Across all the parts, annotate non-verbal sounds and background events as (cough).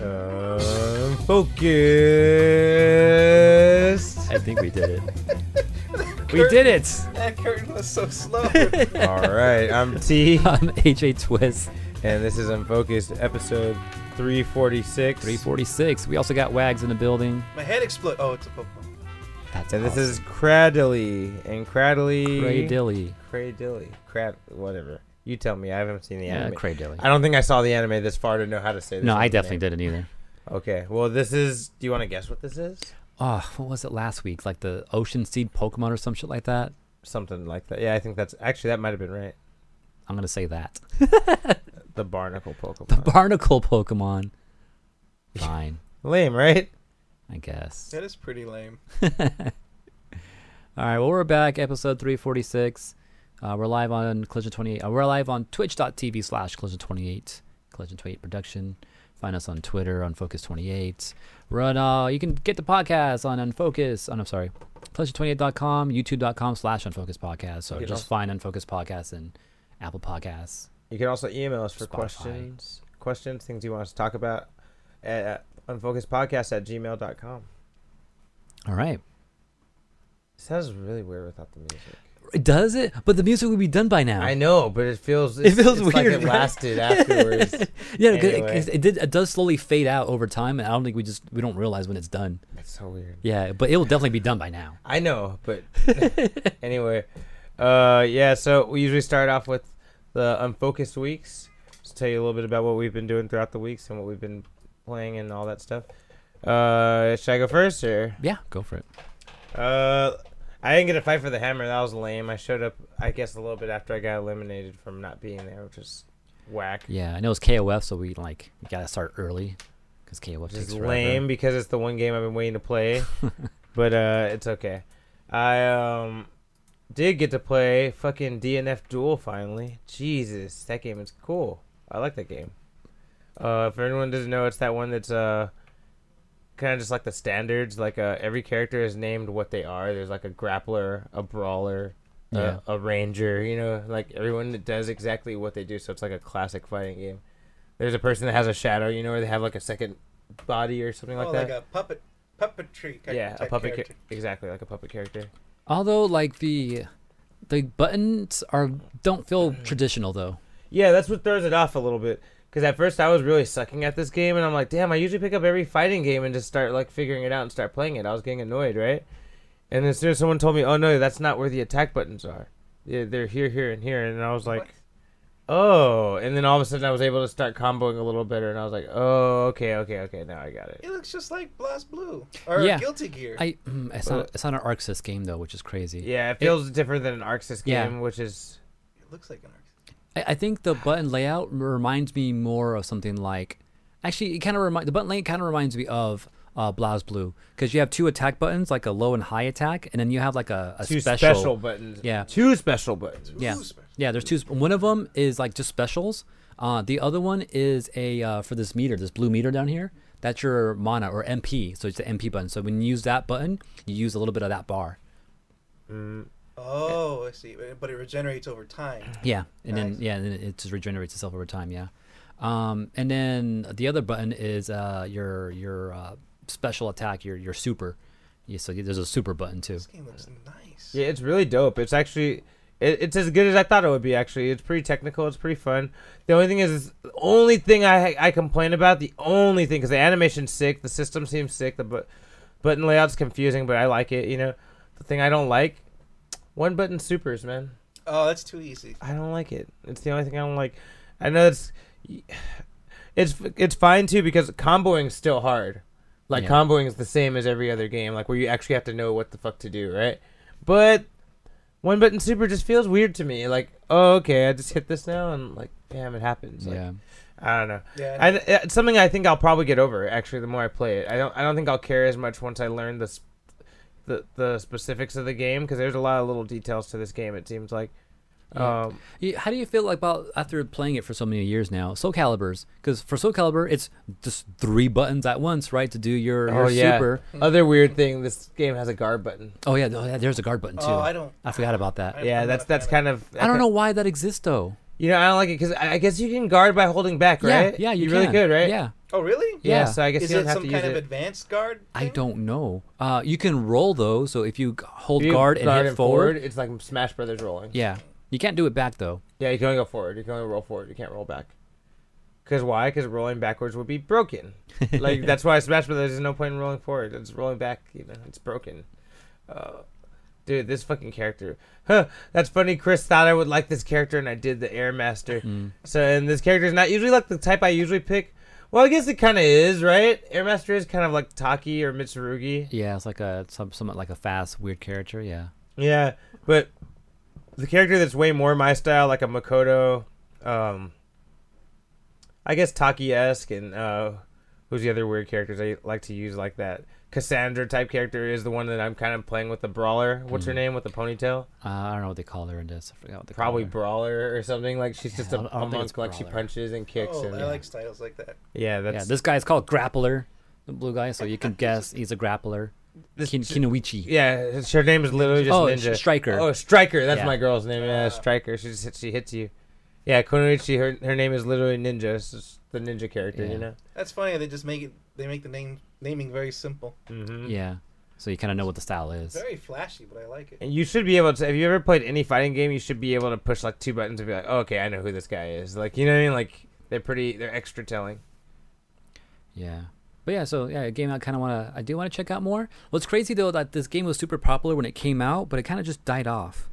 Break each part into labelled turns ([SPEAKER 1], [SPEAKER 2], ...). [SPEAKER 1] Um, Focus.
[SPEAKER 2] I think we did it.
[SPEAKER 1] (laughs)
[SPEAKER 2] we did it.
[SPEAKER 3] That curtain was so slow.
[SPEAKER 1] All right, I'm
[SPEAKER 2] (laughs)
[SPEAKER 1] T,
[SPEAKER 2] I'm AJ Twist.
[SPEAKER 1] and this is Unfocused, episode 346.
[SPEAKER 2] 346. We also got Wags in the building.
[SPEAKER 3] My head exploded. Oh, it's a Pokemon.
[SPEAKER 2] That's
[SPEAKER 1] And this
[SPEAKER 2] awesome.
[SPEAKER 1] is Cradilly, and Cradilly.
[SPEAKER 2] Cray Dilly.
[SPEAKER 1] Cradilly. Crad. Whatever. You tell me. I haven't seen the
[SPEAKER 2] Yeah,
[SPEAKER 1] anime.
[SPEAKER 2] Cray Dilly.
[SPEAKER 1] I don't think I saw the anime this far to know how to say this.
[SPEAKER 2] No, I definitely didn't either.
[SPEAKER 1] did. Okay. Well, this is. Do you want to guess what this is?
[SPEAKER 2] Oh, what was it last week? Like the Ocean Seed Pokemon or some shit like that?
[SPEAKER 1] Something like that. Yeah, I think that's actually that might have been right.
[SPEAKER 2] I'm going to say that.
[SPEAKER 1] The barnacle Pokemon. (laughs)
[SPEAKER 2] Barnacle Pokemon. Fine,
[SPEAKER 1] Lame, right?
[SPEAKER 2] I guess.
[SPEAKER 3] That is pretty lame.
[SPEAKER 2] All right, well, we're back. Episode 346. Uh, we're live on Collision 28. Uh, we're live on twitch.tv slash Collision 28. Collision 28 Production. Find us on Twitter, on Focus 28. Run, uh, you can get the podcast on Unfocus. On, I'm sorry, Collision28.com, YouTube.com slash Unfocus Podcast. So
[SPEAKER 1] You can
[SPEAKER 2] just
[SPEAKER 1] also-
[SPEAKER 2] find Unfocus Podcast and Apple Podcasts.
[SPEAKER 1] You can also email us for
[SPEAKER 2] Spotify.
[SPEAKER 1] questions, questions, things you want us to talk about at unfocusedpodcast at gmail.com.
[SPEAKER 2] All right.
[SPEAKER 1] Sounds really weird without the music.
[SPEAKER 2] Does it? But the music would be done by now.
[SPEAKER 1] I know, but it feels
[SPEAKER 2] It feels
[SPEAKER 1] it's
[SPEAKER 2] weird,
[SPEAKER 1] Like it
[SPEAKER 2] right? (laughs)
[SPEAKER 1] lasted afterwards.
[SPEAKER 2] Yeah, 'cause it-
[SPEAKER 1] Anyway.
[SPEAKER 2] 'cause it, did. It does slowly fade out over time, and I don't think we just we don't realize when it's done.
[SPEAKER 1] That's so weird.
[SPEAKER 2] Yeah, but it will definitely be done by now.
[SPEAKER 1] I know, but (laughs) anyway, uh, yeah. So we usually start off with the unfocused weeks. Just tell you a little bit about what we've been doing throughout the weeks and what we've been playing and all that stuff. Uh, should I go first or?
[SPEAKER 2] Yeah, go for it.
[SPEAKER 1] Uh, I didn't get a fight for the hammer. That was lame. I showed up, I guess, a little bit after I got eliminated from not being there, which is whack.
[SPEAKER 2] Yeah, I know it's KOF, so we like we gotta start early because KOF
[SPEAKER 1] Which is
[SPEAKER 2] takes forever.
[SPEAKER 1] lame because it's the one game I've been waiting to play.
[SPEAKER 2] (laughs)
[SPEAKER 1] but uh, it's okay. I um did get to play fucking DNF Duel finally. Jesus, that game is cool. I like that game. Uh, if anyone doesn't know, it's that one that's uh kind of just like the standards. Like uh, every character is named what they are. There's like a grappler, a brawler. a-
[SPEAKER 2] Yeah.
[SPEAKER 1] a ranger, you know, like everyone does exactly what they do, so it's like a classic fighting game. There's a person that has a shadow, you know, where they have like a second body or something like
[SPEAKER 3] oh,
[SPEAKER 1] that.
[SPEAKER 3] like a puppet, puppetry. ki-
[SPEAKER 1] yeah, a
[SPEAKER 3] type
[SPEAKER 1] puppet,
[SPEAKER 3] character.
[SPEAKER 1] cha- exactly, like a puppet character.
[SPEAKER 2] Although like the the buttons are don't feel traditional though.
[SPEAKER 1] Yeah, that's what throws it off a little bit. Because at first I was really sucking at this game, and I'm like, damn, I usually pick up every fighting game and just start like figuring it out and start playing it. I was getting annoyed, right? And as soon as someone told me, oh no, that's not where the attack buttons are. Yeah, they're here, here, and here, and I was like,
[SPEAKER 3] What?
[SPEAKER 1] oh. And then all of a sudden I was able to start comboing a little better, and I was like, oh, okay, okay, okay, now I got it.
[SPEAKER 3] It looks just like Blast Blue or
[SPEAKER 2] Yeah.
[SPEAKER 3] Guilty Gear.
[SPEAKER 2] I mm, it's not it's not an Arxis game though, which is crazy.
[SPEAKER 1] Yeah, it feels different than an Arxis game,
[SPEAKER 2] Yeah.
[SPEAKER 1] which is
[SPEAKER 3] it looks like an arc.
[SPEAKER 2] I, I think the button layout m- reminds me more of something like actually it kind of remind the button layout kind of reminds me of uh BlazBlue because you have two attack buttons like a low and high attack and then you have like a, a
[SPEAKER 1] two
[SPEAKER 2] special,
[SPEAKER 1] special. buttons.
[SPEAKER 2] Yeah.
[SPEAKER 1] two special buttons.
[SPEAKER 2] yeah
[SPEAKER 3] Ooh, special.
[SPEAKER 2] yeah there's two sp- one of them is like just specials uh the other one is a uh, for this meter this blue meter down here that's your mana or MP so it's the MP button so when you use that button you use a little bit of that bar
[SPEAKER 3] Oh, I see. But- But it regenerates over time.
[SPEAKER 2] Yeah, and
[SPEAKER 3] Nice.
[SPEAKER 2] then yeah, and then it just regenerates itself over time. Yeah, um, and then the other button is uh, your your uh, special attack, your your super. Yeah, so there's a super button too.
[SPEAKER 3] This game looks nice.
[SPEAKER 1] Yeah, it's really dope. It's actually it, it's as good as I thought it would be. Actually, it's pretty technical. It's pretty fun. The only thing is, is the only thing I I complain about. The only thing because the animation's sick, the system seems sick, the but button layout's confusing, but I like it. You know, the thing I don't like, one button supers, man.
[SPEAKER 3] Oh, that's too easy.
[SPEAKER 1] I don't like it. It's the only thing I don't like. I know it's it's it's fine too because comboing's still hard. Like
[SPEAKER 2] Yeah.
[SPEAKER 1] comboing is the same as every other game, like where you actually have to know what the fuck to do, right? But one button super just feels weird to me. Like, oh okay, I just hit this now, and like, damn, it happens. Like,
[SPEAKER 2] yeah,
[SPEAKER 1] I don't know.
[SPEAKER 3] Yeah.
[SPEAKER 1] I, it's something I think I'll probably get over. Actually, the more I play it, I don't. I don't think I'll care as much once I learn the sp- the, the specifics of the game because there's a lot of little details to this game. It seems like.
[SPEAKER 2] Yeah.
[SPEAKER 1] Um,
[SPEAKER 2] You- How do you feel about after playing it for so many years now? Soul Calibers, because for Soul Calibur, it's just three buttons at once, right? To do your, your super.
[SPEAKER 1] Hmm. Other weird thing, this game has a guard button.
[SPEAKER 2] Oh yeah, oh, yeah, there's a guard button too.
[SPEAKER 3] Oh, I don't.
[SPEAKER 2] I forgot about that.
[SPEAKER 3] I-
[SPEAKER 2] I,
[SPEAKER 1] Yeah,
[SPEAKER 3] I'm not
[SPEAKER 1] that's
[SPEAKER 3] a
[SPEAKER 1] that's
[SPEAKER 3] fan
[SPEAKER 1] kind of.
[SPEAKER 2] don't know why that exists though.
[SPEAKER 1] You know, I don't like it because I I guess you can guard by holding back, right?
[SPEAKER 2] Yeah, yeah, you,
[SPEAKER 1] really
[SPEAKER 2] can.
[SPEAKER 1] could, right?
[SPEAKER 2] Yeah,
[SPEAKER 3] Oh, really?
[SPEAKER 1] yeah.
[SPEAKER 2] Yeah.
[SPEAKER 1] So I guess
[SPEAKER 3] Is
[SPEAKER 1] you don't
[SPEAKER 3] it
[SPEAKER 1] have to
[SPEAKER 3] some
[SPEAKER 1] use
[SPEAKER 3] kind of
[SPEAKER 1] it.
[SPEAKER 3] advanced guard?
[SPEAKER 2] I
[SPEAKER 3] thing?
[SPEAKER 2] don't know. Uh, you can roll though, so if you g- hold
[SPEAKER 1] You
[SPEAKER 2] guard and hit forward,
[SPEAKER 1] It's like Smash Brothers rolling.
[SPEAKER 2] yeah, you can't do it back though.
[SPEAKER 1] Yeah, you can only go forward. You can only roll forward. You can't roll back. Because why? Because rolling backwards would be broken. like that's why Smash Brothers. There's no point in rolling forward. It's rolling back. You know, it's broken. Uh, dude, this fucking character. Huh. That's funny. Chris thought I would like this character, and I did the Air Master. So, and this character is not usually like the type I usually pick. Well, I guess it kind of is, right? Air Master is kind of like Taki or Mitsurugi.
[SPEAKER 2] Yeah, it's like a some somewhat like a fast weird character. Yeah,
[SPEAKER 1] Yeah, but the character that's way more my style, like a Makoto, um, I guess Taki esque, and uh, who's the other weird characters I like to use like that? Cassandra type character is the one that I'm kind of playing with the brawler. What's
[SPEAKER 2] Hmm.
[SPEAKER 1] her name with the ponytail?
[SPEAKER 2] uh, I don't know what they call her in this. I forgot what they
[SPEAKER 1] Probably
[SPEAKER 2] Call her.
[SPEAKER 1] brawler or something. Like she's just
[SPEAKER 2] Yeah, I
[SPEAKER 1] a,
[SPEAKER 2] don't- I don't
[SPEAKER 1] a
[SPEAKER 2] think it's
[SPEAKER 1] monk. Like she
[SPEAKER 2] Brawler.
[SPEAKER 1] punches and kicks.
[SPEAKER 3] Oh,
[SPEAKER 1] and,
[SPEAKER 3] I like styles like that.
[SPEAKER 1] yeah, that's
[SPEAKER 2] yeah, this guy's called Grappler, the blue guy. So you can guess he's a grappler.
[SPEAKER 1] This-
[SPEAKER 2] Kin- Kinoichi.
[SPEAKER 1] Yeah, it's- her name is literally just
[SPEAKER 2] Oh,
[SPEAKER 1] Ninja
[SPEAKER 2] Sh- Striker.
[SPEAKER 1] Oh, Striker. That's
[SPEAKER 2] Yeah.
[SPEAKER 1] my girl's name. Yeah,
[SPEAKER 3] Ah.
[SPEAKER 1] Striker. She just hits, she hits you. Yeah, Kunoichi. Her her name is literally Ninja. It's just the ninja character.
[SPEAKER 2] Yeah.
[SPEAKER 1] You know.
[SPEAKER 3] That's funny. They just make it. They make the name naming very simple.
[SPEAKER 1] hmm
[SPEAKER 2] Yeah, so you kind of know what the style is.
[SPEAKER 3] Very flashy, but I like it.
[SPEAKER 1] And you should be able to. If you ever played any fighting game, you should be able to push like two buttons and be like, oh, okay, I know who this guy is. Like you know what I mean? Like they're pretty. They're extra telling.
[SPEAKER 2] Yeah. But yeah, so yeah, a game I kind of want to, I do want to check out more. What's crazy though that this game was super popular when it came out, but it kind of just died off.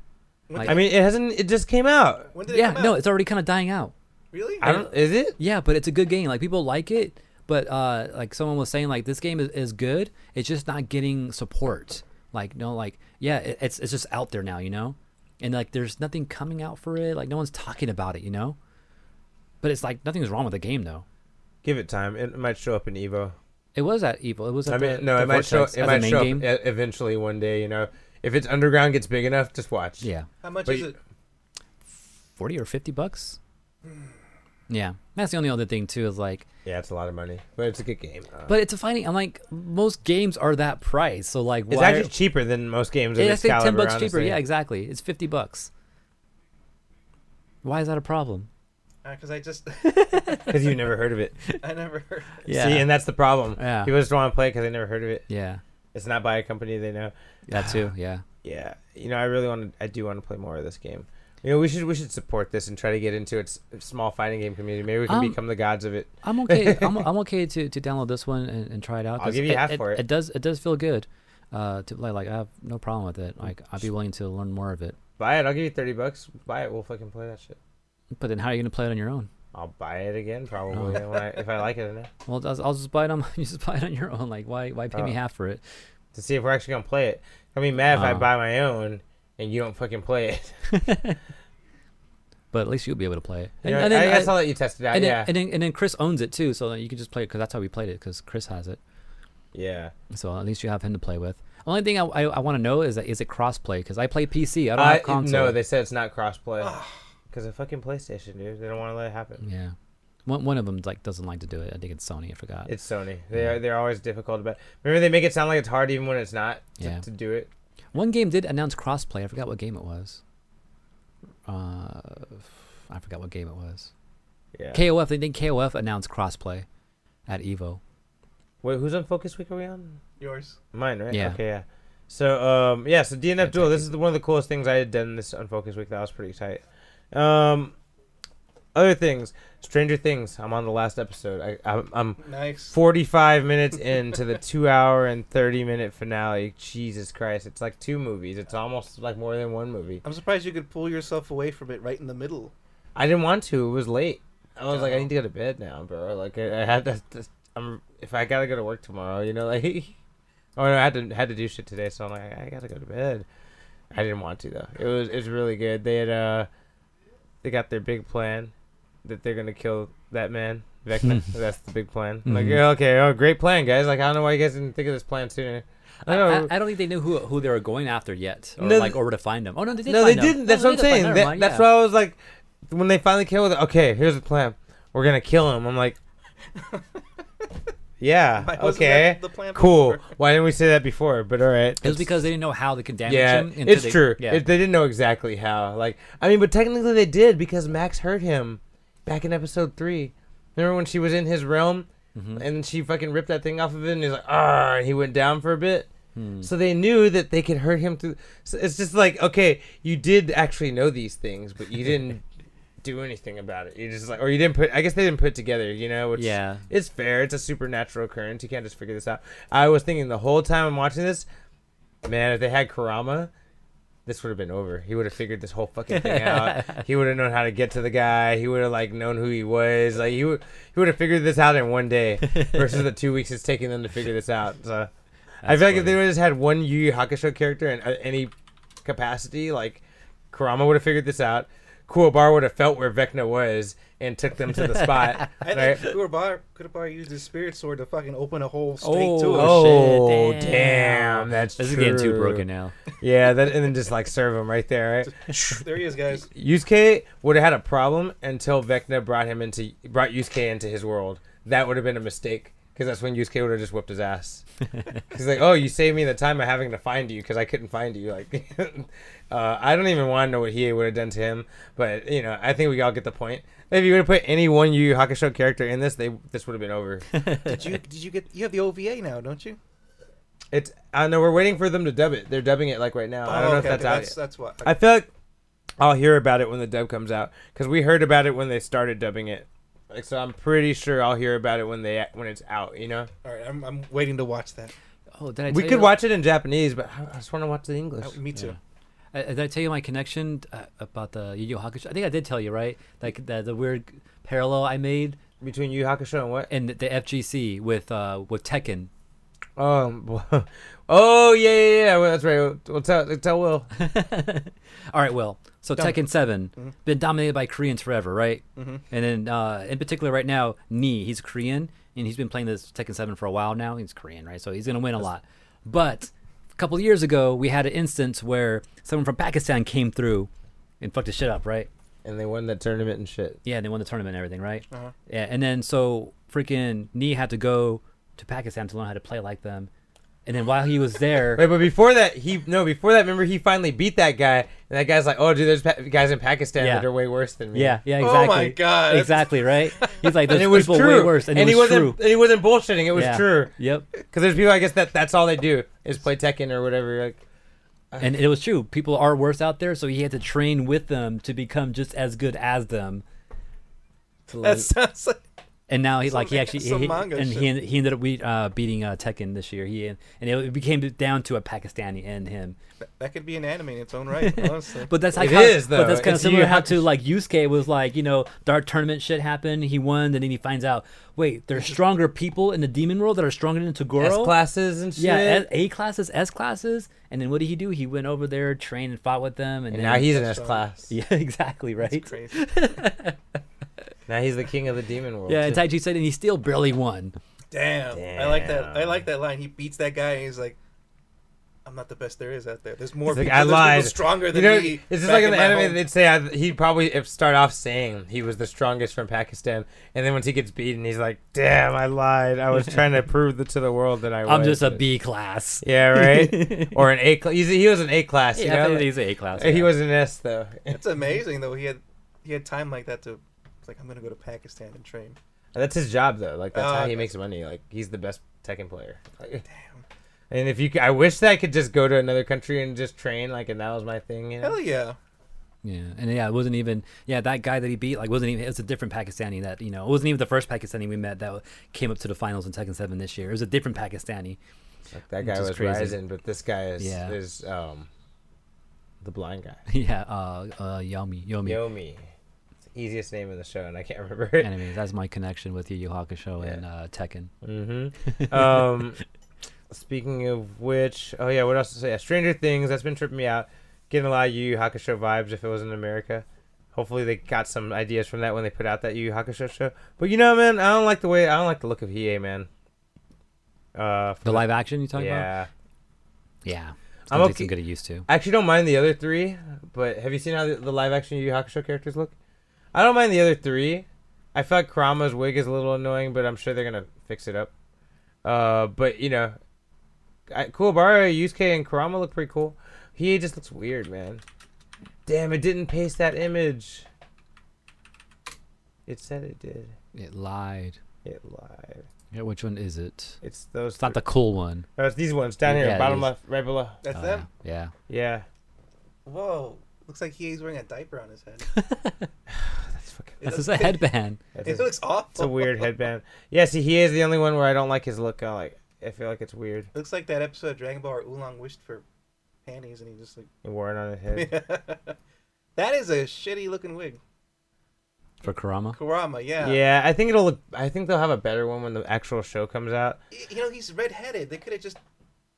[SPEAKER 3] When,
[SPEAKER 2] Like-
[SPEAKER 1] I mean, it hasn't. It just came out.
[SPEAKER 3] when did it
[SPEAKER 2] Yeah,
[SPEAKER 3] come out?
[SPEAKER 2] no, it's already kind of dying out.
[SPEAKER 3] really.
[SPEAKER 1] I don't. Is it?
[SPEAKER 2] Yeah, but it's a good game. Like people like it, but uh, like someone was saying, like this game is, is good. It's just not getting support. Like no, like yeah, it, it's it's just out there now, you know. And like there's nothing coming out for it. Like no one's talking about it, you know. But it's like nothing's wrong with the game though.
[SPEAKER 1] Give it time. It might show up in Evo.
[SPEAKER 2] It was at evil. It was at
[SPEAKER 1] I mean,
[SPEAKER 2] the,
[SPEAKER 1] no,
[SPEAKER 2] the
[SPEAKER 1] it might show.
[SPEAKER 2] Vortex
[SPEAKER 1] It
[SPEAKER 2] as a
[SPEAKER 1] might
[SPEAKER 2] main
[SPEAKER 1] show up
[SPEAKER 2] game.
[SPEAKER 1] e- eventually one day. You know, if its underground gets big enough, just watch.
[SPEAKER 2] yeah.
[SPEAKER 3] How much
[SPEAKER 1] But
[SPEAKER 3] is
[SPEAKER 1] you-
[SPEAKER 3] it?
[SPEAKER 2] 40 or 50 bucks yeah that's the only other thing too is like
[SPEAKER 1] Yeah, it's a lot of money, but it's a good game. Uh,
[SPEAKER 2] but it's a fighting i'm like most games are that price so like
[SPEAKER 1] it's
[SPEAKER 2] why
[SPEAKER 1] actually cheaper than most games. Of
[SPEAKER 2] it's
[SPEAKER 1] this
[SPEAKER 2] actually 10
[SPEAKER 1] caliber,
[SPEAKER 2] bucks
[SPEAKER 1] honestly.
[SPEAKER 2] cheaper yeah exactly it's 50 bucks why is that a problem
[SPEAKER 3] Because Uh,
[SPEAKER 1] (laughs)
[SPEAKER 3] I just (laughs)
[SPEAKER 1] because you never heard of it.
[SPEAKER 3] I never heard.
[SPEAKER 2] (laughs) yeah
[SPEAKER 1] See, and that's the problem.
[SPEAKER 2] Yeah.
[SPEAKER 1] People just want to play because they never heard of it.
[SPEAKER 2] yeah
[SPEAKER 1] It's not by a company they know.
[SPEAKER 2] that
[SPEAKER 1] (sighs)
[SPEAKER 2] too yeah
[SPEAKER 1] Yeah, you know, I really want to. I do want to play more of this game. You know, we should we should support this and try to get into its small fighting game community. Maybe we can
[SPEAKER 2] Um,
[SPEAKER 1] become the gods of it.
[SPEAKER 2] i'm okay i'm, I'm okay to, to download this one and, and try it out
[SPEAKER 1] I'll
[SPEAKER 2] 'cause
[SPEAKER 1] give you
[SPEAKER 2] it,
[SPEAKER 1] half
[SPEAKER 2] it,
[SPEAKER 1] for it.
[SPEAKER 2] it does it does feel good uh to play like i have no problem with it like i'd be willing to learn more of it
[SPEAKER 1] Buy it. I'll give you thirty bucks. Buy it. We'll fucking play that shit.
[SPEAKER 2] but then how are you gonna play it on your own
[SPEAKER 1] I'll buy it again probably
[SPEAKER 2] Oh.
[SPEAKER 1] when I, if I like it enough
[SPEAKER 2] Well, I'll I'll just buy it on you (laughs) just buy it on your own. Like, why why pay me
[SPEAKER 1] Oh.
[SPEAKER 2] half for it?
[SPEAKER 1] to see if we're actually gonna play it. I'd be mad if I
[SPEAKER 2] Oh.
[SPEAKER 1] buy my own and you don't fucking play it.
[SPEAKER 2] But at least you'll be able to play it. And,
[SPEAKER 1] Yeah,
[SPEAKER 2] and then,
[SPEAKER 1] I guess I,
[SPEAKER 2] I-
[SPEAKER 1] will let you test it out.
[SPEAKER 2] and,
[SPEAKER 1] yeah,
[SPEAKER 2] then, and then and then Chris owns it too, so that you can just play it because that's how we played it because Chris has it.
[SPEAKER 1] yeah.
[SPEAKER 2] So at least you have him to play with. Only thing I, I, I want to know is that is it crossplay? Because I play PC. I don't
[SPEAKER 1] I-
[SPEAKER 2] have console.
[SPEAKER 1] no, they said it's not crossplay because of fucking PlayStation, dude. They don't want to let it happen.
[SPEAKER 2] yeah, one one of them like doesn't like to do it. I think it's Sony. I forgot.
[SPEAKER 1] It's Sony. They are they're always difficult about. Remember, they make it sound like it's hard even when it's not to,
[SPEAKER 2] Yeah.
[SPEAKER 1] to do it.
[SPEAKER 2] one game did announce crossplay. I forgot what game it was. Uh, I forgot what game it was.
[SPEAKER 1] Yeah.
[SPEAKER 2] KOF. They think KOF announced crossplay at Evo.
[SPEAKER 1] Wait, who's on focus week? Are we on
[SPEAKER 3] Yours.
[SPEAKER 1] mine? Right.
[SPEAKER 2] Yeah.
[SPEAKER 1] Okay. Yeah. So um yeah so DNF
[SPEAKER 2] thank
[SPEAKER 1] duel this is the, one of the coolest things I had done this unfocused week that was pretty tight. Um, other things Stranger Things I'm on the last episode I I'm, I'm
[SPEAKER 3] Nice.
[SPEAKER 1] 45 minutes into the two hour and 30 minute finale. Jesus Christ. It's like two movies. It's almost like more than one movie.
[SPEAKER 3] I'm surprised you could pull yourself away from it right in the middle. (laughs)
[SPEAKER 1] I didn't want to. It was late. I was like, I
[SPEAKER 3] Oh.
[SPEAKER 1] need to go to bed now, bro. Like, I, I had to. to- I'm, if I gotta go to work tomorrow, you know, like, (laughs) oh no, I had to had to do shit today, so I'm like, I gotta go to bed. I didn't want to though. It was it's really good. They had uh, they got their big plan that they're gonna kill that man Vecna. That's the big plan. Like,
[SPEAKER 2] Mhm.
[SPEAKER 1] yeah, okay, oh, great plan, guys. Like, I don't know why you guys didn't think of this plan sooner. I
[SPEAKER 2] I,
[SPEAKER 1] don't know.
[SPEAKER 2] I- I don't think they knew who who they were going after yet, or
[SPEAKER 1] No,
[SPEAKER 2] like
[SPEAKER 1] th-
[SPEAKER 2] or where to find them. Oh no, they did.
[SPEAKER 1] no, they
[SPEAKER 2] find them.
[SPEAKER 1] didn't. That's
[SPEAKER 2] No,
[SPEAKER 1] what I'm
[SPEAKER 2] they
[SPEAKER 1] saying.
[SPEAKER 2] did find-
[SPEAKER 1] That-
[SPEAKER 2] never mind,
[SPEAKER 1] That's
[SPEAKER 2] yeah.
[SPEAKER 1] why I was like, when
[SPEAKER 3] (laughs)
[SPEAKER 1] they finally came with it, okay, here's the plan. We're gonna kill him. I'm like, Yeah.
[SPEAKER 3] Why wasn't
[SPEAKER 1] Okay.
[SPEAKER 3] that the plan
[SPEAKER 1] Cool.
[SPEAKER 3] before?
[SPEAKER 1] Why didn't we say that before? But all right.
[SPEAKER 2] It was because they didn't know how they could damage
[SPEAKER 1] yeah,
[SPEAKER 2] him. until
[SPEAKER 1] it's
[SPEAKER 2] they-
[SPEAKER 1] true.
[SPEAKER 2] Yeah.
[SPEAKER 1] It- they didn't know exactly how. Like, I mean, but technically they did because Max hurt him back in episode three. Remember when she was in his realm
[SPEAKER 2] Mm-hmm.
[SPEAKER 1] and then she fucking ripped that thing off of him and he's like, ah, and he went down for a bit.
[SPEAKER 2] Hmm.
[SPEAKER 1] So they knew that they could hurt him through. So it's just like, okay, you did actually know these things, but you
[SPEAKER 2] (laughs)
[SPEAKER 1] didn't do anything about it. You just like, or you didn't put. I guess they didn't put it together. You know, which
[SPEAKER 2] Yeah.
[SPEAKER 1] it's fair. It's a supernatural occurrence. You can't just figure this out. I was thinking the whole time I'm watching this, man, if they had Karama, this would have been over. He would have figured this whole fucking thing out. he would have known how to get to the guy. He would have like known who he was. Like he would, he would have figured this out in one day versus the two weeks it's taking them to figure this out. So I feel like if they
[SPEAKER 2] funny.
[SPEAKER 1] would have just had one Yu Yu Hakusho character in uh, any capacity, like Kurama would have figured this out. Kuwabar would have felt where Vecna was and took them to the spot.
[SPEAKER 3] I
[SPEAKER 1] right?
[SPEAKER 3] think Kurobar could have probably used his spirit sword to fucking open a hole straight
[SPEAKER 2] Oh,
[SPEAKER 3] to it.
[SPEAKER 1] Oh,
[SPEAKER 2] shit,
[SPEAKER 1] damn. that's
[SPEAKER 2] This is getting too
[SPEAKER 1] true.
[SPEAKER 2] broken now.
[SPEAKER 1] Yeah, that, and then just like serve him right there, right?
[SPEAKER 3] (laughs) There he is, guys.
[SPEAKER 1] Yusuke would have had a problem until Vecna brought him into brought Yusuke into his world. That would have been a mistake because that's when Yusuke would have just whipped his
[SPEAKER 2] (laughs)
[SPEAKER 1] ass. He's like, "Oh, you saved me the time of having to find you because I couldn't find you." Like, (laughs) uh, I don't even want to know what he would have done to him, but you know, I think we all get the point. If you would have put any one Yu Yu Hakusho character in this, they this would have been over.
[SPEAKER 3] Did you did you get you have the OVA now, don't you?
[SPEAKER 1] It's I know we're waiting for them to dub it. They're dubbing it like right now. I
[SPEAKER 2] Oh,
[SPEAKER 1] don't know if that's out.
[SPEAKER 3] Oh, that's,
[SPEAKER 1] yet.
[SPEAKER 3] that's
[SPEAKER 2] uh,
[SPEAKER 3] what.
[SPEAKER 1] I feel like I'll hear about it when the dub comes out because we heard about it when they started dubbing it. Like, so I'm pretty sure I'll hear about it when they when it's out. You know,
[SPEAKER 3] all right, I'm, I'm waiting to watch that.
[SPEAKER 2] Oh, did I
[SPEAKER 1] we
[SPEAKER 2] tell
[SPEAKER 1] could
[SPEAKER 2] you-
[SPEAKER 1] watch it in Japanese, but I I just want to watch the English.
[SPEAKER 3] Oh, me too.
[SPEAKER 2] Yeah. Uh, did I tell you my connection uh, about the Yu Yu Hakusho? I think I did tell you, right? Like the, the weird parallel I made
[SPEAKER 1] Between Yu Hakusho and what?
[SPEAKER 2] in the FGC with uh, with Tekken.
[SPEAKER 1] (laughs) Um, oh yeah, yeah, yeah. Well, that's right. We'll tell tell Will.
[SPEAKER 2] All right, well, so
[SPEAKER 3] Dom-
[SPEAKER 2] Tekken 7
[SPEAKER 1] Mm-hmm.
[SPEAKER 2] been dominated by Koreans forever, right? And then uh, in particular, right now, Nee, he's Korean and he's been playing this Tekken 7 for a while now. He's Korean, right? So he's gonna win a lot. But a couple years ago, we had an instance where someone from Pakistan came through and fucked his shit up, right?
[SPEAKER 1] And they won that tournament and shit.
[SPEAKER 2] Yeah, and they won the tournament and everything, right?
[SPEAKER 1] Uh-huh.
[SPEAKER 2] Yeah, and then so freaking Nee had to go to Pakistan to learn how to play like them. And then while he
[SPEAKER 1] (laughs)
[SPEAKER 2] was
[SPEAKER 1] Wait,
[SPEAKER 2] there,
[SPEAKER 1] but before that, he no. Before that, remember he finally beat that guy, and that guy's like, "Oh, dude, there's pa- guys in Pakistan
[SPEAKER 2] Yeah.
[SPEAKER 1] that are way worse than me."
[SPEAKER 2] yeah, yeah,
[SPEAKER 3] Oh my
[SPEAKER 2] exactly.
[SPEAKER 3] God, that's-
[SPEAKER 2] Exactly, right? He's
[SPEAKER 1] (laughs)
[SPEAKER 2] like,
[SPEAKER 1] and
[SPEAKER 2] there's
[SPEAKER 1] it was
[SPEAKER 2] people
[SPEAKER 1] true.
[SPEAKER 2] way worse, and, it
[SPEAKER 1] he
[SPEAKER 2] was
[SPEAKER 1] wasn't.
[SPEAKER 2] true.
[SPEAKER 1] And he wasn't bullshitting. (laughs) It was
[SPEAKER 2] Yeah.
[SPEAKER 1] true.
[SPEAKER 2] Yep,
[SPEAKER 1] Because there's people, I guess that that's all they do is play Tekken or whatever. Like,
[SPEAKER 2] and it was true. People are worse out there, so he had to train with them to become just as good as them. To
[SPEAKER 3] That
[SPEAKER 2] like-
[SPEAKER 3] sounds like
[SPEAKER 2] and now he like he
[SPEAKER 3] some-
[SPEAKER 2] actually
[SPEAKER 3] some
[SPEAKER 2] he,
[SPEAKER 3] manga
[SPEAKER 2] and he,
[SPEAKER 3] shit.
[SPEAKER 2] he ended up we- uh, beating uh, Tekken this year. He and it became down to a Pakistani and him.
[SPEAKER 3] that could be an anime in its
[SPEAKER 1] (laughs)
[SPEAKER 3] own right. Honestly,
[SPEAKER 2] But that's like
[SPEAKER 1] It
[SPEAKER 2] how,
[SPEAKER 1] is,
[SPEAKER 2] But
[SPEAKER 1] though.
[SPEAKER 2] that's kind of
[SPEAKER 1] It's
[SPEAKER 2] similar
[SPEAKER 1] you
[SPEAKER 2] how
[SPEAKER 1] have
[SPEAKER 2] to like Yusuke was like, you know, dark tournament shit happened. He won, and then he finds out,
[SPEAKER 1] (laughs)
[SPEAKER 2] wait, there's stronger people in the demon world that are stronger than Toguro.
[SPEAKER 1] S classes and shit.
[SPEAKER 2] Yeah, S- A classes, S classes, and then what did he do? He went over there, trained, and fought with them, and,
[SPEAKER 1] and
[SPEAKER 2] then,
[SPEAKER 1] now he's an S
[SPEAKER 3] That's
[SPEAKER 1] class.
[SPEAKER 2] (laughs) yeah, exactly right.
[SPEAKER 3] It's crazy.
[SPEAKER 1] Now he's the king of the demon world.
[SPEAKER 2] Yeah, and
[SPEAKER 1] too.
[SPEAKER 2] Taiji said, and he still barely won.
[SPEAKER 3] Damn. I like that. I like that line. He beats that guy, and he's like, "I'm not the best there is out there. There's more
[SPEAKER 1] He's like,
[SPEAKER 3] people.
[SPEAKER 1] I
[SPEAKER 3] there's people
[SPEAKER 1] lied.
[SPEAKER 3] stronger
[SPEAKER 1] You
[SPEAKER 3] than
[SPEAKER 1] know,
[SPEAKER 3] me."
[SPEAKER 1] it's just
[SPEAKER 3] back
[SPEAKER 1] like in the
[SPEAKER 3] my
[SPEAKER 1] anime.
[SPEAKER 3] home."
[SPEAKER 1] They'd say I, he'd probably if start off saying he was the strongest from Pakistan, and then once he gets beaten, he's like, "Damn, I lied. I was trying to prove the, to the world that I was."
[SPEAKER 2] I'm just a B class.
[SPEAKER 1] Yeah,
[SPEAKER 2] (laughs)
[SPEAKER 1] right. or an A class. He was an A class. You
[SPEAKER 2] Yeah, I
[SPEAKER 1] know?
[SPEAKER 2] think he's an A class.
[SPEAKER 1] He
[SPEAKER 2] yeah.
[SPEAKER 1] was an S though.
[SPEAKER 3] It's amazing though. He had he had time like that to. It's like I'm gonna go to Pakistan and train.
[SPEAKER 1] That's his job though. Like that's
[SPEAKER 3] Oh,
[SPEAKER 1] how he
[SPEAKER 3] okay.
[SPEAKER 1] makes money. Like he's the best Tekken player. Like,
[SPEAKER 3] Damn.
[SPEAKER 1] (laughs) and if you, c- I wish that I could just go to another country and just train. Like and that was my thing. You know?
[SPEAKER 3] Hell yeah.
[SPEAKER 2] Yeah, and yeah, it wasn't even yeah that guy that he beat like wasn't even it was a different Pakistani that you know it wasn't even the first Pakistani we met that came up to the finals in Tekken Seven this year. It was a different Pakistani. (laughs)
[SPEAKER 1] Like, that guy
[SPEAKER 2] Which is
[SPEAKER 1] was
[SPEAKER 2] crazy.
[SPEAKER 1] rising, but this guy is
[SPEAKER 2] Yeah.
[SPEAKER 1] is um, the blind guy.
[SPEAKER 2] yeah, uh, uh, Yomi, Yomi.
[SPEAKER 1] Yomi, it's the easiest name in the show, and I can't remember it.
[SPEAKER 2] Anyways, that's my connection with Yu Yu Hakusho
[SPEAKER 1] Yeah.
[SPEAKER 2] and uh, Tekken.
[SPEAKER 1] Mm-hmm. um, (laughs) speaking of which, oh yeah, what else to say? Yeah, Stranger Things. That's been tripping me out. Getting a lot of Yu Yu Hakusho vibes if it was in America. Hopefully they got some ideas from that when they put out that Yu Yu Hakusho show. But you know, man, I don't like the way I don't like the look of Hiei, man. Uh, for
[SPEAKER 2] The live action you talking about?
[SPEAKER 1] yeah.
[SPEAKER 2] Yeah, it's
[SPEAKER 1] I'm
[SPEAKER 2] gonna take some
[SPEAKER 1] okay-
[SPEAKER 2] getting used to.
[SPEAKER 1] I actually don't mind the other three, but have you seen how the, the live action Yu Yu Hakusho characters look? I don't mind the other three. I feel like Kurama's wig is a little annoying, but I'm sure they're gonna fix it up. Uh, but you know, I, Kuwabara, Yusuke, and Kurama look pretty cool. He just looks weird, man. Damn, it didn't paste that image. It said it did.
[SPEAKER 2] It lied.
[SPEAKER 1] It lied.
[SPEAKER 2] Yeah, which one is it?
[SPEAKER 1] It's those.
[SPEAKER 2] It's not the cool one.
[SPEAKER 1] Oh, it's these ones down here,
[SPEAKER 2] Yeah,
[SPEAKER 1] bottom
[SPEAKER 2] these.
[SPEAKER 1] left, right below.
[SPEAKER 3] That's
[SPEAKER 2] Oh,
[SPEAKER 3] them.
[SPEAKER 2] Yeah.
[SPEAKER 1] Yeah,
[SPEAKER 3] Whoa. Looks like he's wearing a diaper
[SPEAKER 1] (laughs)
[SPEAKER 3] on his head.
[SPEAKER 1] that's fucking.
[SPEAKER 2] That's
[SPEAKER 3] looks-
[SPEAKER 2] just a headband.
[SPEAKER 1] That's
[SPEAKER 3] (laughs) It
[SPEAKER 1] a,
[SPEAKER 3] looks awful.
[SPEAKER 1] it's a weird headband. Yeah, see, he is the only one where I don't like his look. I like. I feel like it's weird.
[SPEAKER 3] Looks like that episode of Dragon Ball where Oolong wished for panties and he just like.
[SPEAKER 1] He wore it on his head.
[SPEAKER 3] that is a shitty looking wig.
[SPEAKER 2] For Karama?
[SPEAKER 3] Kurama, yeah.
[SPEAKER 1] yeah, I think it'll look. I think they'll have a better one when the actual show comes out.
[SPEAKER 3] Y- You know, he's redheaded. They could have just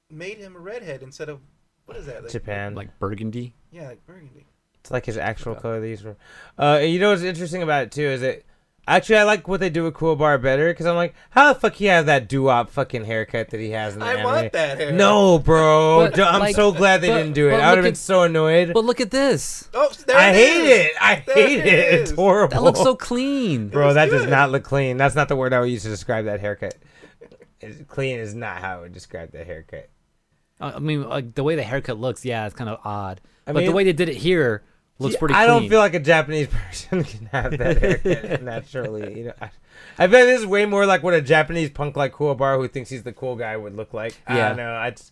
[SPEAKER 3] made him a redhead instead of. What is that? Like,
[SPEAKER 1] Japan.
[SPEAKER 2] Like burgundy?
[SPEAKER 3] Yeah, like burgundy.
[SPEAKER 1] It's like his actual
[SPEAKER 2] Okay.
[SPEAKER 1] color that he's. Uh, and you know what's interesting about it too is that actually I like what they do with Kuwabara better because I'm like, how the fuck he have that doo-wop fucking haircut that he has in the
[SPEAKER 3] I
[SPEAKER 1] anime?
[SPEAKER 3] want that hair.
[SPEAKER 1] No, bro.
[SPEAKER 2] But,
[SPEAKER 1] Duh, I'm
[SPEAKER 2] like,
[SPEAKER 1] so glad they
[SPEAKER 2] but-
[SPEAKER 1] didn't do it.
[SPEAKER 2] but
[SPEAKER 1] I would have
[SPEAKER 2] look
[SPEAKER 1] been
[SPEAKER 2] at-
[SPEAKER 1] so annoyed.
[SPEAKER 2] But look at this.
[SPEAKER 3] Oh, there
[SPEAKER 1] I
[SPEAKER 3] it
[SPEAKER 1] hate
[SPEAKER 3] is!
[SPEAKER 1] it. I
[SPEAKER 3] There
[SPEAKER 1] hate
[SPEAKER 3] it
[SPEAKER 1] it. It's
[SPEAKER 3] is.
[SPEAKER 1] horrible. (laughs)
[SPEAKER 2] That looks so clean.
[SPEAKER 1] Bro,
[SPEAKER 3] It
[SPEAKER 1] that
[SPEAKER 3] looks
[SPEAKER 1] does
[SPEAKER 3] good.
[SPEAKER 1] not look clean. That's not the word I would use to describe that haircut. It's- clean is not how I would describe that haircut.
[SPEAKER 2] I I mean, like the way the haircut looks, yeah, it's kind of odd.
[SPEAKER 1] I
[SPEAKER 2] but the
[SPEAKER 1] mean-
[SPEAKER 2] way they did it here looks pretty.
[SPEAKER 1] I don't
[SPEAKER 2] clean.
[SPEAKER 1] feel like a Japanese (laughs) person can have that
[SPEAKER 2] (laughs)
[SPEAKER 1] haircut naturally. You know, I, I bet this is way more like what a Japanese punk like Kuwabara who thinks he's the cool guy would look like. I
[SPEAKER 2] Yeah.
[SPEAKER 1] don't know. I, just,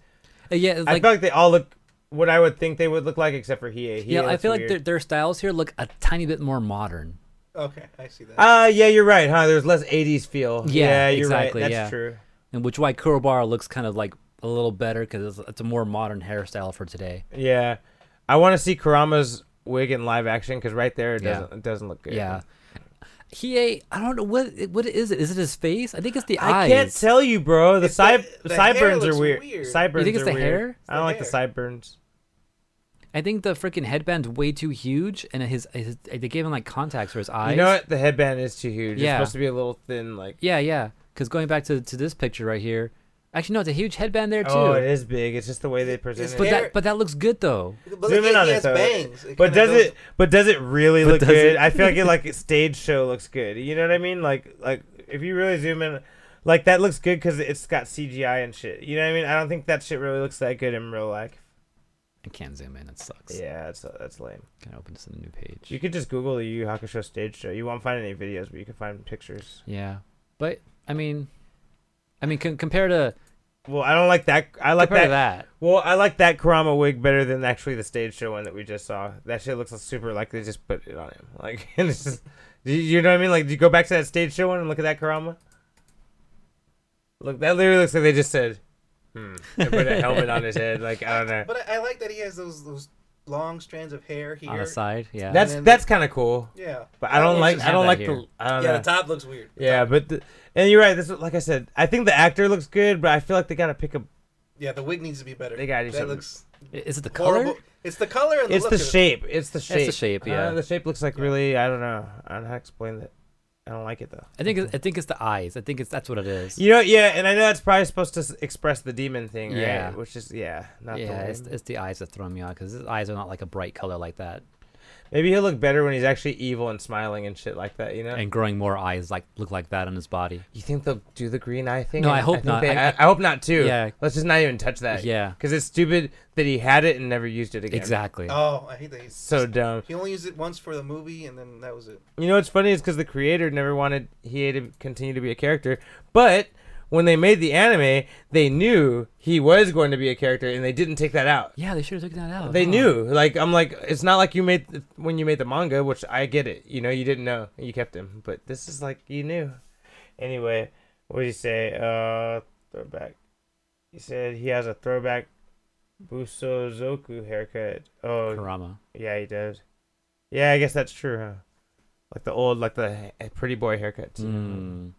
[SPEAKER 2] Uh, yeah, it's
[SPEAKER 1] I
[SPEAKER 2] like
[SPEAKER 1] feel like they all look what I would think they would look like, except for Hiei. Hiei
[SPEAKER 2] yeah, I
[SPEAKER 1] looks
[SPEAKER 2] feel like
[SPEAKER 1] weird.
[SPEAKER 2] their, their styles here look a tiny bit more modern.
[SPEAKER 3] Okay, I see that.
[SPEAKER 1] Uh yeah, you're right, huh? There's less '80s feel.
[SPEAKER 2] Yeah,
[SPEAKER 1] you're
[SPEAKER 2] exactly,
[SPEAKER 1] right. That's
[SPEAKER 2] yeah.
[SPEAKER 1] true.
[SPEAKER 2] and which why Kurobara looks kind of like a little better because it's, it's a more modern hairstyle for today.
[SPEAKER 1] Yeah, I want to see Kurama's wig in live action because right there it
[SPEAKER 2] Yeah.
[SPEAKER 1] doesn't it doesn't look good.
[SPEAKER 2] Yeah. Hiei, I don't know what what is it? Is it his face? I think it's the
[SPEAKER 1] I
[SPEAKER 2] eyes.
[SPEAKER 1] can't tell you, bro. The,
[SPEAKER 3] It's the-
[SPEAKER 1] side
[SPEAKER 3] the hair
[SPEAKER 1] sideburns are
[SPEAKER 3] looks
[SPEAKER 1] weird.
[SPEAKER 3] weird.
[SPEAKER 1] Sideburns
[SPEAKER 2] You think it's
[SPEAKER 1] are
[SPEAKER 2] the
[SPEAKER 1] weird.
[SPEAKER 2] hair? It's
[SPEAKER 1] I don't
[SPEAKER 3] the
[SPEAKER 1] like the
[SPEAKER 3] hair.
[SPEAKER 1] sideburns.
[SPEAKER 2] I think the freaking headband's way too huge, and his, his they gave him like contacts for his eyes.
[SPEAKER 1] You know what? The headband is too huge. It's
[SPEAKER 2] Yeah.
[SPEAKER 1] supposed to be a little thin, like.
[SPEAKER 2] Yeah, yeah. Because going back to to this picture right here, actually no, it's a huge headband there too.
[SPEAKER 1] Oh, it is big. It's just the way they present
[SPEAKER 2] but
[SPEAKER 1] it.
[SPEAKER 3] hair-
[SPEAKER 2] that but that looks good though.
[SPEAKER 3] But
[SPEAKER 1] Zoom in
[SPEAKER 3] look, he-
[SPEAKER 1] on
[SPEAKER 3] he
[SPEAKER 1] it
[SPEAKER 3] has
[SPEAKER 1] though.
[SPEAKER 3] bangs.
[SPEAKER 1] But
[SPEAKER 3] kinda
[SPEAKER 1] does
[SPEAKER 3] goes-
[SPEAKER 1] it? But does it really
[SPEAKER 2] But
[SPEAKER 1] look
[SPEAKER 2] does
[SPEAKER 1] good?
[SPEAKER 2] it?
[SPEAKER 1] I feel like it
[SPEAKER 2] (laughs)
[SPEAKER 1] like stage show looks good. You know what I mean? Like like if you really zoom in, like that looks good because it's got CGI and shit. You know what I mean? I don't think that shit really looks that good in real life.
[SPEAKER 2] I can't zoom in. It sucks. Yeah.
[SPEAKER 1] Yeah, that's that's lame.
[SPEAKER 2] Can I open this in a new page?
[SPEAKER 1] You could just Google the Yu Yu Hakusho stage show. You won't find any videos, but you can find pictures.
[SPEAKER 2] Yeah, but I mean, I mean, com- compare to
[SPEAKER 1] Well, I don't like that. I like
[SPEAKER 2] compare
[SPEAKER 1] that.
[SPEAKER 2] to that.
[SPEAKER 1] Well, I like that Kurama wig better than actually the stage show one that we just saw. That shit looks super like they just put it on him. (laughs) Like, and it's just, do you, you know what I mean? Like, do you go back to that stage show one and look at that Kurama? Look, that literally looks like they just said, hmm, and put a helmet on his head. Like, I don't know.
[SPEAKER 3] But I, I like that he has those those long strands of hair here.
[SPEAKER 2] on the side. Yeah,
[SPEAKER 1] That's
[SPEAKER 3] then-
[SPEAKER 1] that's kind of cool,
[SPEAKER 3] Yeah.
[SPEAKER 1] but I don't like
[SPEAKER 2] should
[SPEAKER 1] I don't
[SPEAKER 2] have
[SPEAKER 1] like
[SPEAKER 2] that
[SPEAKER 1] the
[SPEAKER 2] here.
[SPEAKER 1] I don't
[SPEAKER 3] Yeah,
[SPEAKER 1] know.
[SPEAKER 3] the top looks weird. The
[SPEAKER 1] yeah,
[SPEAKER 3] top-
[SPEAKER 1] but the, and you're right. This like I said, I think the actor looks good, but I feel like they gotta pick a.
[SPEAKER 3] yeah, the wig needs to be better.
[SPEAKER 1] They gotta do
[SPEAKER 3] that
[SPEAKER 1] something.
[SPEAKER 3] looks
[SPEAKER 2] I- is it the color?
[SPEAKER 3] horrible. It's the color and the
[SPEAKER 1] It's
[SPEAKER 3] look
[SPEAKER 1] the
[SPEAKER 3] of it.
[SPEAKER 1] shape. It's the shape.
[SPEAKER 2] the shape,
[SPEAKER 1] Uh,
[SPEAKER 2] yeah.
[SPEAKER 1] the shape looks like really. I don't know. I don't know how to explain that. I don't like it though.
[SPEAKER 2] I think it's, I think it's the eyes. I think it's that's what it is.
[SPEAKER 1] You know, yeah, and I know that's probably supposed to s- express the demon thing, right?
[SPEAKER 2] Yeah.
[SPEAKER 1] Which is, yeah, not the one.
[SPEAKER 2] yeah, it's, it's the eyes that throw me off because his eyes are not like a bright color like that.
[SPEAKER 1] Maybe he'll look better when he's actually evil and smiling and shit like that, you know?
[SPEAKER 2] And growing more eyes like look like that on his body.
[SPEAKER 1] you think they'll do the green eye thing?
[SPEAKER 2] No, I hope
[SPEAKER 1] think
[SPEAKER 2] not.
[SPEAKER 1] they-
[SPEAKER 2] I-
[SPEAKER 1] I, I hope not, too.
[SPEAKER 2] Yeah.
[SPEAKER 1] Let's just not even touch that.
[SPEAKER 2] Yeah.
[SPEAKER 1] Because it's stupid that he had it and never used it again.
[SPEAKER 2] Exactly.
[SPEAKER 3] Oh, I hate that. He's,
[SPEAKER 1] So dumb.
[SPEAKER 3] he only used it once for the movie, and then that was it.
[SPEAKER 1] You know what's funny is because the creator never wanted he to continue to be a character, but when they made the anime, they knew he was going to be a character, and they didn't take that out.
[SPEAKER 2] Yeah, they should have took that out.
[SPEAKER 1] They
[SPEAKER 2] huh?
[SPEAKER 1] knew. Like I'm like it's not like you made when you made the manga, which I get it. You know, you didn't know. You kept him. But this is like you knew. Anyway, what do you say? Uh throwback. He said he has a throwback Busozoku haircut. Oh,
[SPEAKER 2] Kurama.
[SPEAKER 1] yeah, he does. Yeah, I guess that's true, huh? Like the old like the h- pretty boy haircuts. you know?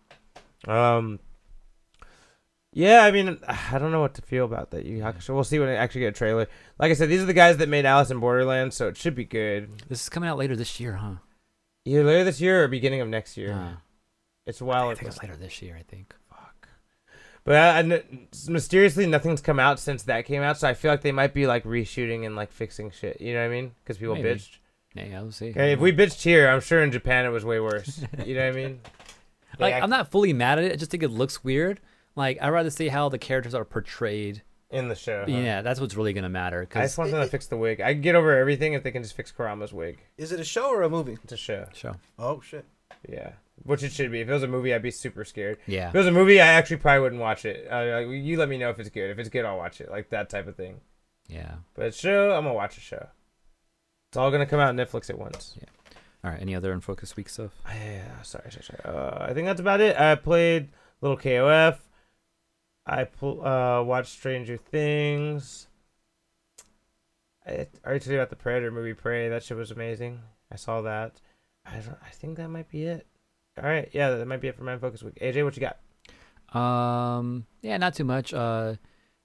[SPEAKER 2] Mm.
[SPEAKER 1] Um yeah, I mean, I don't know what to feel about that Yu Yu
[SPEAKER 2] Mm.
[SPEAKER 1] Hakusho. We'll see when I actually get a trailer. Like I said, these are the guys that made Alice in Borderland, so it should be good.
[SPEAKER 2] This is coming out later this year, huh?
[SPEAKER 1] Either later this year or beginning of next year.
[SPEAKER 2] Uh,
[SPEAKER 1] It's a
[SPEAKER 2] I
[SPEAKER 1] while.
[SPEAKER 2] think it's later this year. I think.
[SPEAKER 1] Fuck. But I, I kn- mysteriously, nothing's come out since that came out, so I feel like they might be like reshooting and like fixing shit. You know what I mean? Because people
[SPEAKER 2] Maybe.
[SPEAKER 1] bitched.
[SPEAKER 2] Yeah, yeah, we'll see.
[SPEAKER 1] Okay, if we bitched here, I'm sure in
[SPEAKER 2] (laughs)
[SPEAKER 1] Japan it was way worse. you know what I mean?
[SPEAKER 2] like,
[SPEAKER 1] They
[SPEAKER 2] I'm not fully mad at it. I just think it looks weird. Like I'd rather see how the characters are portrayed.
[SPEAKER 1] in the show. huh?
[SPEAKER 2] Yeah, that's what's really gonna matter.
[SPEAKER 1] I just
[SPEAKER 2] Cause
[SPEAKER 1] want them
[SPEAKER 3] it-
[SPEAKER 1] to
[SPEAKER 3] it-
[SPEAKER 1] fix the wig. I can get over everything if they can just fix Karama's wig.
[SPEAKER 3] Is it a show or a movie?
[SPEAKER 1] It's a show.
[SPEAKER 2] show.
[SPEAKER 3] Oh shit.
[SPEAKER 1] Yeah. Which it should be. If it was a movie, I'd be super scared.
[SPEAKER 2] Yeah.
[SPEAKER 1] If it was a movie, I actually probably wouldn't watch it. Uh, like, you let me know if it's good. If it's good, I'll watch it. Like that type of thing.
[SPEAKER 2] Yeah.
[SPEAKER 1] But it's show, I'm gonna watch a show. It's all gonna come out on Netflix at once.
[SPEAKER 2] All right. Any other unfocused week stuff?
[SPEAKER 1] Yeah, sorry, sorry, sorry. Uh, I think that's about it. I played little KOF. I pl- uh, watched Stranger Things. I I already told you about the Predator movie, Prey. That shit was amazing. I saw that. I don't, I think that might be it. All right, yeah, that might be it for my focus week. AJ, what you got?
[SPEAKER 2] Um. Yeah. Not too much. Uh.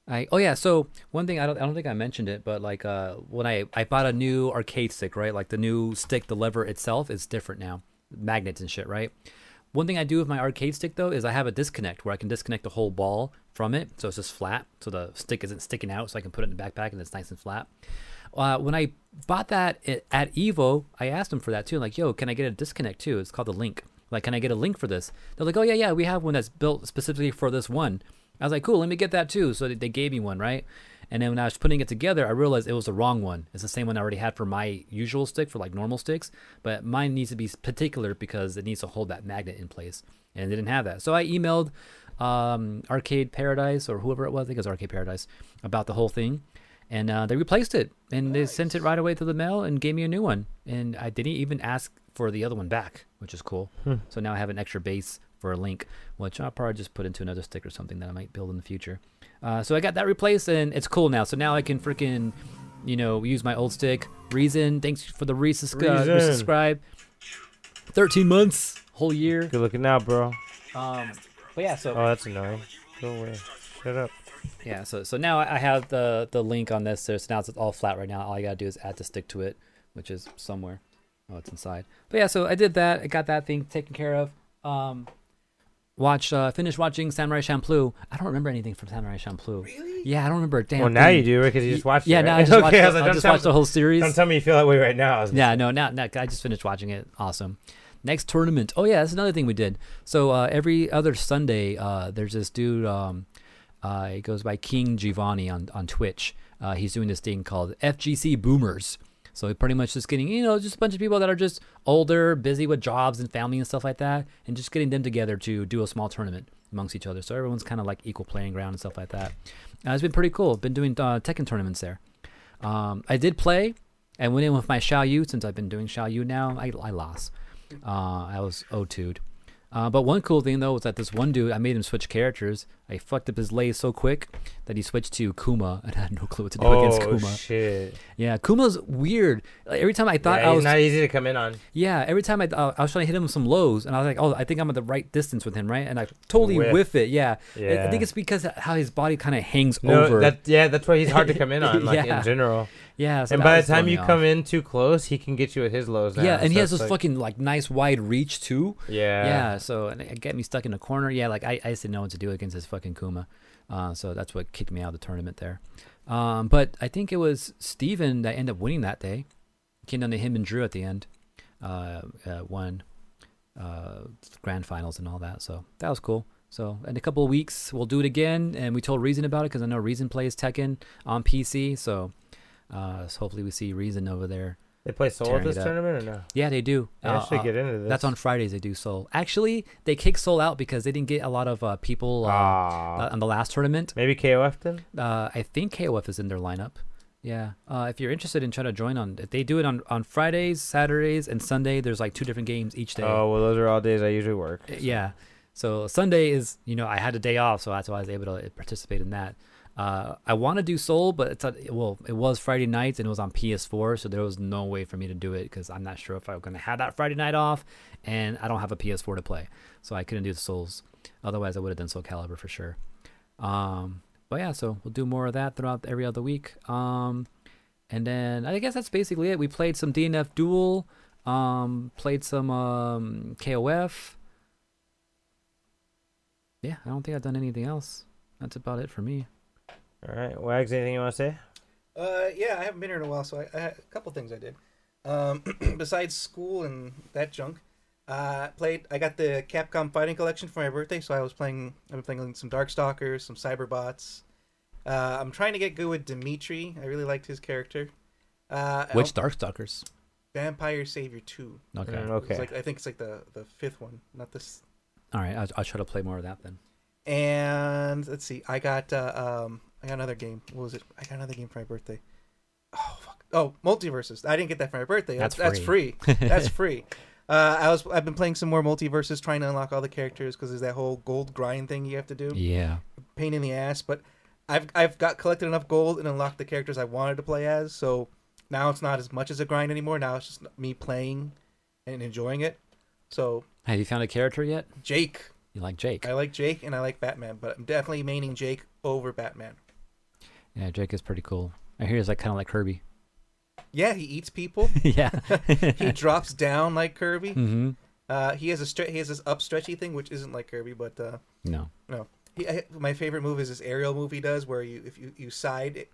[SPEAKER 2] I. Oh yeah. So one thing I don't. I don't think I mentioned it, but like uh, when I I bought a new arcade stick, right? Like the new stick, the lever itself is different now. Magnets and shit, right? One thing I do with my arcade stick though is I have a disconnect where I can disconnect the whole ball from it, so it's just flat, so the stick isn't sticking out, so I can put it in the backpack and it's nice and flat. Uh, when I bought that i- at Evo, I asked them for that too. Like, yo, can I get a disconnect too? It's called the link. Like, can I get a link for this? They're like, oh yeah, yeah, we have one that's built specifically for this one. I was like, cool, let me get that too. So they- they gave me one, right? And then when I was putting it together, I realized it was the wrong one. It's the same one I already had for my usual stick for like normal sticks, but mine needs to be particular because it needs to hold that magnet in place, and they didn't have that. So I emailed um, Arcade Paradise or whoever it was, I think it was Arcade Paradise, about the whole thing, and uh, they replaced it and they sent it right away through the mail and gave me a new one. And I didn't even ask for the other one back, which is cool. So now I have an extra base for a link, which I'll probably just put into another stick or something that I might build in the future. Uh, so I got that replaced and it's cool now. So now I can freaking, you know, use my old stick. Reason, thanks for the resus- uh,
[SPEAKER 1] Reason.
[SPEAKER 2] resubscribe. 13 months, whole year.
[SPEAKER 1] Good looking out, bro.
[SPEAKER 2] Um, but yeah, so
[SPEAKER 1] Oh, that's annoying. Go away. Shut up.
[SPEAKER 2] Yeah, so so now I I have the the link on this. So now it's all flat right now. All I gotta do is add the stick to it, which is somewhere. Oh, it's inside. But yeah, so I did that. I got that thing taken care of. Um, watch, uh, finished watching Samurai Champloo. I don't remember anything from Samurai Champloo. Really? Yeah, I don't remember. a Damn.
[SPEAKER 1] Well, now
[SPEAKER 2] thing.
[SPEAKER 1] you do because you just watched
[SPEAKER 2] Yeah,
[SPEAKER 1] it. right?
[SPEAKER 2] now
[SPEAKER 1] (laughs)
[SPEAKER 2] I just, watched,
[SPEAKER 1] I
[SPEAKER 2] the,
[SPEAKER 1] was like,
[SPEAKER 2] I
[SPEAKER 1] don't
[SPEAKER 2] just
[SPEAKER 1] tell
[SPEAKER 2] watched the
[SPEAKER 1] me-
[SPEAKER 2] whole series.
[SPEAKER 1] Don't tell me you feel that way right now. I was-
[SPEAKER 2] Yeah, no, not, not. I just finished watching it. Awesome. Next tournament. Oh yeah, that's another thing we did. So uh, every other Sunday, uh, there's this dude. Um, uh, he goes by King Giovanni on on Twitch. Uh, he's doing this thing called FGC Boomers. So he pretty much just getting you know just a bunch of people that are just older, busy with jobs and family and stuff like that, and just getting them together to do a small tournament amongst each other. So everyone's kind of like equal playing ground and stuff like that. Uh, it's been pretty cool. Been doing uh, Tekken tournaments there. Um, I did play. I went in with my Xiaoyu since I've been doing Xiaoyu now. I, I lost. Uh, I was 0-2'd. Uh, but one cool thing though was that this one dude, I made him switch characters. I fucked up his lay so quick that he switched to Kuma, (laughs) and I had no clue what to do against
[SPEAKER 1] Oh
[SPEAKER 2] Kuma.
[SPEAKER 1] shit!
[SPEAKER 2] yeah, Kuma's weird. Like, every time I thought
[SPEAKER 1] Yeah,
[SPEAKER 2] I
[SPEAKER 1] he's
[SPEAKER 2] was,
[SPEAKER 1] not easy to come in on.
[SPEAKER 2] yeah, every time I, uh, I I was trying to hit him with some lows, and I was like, oh, I think I'm at the right distance with him, right? And I totally whiff,
[SPEAKER 1] Whiff.
[SPEAKER 2] it. Yeah, I- I,
[SPEAKER 1] Yeah.
[SPEAKER 2] think it's because of how his body kind of hangs
[SPEAKER 1] No,
[SPEAKER 2] over.
[SPEAKER 1] that yeah, that's why he's hard to come in
[SPEAKER 2] (laughs)
[SPEAKER 1] on, like
[SPEAKER 2] Yeah.
[SPEAKER 1] in general.
[SPEAKER 2] yeah, so
[SPEAKER 1] and
[SPEAKER 2] that
[SPEAKER 1] by
[SPEAKER 2] was
[SPEAKER 1] the time
[SPEAKER 2] throwing
[SPEAKER 1] you
[SPEAKER 2] me off.
[SPEAKER 1] come in too close, he can get you at his lows now.
[SPEAKER 2] yeah, and he
[SPEAKER 1] so it's
[SPEAKER 2] has this
[SPEAKER 1] like,
[SPEAKER 2] fucking like nice wide reach too.
[SPEAKER 1] yeah,
[SPEAKER 2] Yeah, so and it got me stuck in a corner. Yeah, like I, I just didn't know what to do against this fucking Kuma. Uh, so that's what kicked me out of the tournament there. Um, but I think it was Steven that ended up winning that day. Came down to him and Drew at the end. Uh, uh, won uh, grand finals and all that. So that was cool. So in a couple of weeks we'll do it again, and we told Reason about it because I know Reason plays Tekken on PC. So uh, so hopefully we see Reason over there.
[SPEAKER 1] They play Soul
[SPEAKER 2] Tearing
[SPEAKER 1] at this
[SPEAKER 2] it up.
[SPEAKER 1] tournament or no?
[SPEAKER 2] Yeah, they do.
[SPEAKER 1] I
[SPEAKER 2] Uh,
[SPEAKER 1] actually
[SPEAKER 2] uh,
[SPEAKER 1] get into this.
[SPEAKER 2] that's on Fridays. They do Soul. Actually, they kick Soul out because they didn't get a lot of uh, people uh,
[SPEAKER 1] Aw.
[SPEAKER 2] uh, on the last tournament.
[SPEAKER 1] Ah. Maybe KOF then.
[SPEAKER 2] Uh, I think KOF is in their lineup. Yeah. Uh, if you're interested in trying to join on, they do it on on Fridays, Saturdays, and Sunday. There's like two different games each day.
[SPEAKER 1] Oh well, those are all days I usually work.
[SPEAKER 2] Uh, Yeah. So Sunday is, you know, I had a day off, so that's why I was able to participate in that. Uh, I want to do Soul, but it's not- well, it was Friday nights and it was on PS4, so there was no way for me to do it because I'm not sure if I'm gonna have that Friday night off, and I don't have a PS4 to play, so I couldn't do the Souls. Otherwise, I would have done Soul Calibur for sure. Um, but yeah, so we'll do more of that throughout every other week. Um, and then I guess that's basically it. We played some DNF Duel, um, played some um, KOF. Yeah, I don't think I've done anything else. That's about it for me.
[SPEAKER 1] All right, Wags, anything you want to say?
[SPEAKER 3] Uh, yeah, I haven't (clears throat) been here in a while, so I, I had a couple things I did. Um, besides school and that junk, Uh, played. I got the Capcom Fighting Collection for my birthday, so I was playing. I've been playing some Darkstalkers, some Cyberbots. Uh, I'm trying to get good with Dimitri. I really liked his character. Uh, I
[SPEAKER 2] Which
[SPEAKER 3] al-
[SPEAKER 2] Darkstalkers?
[SPEAKER 3] Vampire Savior Two?
[SPEAKER 2] Okay.
[SPEAKER 1] Mm,
[SPEAKER 3] It was
[SPEAKER 1] okay.
[SPEAKER 3] like- I think it's like the the fifth one, not this.
[SPEAKER 2] All right. I'll, I'll try to play more of that then.
[SPEAKER 3] And let's see. I got uh, um. I got another game. What was it? I got another game for my birthday. Oh fuck. Oh, multiverses. I didn't get that for my birthday.
[SPEAKER 2] That's
[SPEAKER 3] that's free. That's free. Uh, I was I've been playing some more multiverses, trying to unlock all the characters because there's that whole gold grind thing you have to do.
[SPEAKER 2] Yeah.
[SPEAKER 3] Pain in the ass, but I've I've got collected enough gold and unlocked the characters I wanted to play as. So now it's not as much as a grind anymore. Now it's just me playing and enjoying it. So
[SPEAKER 2] Have you found a character yet?
[SPEAKER 3] Jake,
[SPEAKER 2] You like Jake?
[SPEAKER 3] I like Jake and I like Batman, but I'm definitely maining Jake over Batman.
[SPEAKER 2] Yeah, Jake is pretty cool. I hear he's like kind of like Kirby.
[SPEAKER 3] Yeah, he eats people.
[SPEAKER 2] (laughs) yeah.
[SPEAKER 1] (laughs)
[SPEAKER 3] He drops down like Kirby.
[SPEAKER 2] (laughs) mm-hmm.
[SPEAKER 3] Uh, he has a stre- he has this upstretchy thing which isn't like Kirby, but uh,
[SPEAKER 2] No.
[SPEAKER 3] No. He, I, my favorite move is this aerial move he does where you if you, you side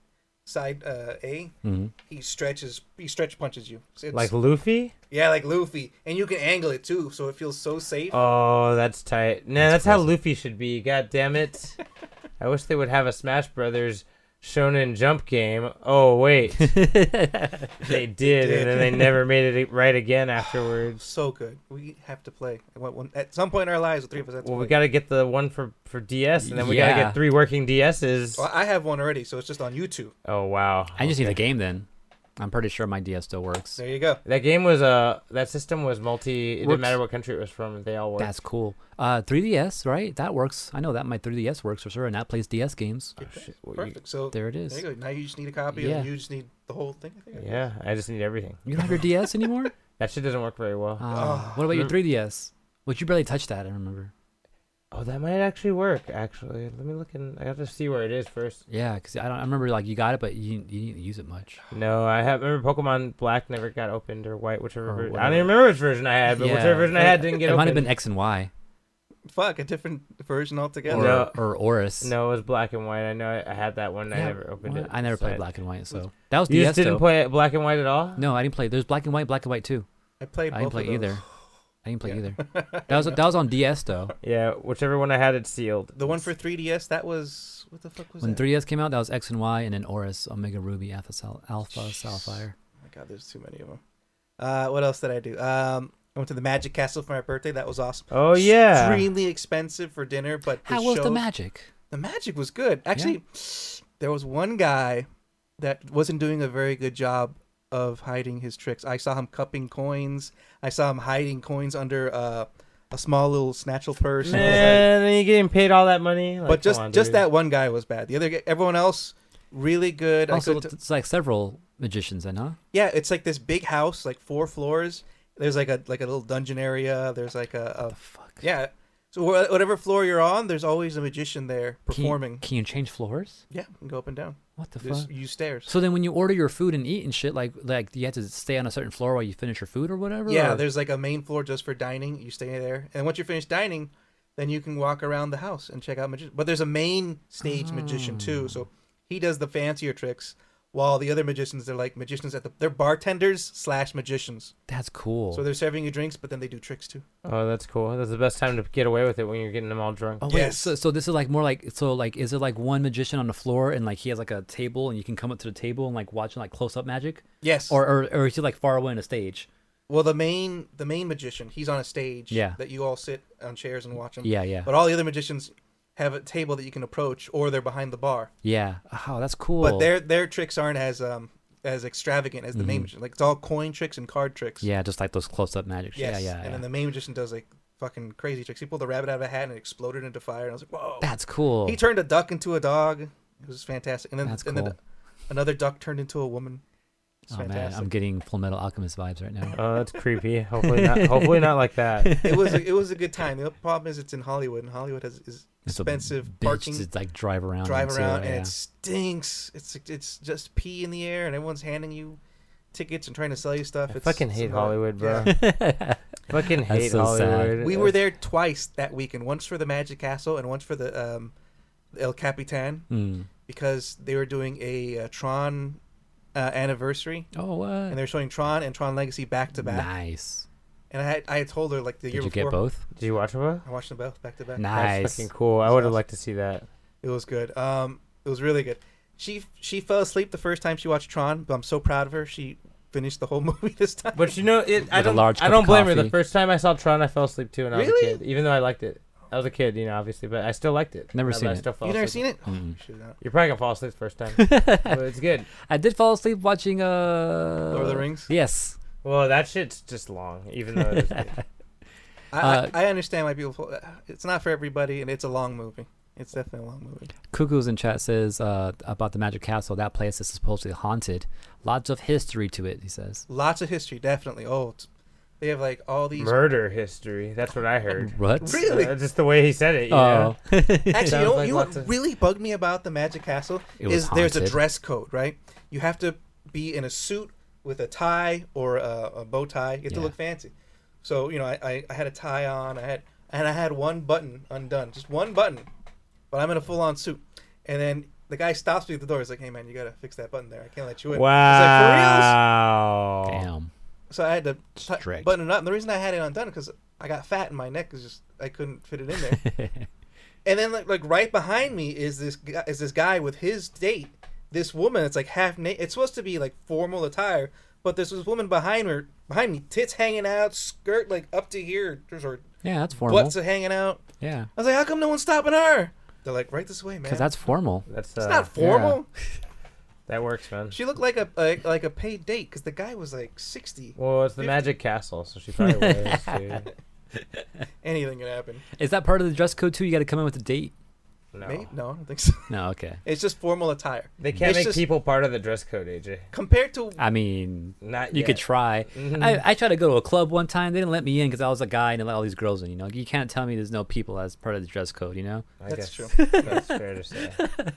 [SPEAKER 3] side uh, A,
[SPEAKER 2] Mm-hmm.
[SPEAKER 3] he stretches he stretch punches you. So It's,
[SPEAKER 1] Like Luffy?
[SPEAKER 3] yeah, like Luffy, and you can angle it too, so it feels so safe.
[SPEAKER 1] Oh, that's tight. Nah,
[SPEAKER 2] That's
[SPEAKER 1] that's, how Luffy should be. God damn it! I wish they would have a Smash Brothers Shonen Jump game. Oh
[SPEAKER 2] (laughs)
[SPEAKER 1] wait, they did, and then they never made it right again
[SPEAKER 2] (sighs)
[SPEAKER 1] afterwards.
[SPEAKER 3] so good. We have to play I want one- at some point in our lives. The three of us. Have to
[SPEAKER 1] Well, we
[SPEAKER 3] play.
[SPEAKER 1] gotta get the one for for DS, and then we gotta
[SPEAKER 2] Yeah.
[SPEAKER 1] get three working DSs.
[SPEAKER 3] Well, I have one already, so it's just on YouTube.
[SPEAKER 1] Oh wow!
[SPEAKER 2] I just need a game then. I'm pretty sure my DS still works.
[SPEAKER 3] There you go.
[SPEAKER 1] That game was uh that system was multi. It
[SPEAKER 2] Works.
[SPEAKER 1] didn't matter what country it was from. They all worked.
[SPEAKER 2] That's cool. Uh, 3DS, right? That works. I know that my 3DS works for sure, and that plays DS games.
[SPEAKER 1] Oh, shit. Well, you-
[SPEAKER 3] Perfect. So there
[SPEAKER 2] There it is.
[SPEAKER 3] you go. Now you just need a copy,
[SPEAKER 2] Yeah.
[SPEAKER 3] and you just need the whole thing. I think.
[SPEAKER 1] yeah, I just need everything.
[SPEAKER 2] You don't have your DS
[SPEAKER 3] (laughs)
[SPEAKER 2] anymore?
[SPEAKER 1] That shit doesn't work very well.
[SPEAKER 2] Uh, what about your
[SPEAKER 1] Mm.
[SPEAKER 2] 3DS? Which you barely touched that, I remember.
[SPEAKER 1] Oh, that might actually work. Actually, let me look in. I have to see where it is first.
[SPEAKER 2] Yeah, because I don't. I remember like you got it, but you you didn't use it much.
[SPEAKER 1] No, I have. Remember, Pokemon Black never got opened or White, whichever.
[SPEAKER 2] Or
[SPEAKER 1] version. I
[SPEAKER 2] whatever.
[SPEAKER 1] don't even remember which version I had, but
[SPEAKER 2] Yeah.
[SPEAKER 1] whichever version I had didn't
[SPEAKER 2] It
[SPEAKER 1] get opened.
[SPEAKER 2] might have been X and Y
[SPEAKER 3] Fuck, a different version altogether.
[SPEAKER 2] or
[SPEAKER 1] No.
[SPEAKER 2] or Oris.
[SPEAKER 1] No, it was Black and White. I know I, I had that one. I
[SPEAKER 2] Yeah,
[SPEAKER 1] never opened
[SPEAKER 2] well,
[SPEAKER 1] it.
[SPEAKER 2] I never
[SPEAKER 1] so
[SPEAKER 2] played Black and White, so that was
[SPEAKER 1] You
[SPEAKER 2] DS.
[SPEAKER 1] just didn't
[SPEAKER 2] though.
[SPEAKER 1] play it Black and White at all.
[SPEAKER 2] No, I didn't play. There's Black and White, Black and White too.
[SPEAKER 3] I played.
[SPEAKER 2] I didn't
[SPEAKER 3] both
[SPEAKER 2] play
[SPEAKER 3] of those.
[SPEAKER 2] either. I didn't play
[SPEAKER 3] Yeah.
[SPEAKER 2] either. That was that was on DS though.
[SPEAKER 1] Yeah, whichever one I had, it's sealed.
[SPEAKER 3] The one for 3DS. That was what the fuck was
[SPEAKER 2] When
[SPEAKER 3] that?
[SPEAKER 2] 3DS came out, that was X and Y, and then Oris, Omega Ruby, Alpha, Sal- Alpha
[SPEAKER 3] Jeez.
[SPEAKER 2] Sapphire.
[SPEAKER 3] Oh my god, there's too many of them. Uh, what else did I do? Um, I went to the Magic Castle for my birthday. That was awesome.
[SPEAKER 1] Oh yeah.
[SPEAKER 3] extremely expensive for dinner, but the
[SPEAKER 2] How was the
[SPEAKER 3] shows-
[SPEAKER 2] magic?
[SPEAKER 3] The magic was good. Actually, there was one guy that wasn't doing a very good job of hiding his tricks. I saw him cupping coins. I saw him hiding coins under uh, a small little snatchel purse. and I was like-
[SPEAKER 1] Man, are you getting paid all that money? Like,
[SPEAKER 3] but
[SPEAKER 1] come
[SPEAKER 3] just
[SPEAKER 1] on,
[SPEAKER 3] just
[SPEAKER 1] dude.
[SPEAKER 3] that one guy was bad. The other, g- everyone else, really good. I
[SPEAKER 2] Also,
[SPEAKER 3] couldn't-
[SPEAKER 2] it's like several magicians, then, huh?
[SPEAKER 3] Yeah, it's like this big house, like four floors. There's like a like a little dungeon area. There's like a,
[SPEAKER 2] The fuck.
[SPEAKER 3] a yeah. So wh- whatever floor you're on, there's always a magician there
[SPEAKER 2] Can you-
[SPEAKER 3] performing.
[SPEAKER 2] Can you, change floors?
[SPEAKER 3] Yeah, you can go up and down.
[SPEAKER 2] What the
[SPEAKER 3] Just
[SPEAKER 2] fuck?
[SPEAKER 3] use stairs.
[SPEAKER 2] So then, when you order your food and eat and shit, like like you have to stay on a certain floor while you finish your food or whatever.
[SPEAKER 3] yeah,
[SPEAKER 2] or-
[SPEAKER 3] there's like a main floor just for dining. You stay there, and once you're finished dining, then you can walk around the house and check out magician. But there's a main stage magician
[SPEAKER 2] Oh.
[SPEAKER 3] too, so he does the fancier tricks, while the other magicians they're like magicians at the they're bartenders slash magicians.
[SPEAKER 2] that's cool.
[SPEAKER 3] So they're serving you drinks, but then they do tricks too.
[SPEAKER 1] Oh, that's cool. That's the best time to get away with it when you're getting them all drunk.
[SPEAKER 2] oh wait,
[SPEAKER 3] Yes.
[SPEAKER 2] so so this is like more like so like is it like one magician on the floor and like he has like a table and you can come up to the table and like watch like close up magic
[SPEAKER 3] Yes.
[SPEAKER 2] or, or or is he like far away on a stage?
[SPEAKER 3] Well, the main the main magician, he's on a stage.
[SPEAKER 2] Yeah.
[SPEAKER 3] That you all sit on chairs and watch him.
[SPEAKER 2] Yeah, yeah,
[SPEAKER 3] But all the other magicians have a table that you can approach, or they're behind the bar.
[SPEAKER 2] yeah. Oh, that's cool.
[SPEAKER 3] But their their tricks aren't as um as extravagant as the main magician. Like it's all coin tricks and card tricks.
[SPEAKER 2] Mm-hmm. yeah, just like those close up magic.
[SPEAKER 3] Yes.
[SPEAKER 2] Yeah, yeah.
[SPEAKER 3] And
[SPEAKER 2] yeah.
[SPEAKER 3] then the main magician does like fucking crazy tricks. He pulled a rabbit out of a hat and it exploded into fire. And I was like, whoa.
[SPEAKER 2] that's cool.
[SPEAKER 3] He turned a duck into a dog. It was fantastic. And then
[SPEAKER 2] That's
[SPEAKER 3] and then
[SPEAKER 2] cool.
[SPEAKER 3] another duck turned into a woman. It's
[SPEAKER 2] oh
[SPEAKER 3] fantastic.
[SPEAKER 2] man, I'm getting Full Metal Alchemist vibes right
[SPEAKER 3] (laughs)
[SPEAKER 2] now.
[SPEAKER 1] Oh, that's creepy. Hopefully not. Hopefully not like that.
[SPEAKER 3] it was a, it was a good time. The problem is it's in Hollywood, and Hollywood has is
[SPEAKER 2] It's a
[SPEAKER 3] expensive
[SPEAKER 2] bitch
[SPEAKER 3] parking.
[SPEAKER 2] to like drive around.
[SPEAKER 3] drive
[SPEAKER 2] and see
[SPEAKER 3] around
[SPEAKER 2] what-
[SPEAKER 3] and
[SPEAKER 2] yeah.
[SPEAKER 3] it stinks. It's it's just pee in the air, and everyone's handing you tickets and trying to sell you stuff.
[SPEAKER 1] I
[SPEAKER 3] It's,
[SPEAKER 1] fucking
[SPEAKER 3] it's
[SPEAKER 1] hate
[SPEAKER 3] not-
[SPEAKER 1] Hollywood, bro.
[SPEAKER 2] (laughs)
[SPEAKER 3] yeah.
[SPEAKER 1] fucking
[SPEAKER 2] That's
[SPEAKER 1] hate
[SPEAKER 2] so sad.
[SPEAKER 1] Hollywood.
[SPEAKER 3] we were there twice that weekend. Once for the Magic Castle, and once for the um, El Capitan
[SPEAKER 2] Mm.
[SPEAKER 3] because they were doing a uh, Tron uh, anniversary,
[SPEAKER 2] Oh, what?
[SPEAKER 3] and they were showing Tron and Tron Legacy back to back.
[SPEAKER 2] Nice.
[SPEAKER 3] And I had, I had told her like the year
[SPEAKER 2] Did you
[SPEAKER 3] before.
[SPEAKER 2] get both?
[SPEAKER 1] Did you watch it? bro?
[SPEAKER 3] I watched them both back to back.
[SPEAKER 1] That's
[SPEAKER 2] Nice.
[SPEAKER 1] fucking cool. I would have
[SPEAKER 3] Awesome.
[SPEAKER 1] liked to see that.
[SPEAKER 3] It was good. Um, it was really good. She she fell asleep the first time she watched Tron, but I'm so proud of her. She finished the whole (laughs) movie this time.
[SPEAKER 1] But you know, it, I
[SPEAKER 2] With a
[SPEAKER 1] don't.
[SPEAKER 2] large
[SPEAKER 1] I
[SPEAKER 2] cup
[SPEAKER 1] don't
[SPEAKER 2] of
[SPEAKER 1] blame her. The
[SPEAKER 2] coffee.
[SPEAKER 1] first time I saw Tron, I fell asleep too, and I was a
[SPEAKER 3] Really?
[SPEAKER 1] kid. Even though I liked it, I was a kid, you know, obviously, but I still liked it.
[SPEAKER 2] Never
[SPEAKER 1] Uh, but
[SPEAKER 2] seen
[SPEAKER 1] I
[SPEAKER 2] it.
[SPEAKER 1] Still fell
[SPEAKER 3] you never
[SPEAKER 1] asleep.
[SPEAKER 3] seen it? Oh,
[SPEAKER 2] Mm.
[SPEAKER 3] you should not.
[SPEAKER 1] You're probably gonna fall asleep the first (laughs) time, but
[SPEAKER 3] (laughs)
[SPEAKER 1] it's good.
[SPEAKER 2] I did fall asleep watching uh
[SPEAKER 3] Lord of the Rings. Oh,
[SPEAKER 2] Yes.
[SPEAKER 1] Well, that shit's just long, even though (laughs) it's good.
[SPEAKER 3] I,
[SPEAKER 2] Uh,
[SPEAKER 3] I, I understand why people. fo- It's not for everybody, and it's a long movie. It's definitely a long movie.
[SPEAKER 2] (laughs) Cuckoo's in chat says uh, about the Magic Castle. That place is supposedly haunted. Lots of history to it, he says.
[SPEAKER 3] Lots of history, definitely. Oh, it's, they have like all
[SPEAKER 2] (laughs)
[SPEAKER 3] these.
[SPEAKER 1] murder history. That's what I heard.
[SPEAKER 2] What?
[SPEAKER 3] Really?
[SPEAKER 1] Uh, just the way he said it. You
[SPEAKER 2] Oh,
[SPEAKER 1] know?
[SPEAKER 3] Actually, you know,
[SPEAKER 1] Sounds like
[SPEAKER 3] you
[SPEAKER 1] lots
[SPEAKER 3] what
[SPEAKER 1] of-
[SPEAKER 3] really bugged me about the Magic Castle
[SPEAKER 2] (laughs) It was
[SPEAKER 3] is there's a
[SPEAKER 2] haunted.
[SPEAKER 3] dress code, right? You have to be in a suit with a tie or a, a bow tie. You have
[SPEAKER 2] Yeah.
[SPEAKER 3] to look fancy. So you know, I, I, I had a tie on. I had and I had one button undone, just one button, but I'm in a full on suit. And then the guy stops me at the door. He's like, "Hey man, you gotta fix that button there. I can't let you in." I was like, "For reals?"
[SPEAKER 1] Wow.
[SPEAKER 2] damn.
[SPEAKER 3] so I had to t-
[SPEAKER 2] Strict.
[SPEAKER 3] button it up. And the reason I had it undone because I got fat and my neck is just I couldn't fit it in there. (laughs) and then like, like right behind me is this guy, is this guy with his date, this woman. It's like half naked. It's supposed to be like formal attire, but there's this woman behind her behind me, tits hanging out, skirt like up to here, there's her
[SPEAKER 2] (laughs) Yeah, that's formal.
[SPEAKER 3] butts hanging out.
[SPEAKER 2] yeah,
[SPEAKER 3] I was like, how come no one's stopping her? They're like, right this way, man.
[SPEAKER 2] because that's formal.
[SPEAKER 1] That's
[SPEAKER 3] it's
[SPEAKER 1] uh,
[SPEAKER 3] not formal.
[SPEAKER 1] that works, man.
[SPEAKER 3] She looked like a like, like a paid date because the guy was like sixty.
[SPEAKER 1] Well, it's the
[SPEAKER 3] Fifty-
[SPEAKER 1] Magic Castle, so she probably was too. (laughs)
[SPEAKER 3] Anything could happen.
[SPEAKER 2] Is that part of the dress code too? You got to come in with a date.
[SPEAKER 1] No,
[SPEAKER 3] Maybe no, I don't think so. (laughs)
[SPEAKER 2] No, okay.
[SPEAKER 3] It's just formal attire.
[SPEAKER 1] they can't
[SPEAKER 3] It's
[SPEAKER 1] make
[SPEAKER 3] just-
[SPEAKER 1] people part of the dress code, AJ.
[SPEAKER 3] Compared to
[SPEAKER 2] I mean,
[SPEAKER 1] Not
[SPEAKER 2] you could
[SPEAKER 1] yet.
[SPEAKER 2] try.
[SPEAKER 1] Mhm.
[SPEAKER 2] I, I tried to go to a club one time. They didn't let me in because I was a guy and they let all these girls in. You know, you can't tell me there's no people as part of the dress code. You know,
[SPEAKER 1] I
[SPEAKER 3] That's
[SPEAKER 1] (laughs) guess
[SPEAKER 3] true.
[SPEAKER 1] That's fair to
[SPEAKER 3] (laughs)
[SPEAKER 1] say.
[SPEAKER 3] they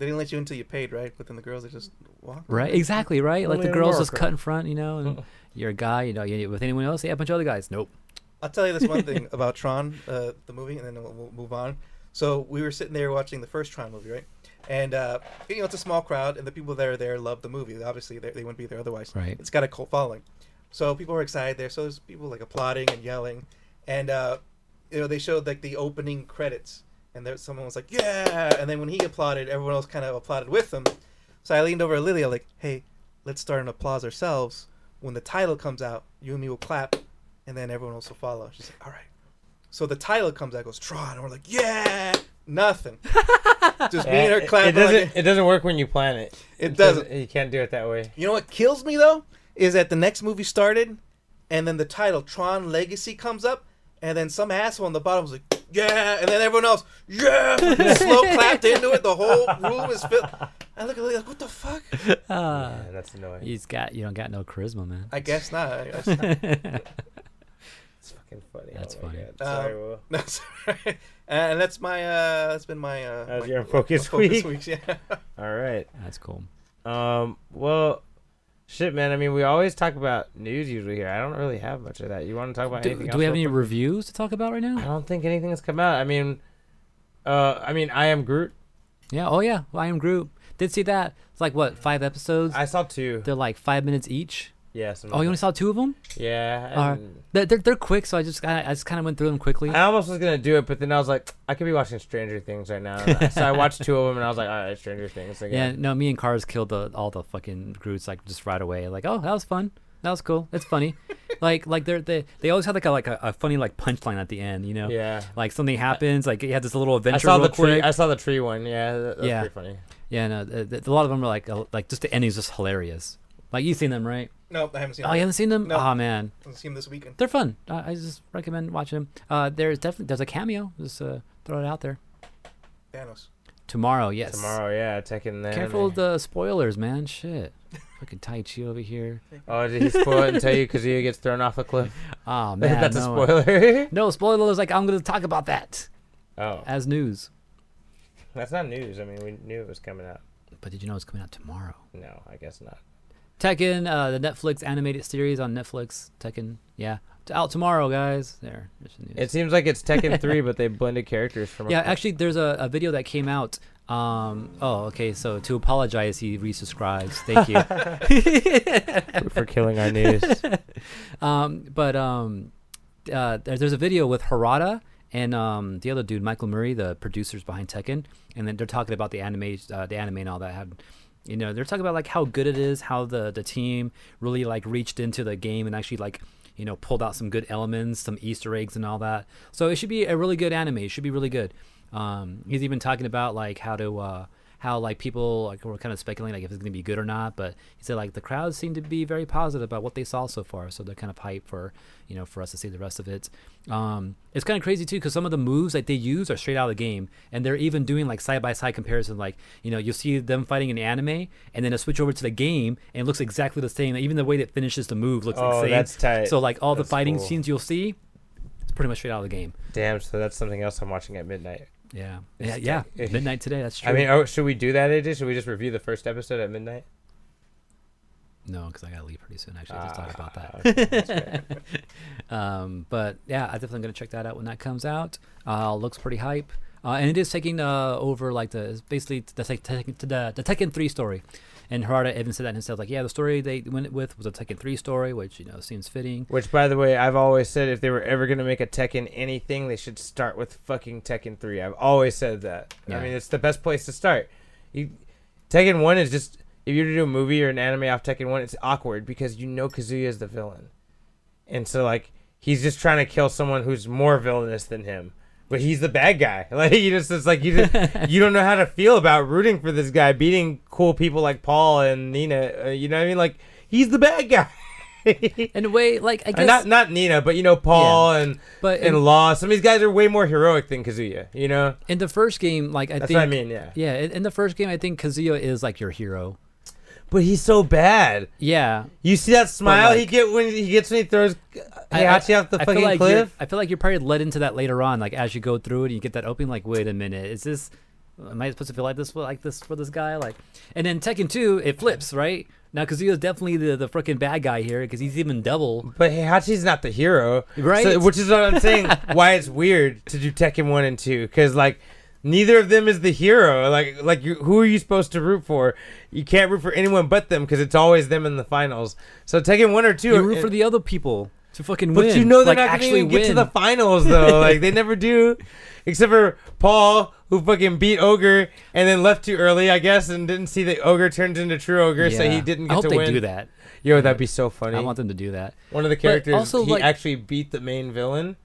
[SPEAKER 3] didn't let you until you paid, right? But then the girls they just walk.
[SPEAKER 2] right? Exactly, right? Like the
[SPEAKER 1] Only in
[SPEAKER 2] girls just
[SPEAKER 1] America.
[SPEAKER 2] cut in front. You know, and you're a guy. You know, you with anyone else? Yeah, a bunch of other guys. Nope.
[SPEAKER 3] I'll tell you this one thing about Tron, uh, the movie, and then we'll, we'll move on. So we were sitting there watching the first Tron movie, right? And uh, you know it's a small crowd, and the people that are there love the movie. Obviously, they they wouldn't be there otherwise.
[SPEAKER 2] Right.
[SPEAKER 3] It's got a cult following, so people were excited there. So there's people like applauding and yelling, and uh, you know they showed like the opening credits, and there someone was like yeah, and then when he applauded, everyone else kind of applauded with him. So I leaned over to Lilia like, hey, let's start an applause ourselves. When the title comes out, you and me will clap, and then everyone else will follow. She's like, all right. So the title comes out, goes Tron, and we're like, yeah, nothing. Just me and her
[SPEAKER 1] it
[SPEAKER 3] clapping. like-
[SPEAKER 1] doesn't. it doesn't work when you plan it.
[SPEAKER 3] It doesn't.
[SPEAKER 1] You can't do it that way.
[SPEAKER 3] You know what kills me though is that the next movie started, and then the title Tron Legacy comes up, and then some asshole on the bottom was like, "Yeah," and then everyone else, "Yeah," slow clapped into it. The whole room is filled. I look at Lee like, "What the fuck?"
[SPEAKER 2] Ah,
[SPEAKER 1] yeah, that's annoying.
[SPEAKER 2] he's got. You don't got no charisma, man. (laughs)
[SPEAKER 3] I guess not. I guess not. (laughs)
[SPEAKER 1] It's fucking funny.
[SPEAKER 2] That's
[SPEAKER 1] oh my
[SPEAKER 2] funny.
[SPEAKER 1] God. Sorry,
[SPEAKER 3] Um,
[SPEAKER 1] Will.
[SPEAKER 3] That's all right. And that's my. uh That's been my. uh
[SPEAKER 1] That was
[SPEAKER 3] my-
[SPEAKER 1] your focus
[SPEAKER 3] my
[SPEAKER 1] week.
[SPEAKER 3] weeks, yeah. (laughs)
[SPEAKER 1] All right.
[SPEAKER 2] That's cool.
[SPEAKER 1] Um. Well, shit, man. I mean, we always talk about news usually here. I don't really have much of that. You want to talk about
[SPEAKER 2] Do,
[SPEAKER 1] anything?
[SPEAKER 2] do
[SPEAKER 1] else
[SPEAKER 2] we have
[SPEAKER 1] real
[SPEAKER 2] any
[SPEAKER 1] quick?
[SPEAKER 2] reviews to talk about right
[SPEAKER 1] I
[SPEAKER 2] now?
[SPEAKER 1] don't think anything has come out. I mean, uh, I mean, I am Groot.
[SPEAKER 2] Yeah. Oh yeah. Well, I am Groot. Did see that? It's like what five episodes?
[SPEAKER 1] I saw two.
[SPEAKER 2] They're like five minutes each.
[SPEAKER 1] Yeah. Some
[SPEAKER 2] Oh, you only saw two of them?
[SPEAKER 1] Yeah.
[SPEAKER 2] All right.
[SPEAKER 1] and-
[SPEAKER 2] They're, they're, they're quick, so I just kinda, I just kind of went through them quickly.
[SPEAKER 1] I almost was gonna do it, but then I was like, I could be watching Stranger Things right now. And I-
[SPEAKER 2] (laughs)
[SPEAKER 1] so I watched two of them, and I was like, all right, Stranger Things
[SPEAKER 2] Yeah,
[SPEAKER 1] again.
[SPEAKER 2] no, me and Cars killed the, all the fucking Groots like just right away. Like, oh, that was fun. That was cool. It's
[SPEAKER 1] (laughs)
[SPEAKER 2] funny. like, like they're, they they always had like a like a, a funny like punchline at the end, you know?
[SPEAKER 1] Yeah.
[SPEAKER 2] Like something happens, like you had this little adventure.
[SPEAKER 1] I saw
[SPEAKER 2] real
[SPEAKER 1] the tree.
[SPEAKER 2] quick.
[SPEAKER 1] I saw the tree one. Yeah. That, that's
[SPEAKER 2] Yeah.
[SPEAKER 1] pretty funny.
[SPEAKER 2] Yeah, no, th- th- a lot of them are like uh, like just the ending's just hilarious. Like you've seen them, right?
[SPEAKER 3] no, I haven't seen.
[SPEAKER 2] Oh, you
[SPEAKER 3] him.
[SPEAKER 2] haven't seen them?
[SPEAKER 3] No.
[SPEAKER 2] Oh man,
[SPEAKER 3] I haven't seen him this weekend.
[SPEAKER 2] they're fun. I, I just recommend watching them. Uh, there's definitely there's a cameo. Just uh, throw it out there.
[SPEAKER 3] Thanos.
[SPEAKER 2] Tomorrow, yes.
[SPEAKER 1] Tomorrow, yeah, taking the.
[SPEAKER 2] Careful
[SPEAKER 1] anime.
[SPEAKER 2] with the spoilers, man. Shit. Fucking Tai Chi over here.
[SPEAKER 1] Oh, did he spoil it and tell you because he gets thrown off a cliff? (laughs)
[SPEAKER 2] Ah man,
[SPEAKER 1] That's
[SPEAKER 2] no.
[SPEAKER 1] a
[SPEAKER 2] (laughs)
[SPEAKER 1] spoiler. (laughs)
[SPEAKER 2] No spoilers. Like I'm gonna talk about that
[SPEAKER 1] oh,
[SPEAKER 2] as news.
[SPEAKER 1] that's not news. I mean, we knew it was coming out.
[SPEAKER 2] But did you know it's coming out tomorrow?
[SPEAKER 1] No, I guess not.
[SPEAKER 2] Tekken, uh, the Netflix animated series on Netflix. Tekken, yeah, It's out tomorrow, guys. There, there's the news. (laughs)
[SPEAKER 1] It seems like it's Tekken 3, but they blended characters from.
[SPEAKER 2] yeah, actually, there's a, a video that came out Um, oh, okay. So to apologize, he resubscribes. Thank you.
[SPEAKER 1] for killing our
[SPEAKER 2] (laughs)
[SPEAKER 1] news.
[SPEAKER 2] Um, but um, uh, there, there's a video with Harada and um, the other dude, Michael Murray, the producers behind Tekken, and then they're talking about the anime, uh, the anime and all that. How, you know, they're talking about like how good it is, how the the team really like reached into the game and actually like you know pulled out some good elements, some Easter eggs and all that. So it should be a really good anime. It should be really good. Um, he's even talking about like how to. Uh, how like people like were kind of speculating like if it's gonna be good or not. But he said like the crowd seemed to be very positive about what they saw so far, so they're kind of hyped for you know for us to see the rest of it. Um, it's kind of crazy too because some of the moves that they use are straight out of the game, and they're even doing like side by side comparison. Like you know you'll see them fighting in anime, and then a switch over to the game, and it looks exactly the same. Even the way that finishes the move looks
[SPEAKER 1] Oh,
[SPEAKER 2] the same.
[SPEAKER 1] that's tight.
[SPEAKER 2] So like all
[SPEAKER 1] That's
[SPEAKER 2] the fighting
[SPEAKER 1] cool.
[SPEAKER 2] scenes you'll see, it's pretty much straight out of the game.
[SPEAKER 1] Damn, so that's something else I'm watching at midnight.
[SPEAKER 2] Yeah, yeah, yeah.
[SPEAKER 1] tight.
[SPEAKER 2] Midnight today. That's true.
[SPEAKER 1] I mean, oh, should we do that, AJ? Should we just review the first episode at midnight?
[SPEAKER 2] No, because I gotta leave pretty soon. Actually, I just talked about
[SPEAKER 1] Ah,
[SPEAKER 2] that.
[SPEAKER 1] okay, that's fair.
[SPEAKER 2] (laughs) Um, but yeah, I definitely gonna check that out when that comes out. Uh, looks pretty hype, uh, and it is taking uh, over like the it's basically the, Tek- Tek- the the Tekken three story. And Harada even said that himself, like, yeah, the story they went with was a Tekken three story, which you know seems fitting.
[SPEAKER 1] Which, by the way, I've always said if they were ever gonna make a Tekken anything, they should start with fucking Tekken three. I've always said that. I
[SPEAKER 2] Yeah.
[SPEAKER 1] mean, it's the best place to start. You, Tekken one is just if you were to do a movie or an anime off Tekken one, it's awkward because you know Kazuya is the villain, and so like he's just trying to kill someone who's more villainous than him. But he's the bad guy. (laughs) Like you just, it's like you, just, you don't know how to feel about rooting for this guy beating cool people like Paul and Nina. Uh, you know what I mean? Like he's the bad guy. (laughs)
[SPEAKER 2] In a way, like I
[SPEAKER 1] Uh,
[SPEAKER 2] guess,
[SPEAKER 1] not not Nina, but you know Paul and
[SPEAKER 2] but
[SPEAKER 1] and
[SPEAKER 2] in,
[SPEAKER 1] Law. Some of these guys are way more heroic than Kazuya. You know,
[SPEAKER 2] in the first game, like I
[SPEAKER 1] that's
[SPEAKER 2] think,
[SPEAKER 1] what I mean. Yeah,
[SPEAKER 2] yeah, in, in the first game, I think Kazuya is like your hero.
[SPEAKER 1] but he's so bad.
[SPEAKER 2] Yeah,
[SPEAKER 1] You see that smile he
[SPEAKER 2] like-
[SPEAKER 1] get when he gets when he throws Heihachi off the
[SPEAKER 2] I feel
[SPEAKER 1] fucking
[SPEAKER 2] like you're-
[SPEAKER 1] cliff.
[SPEAKER 2] I feel like you're probably led into that later on, like as you go through it and you get that opening, like, wait a minute, is this am I supposed to feel like this like this for this guy? Like and then Tekken 2, it flips, right? Now Kazuya's definitely the, the freaking bad guy here because he's even double.
[SPEAKER 1] But Heihachi's not the hero,
[SPEAKER 2] Right?
[SPEAKER 1] So- which is what I'm
[SPEAKER 2] (laughs)
[SPEAKER 1] saying. why it's weird to do Tekken one and two because like neither of them is the hero. Like like you, who are you supposed to root for? You can't root for anyone but them because it's always them in the finals. So Tekken one or two,
[SPEAKER 2] You
[SPEAKER 1] are-
[SPEAKER 2] root for the other people to fucking
[SPEAKER 1] But
[SPEAKER 2] win.
[SPEAKER 1] you know they're
[SPEAKER 2] like,
[SPEAKER 1] not going to
[SPEAKER 2] actually
[SPEAKER 1] even get to
[SPEAKER 2] win.
[SPEAKER 1] the finals
[SPEAKER 2] (laughs)
[SPEAKER 1] though. like they never do, except for Paul, who fucking beat Ogre and then left too early, I guess, and didn't see that Ogre turned into True Ogre, so he
[SPEAKER 2] Yeah.
[SPEAKER 1] didn't
[SPEAKER 2] I
[SPEAKER 1] get
[SPEAKER 2] hope
[SPEAKER 1] to
[SPEAKER 2] they
[SPEAKER 1] win.
[SPEAKER 2] do that.
[SPEAKER 1] Yo, that'd be so funny.
[SPEAKER 2] I want them to do that.
[SPEAKER 1] One of the characters
[SPEAKER 2] also,
[SPEAKER 1] he
[SPEAKER 2] like-
[SPEAKER 1] actually beat the main villain,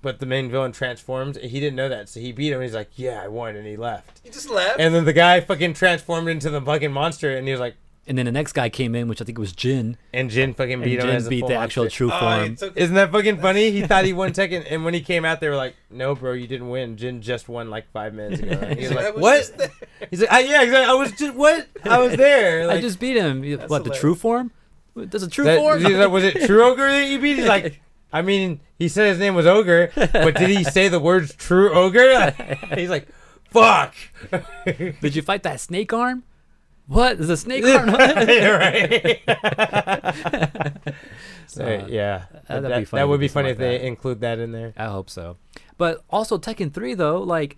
[SPEAKER 1] but the main villain transformed. He didn't know that, so he beat him. and He's like, "Yeah, I won," and he left.
[SPEAKER 3] You just left.
[SPEAKER 1] And then the guy fucking transformed into the fucking monster, and he was like,
[SPEAKER 2] And then the next guy came in, which I think was Jin.
[SPEAKER 1] "And Jin fucking
[SPEAKER 2] And
[SPEAKER 1] beat him." as
[SPEAKER 2] Jin
[SPEAKER 1] a
[SPEAKER 2] beat
[SPEAKER 1] full
[SPEAKER 2] the actual
[SPEAKER 1] monster.
[SPEAKER 2] true
[SPEAKER 3] Oh,
[SPEAKER 2] form.
[SPEAKER 3] it (laughs) took-
[SPEAKER 1] Isn't that fucking funny? He thought he won Tekken, and when he came out, they were like, "No, bro, you didn't win. Jin just won like five minutes ago." And
[SPEAKER 3] (laughs)
[SPEAKER 1] he's
[SPEAKER 3] I
[SPEAKER 1] like,
[SPEAKER 3] was just
[SPEAKER 1] "What?"
[SPEAKER 3] there.
[SPEAKER 1] He's like, I, "Yeah, exactly. I was just what? I was there." Like,
[SPEAKER 2] I just beat him. What, the
[SPEAKER 3] hilarious.
[SPEAKER 2] true form? What, There's a true
[SPEAKER 1] that-
[SPEAKER 2] form? (laughs)
[SPEAKER 1] he's like, "Was it True Ogre that you beat?" He's like, "I mean, he said his name was Ogre, but did he say the words True Ogre?" (laughs) he's like, "Fuck."
[SPEAKER 2] Did you fight that snake arm? What? There's a snake arm?
[SPEAKER 1] Yeah, (laughs) right. (laughs) so,
[SPEAKER 2] Uh,
[SPEAKER 1] yeah,
[SPEAKER 2] that'd
[SPEAKER 1] that,
[SPEAKER 2] be
[SPEAKER 1] that,
[SPEAKER 2] funny
[SPEAKER 1] would
[SPEAKER 2] to
[SPEAKER 1] be funny
[SPEAKER 2] do something like
[SPEAKER 1] if they
[SPEAKER 2] that.
[SPEAKER 1] include that in there.
[SPEAKER 2] I hope so. But also Tekken 3 though, like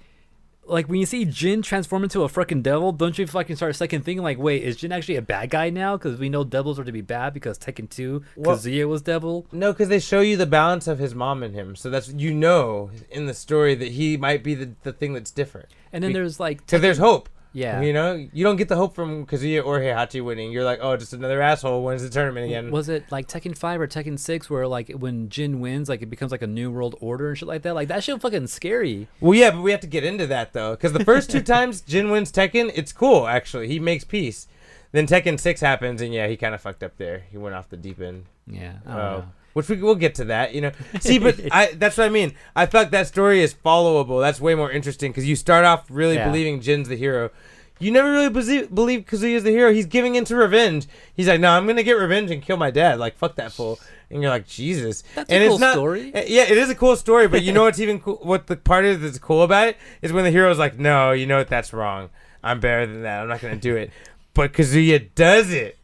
[SPEAKER 2] like when you see Jin transform into a freaking devil, don't you fucking start second thinking like, wait, is Jin actually a bad guy now? Because we know devils are to be bad because Tekken 2,
[SPEAKER 1] Well-
[SPEAKER 2] Kazuya was devil.
[SPEAKER 1] No, because they show you the balance of his mom and him, so that's you know in the story that he might be the, the thing that's different.
[SPEAKER 2] And then
[SPEAKER 1] Be-
[SPEAKER 2] there's like,
[SPEAKER 1] So there's hope.
[SPEAKER 2] yeah.
[SPEAKER 1] You know, you don't get the hope from Kazuya or Heihachi winning. You're like, oh, just another asshole wins the tournament again.
[SPEAKER 2] was it like Tekken 5 or Tekken 6 where like when Jin wins, like it becomes like a new world order and shit like that? Like that shit fucking scary.
[SPEAKER 1] Well, yeah, but we have to get into that though, because the first two times Jin wins Tekken, it's cool actually. He makes peace. Then Tekken six happens, and yeah, he kind of fucked up there. He went off the deep end.
[SPEAKER 2] Yeah. I don't
[SPEAKER 1] Oh.
[SPEAKER 2] know.
[SPEAKER 1] Which we, we'll get to that, you know. See,
[SPEAKER 2] (laughs)
[SPEAKER 1] but I, that's what I mean. I feel like that story is followable. That's way more interesting because you start off really
[SPEAKER 2] Yeah.
[SPEAKER 1] believing Jin's the hero. You never really believe, believe Kazuya's the hero. He's giving in to revenge. He's like, no, I'm going to get revenge and kill my dad. Like, fuck that fool. And you're like, Jesus.
[SPEAKER 2] That's a
[SPEAKER 1] and
[SPEAKER 2] cool story.
[SPEAKER 1] uh, Yeah, it is a cool story, but you know what's even cool? What the part is that's cool about it is when the hero's like, no, you know what? That's wrong. I'm better than that. I'm not going to do it. But Kazuya does it.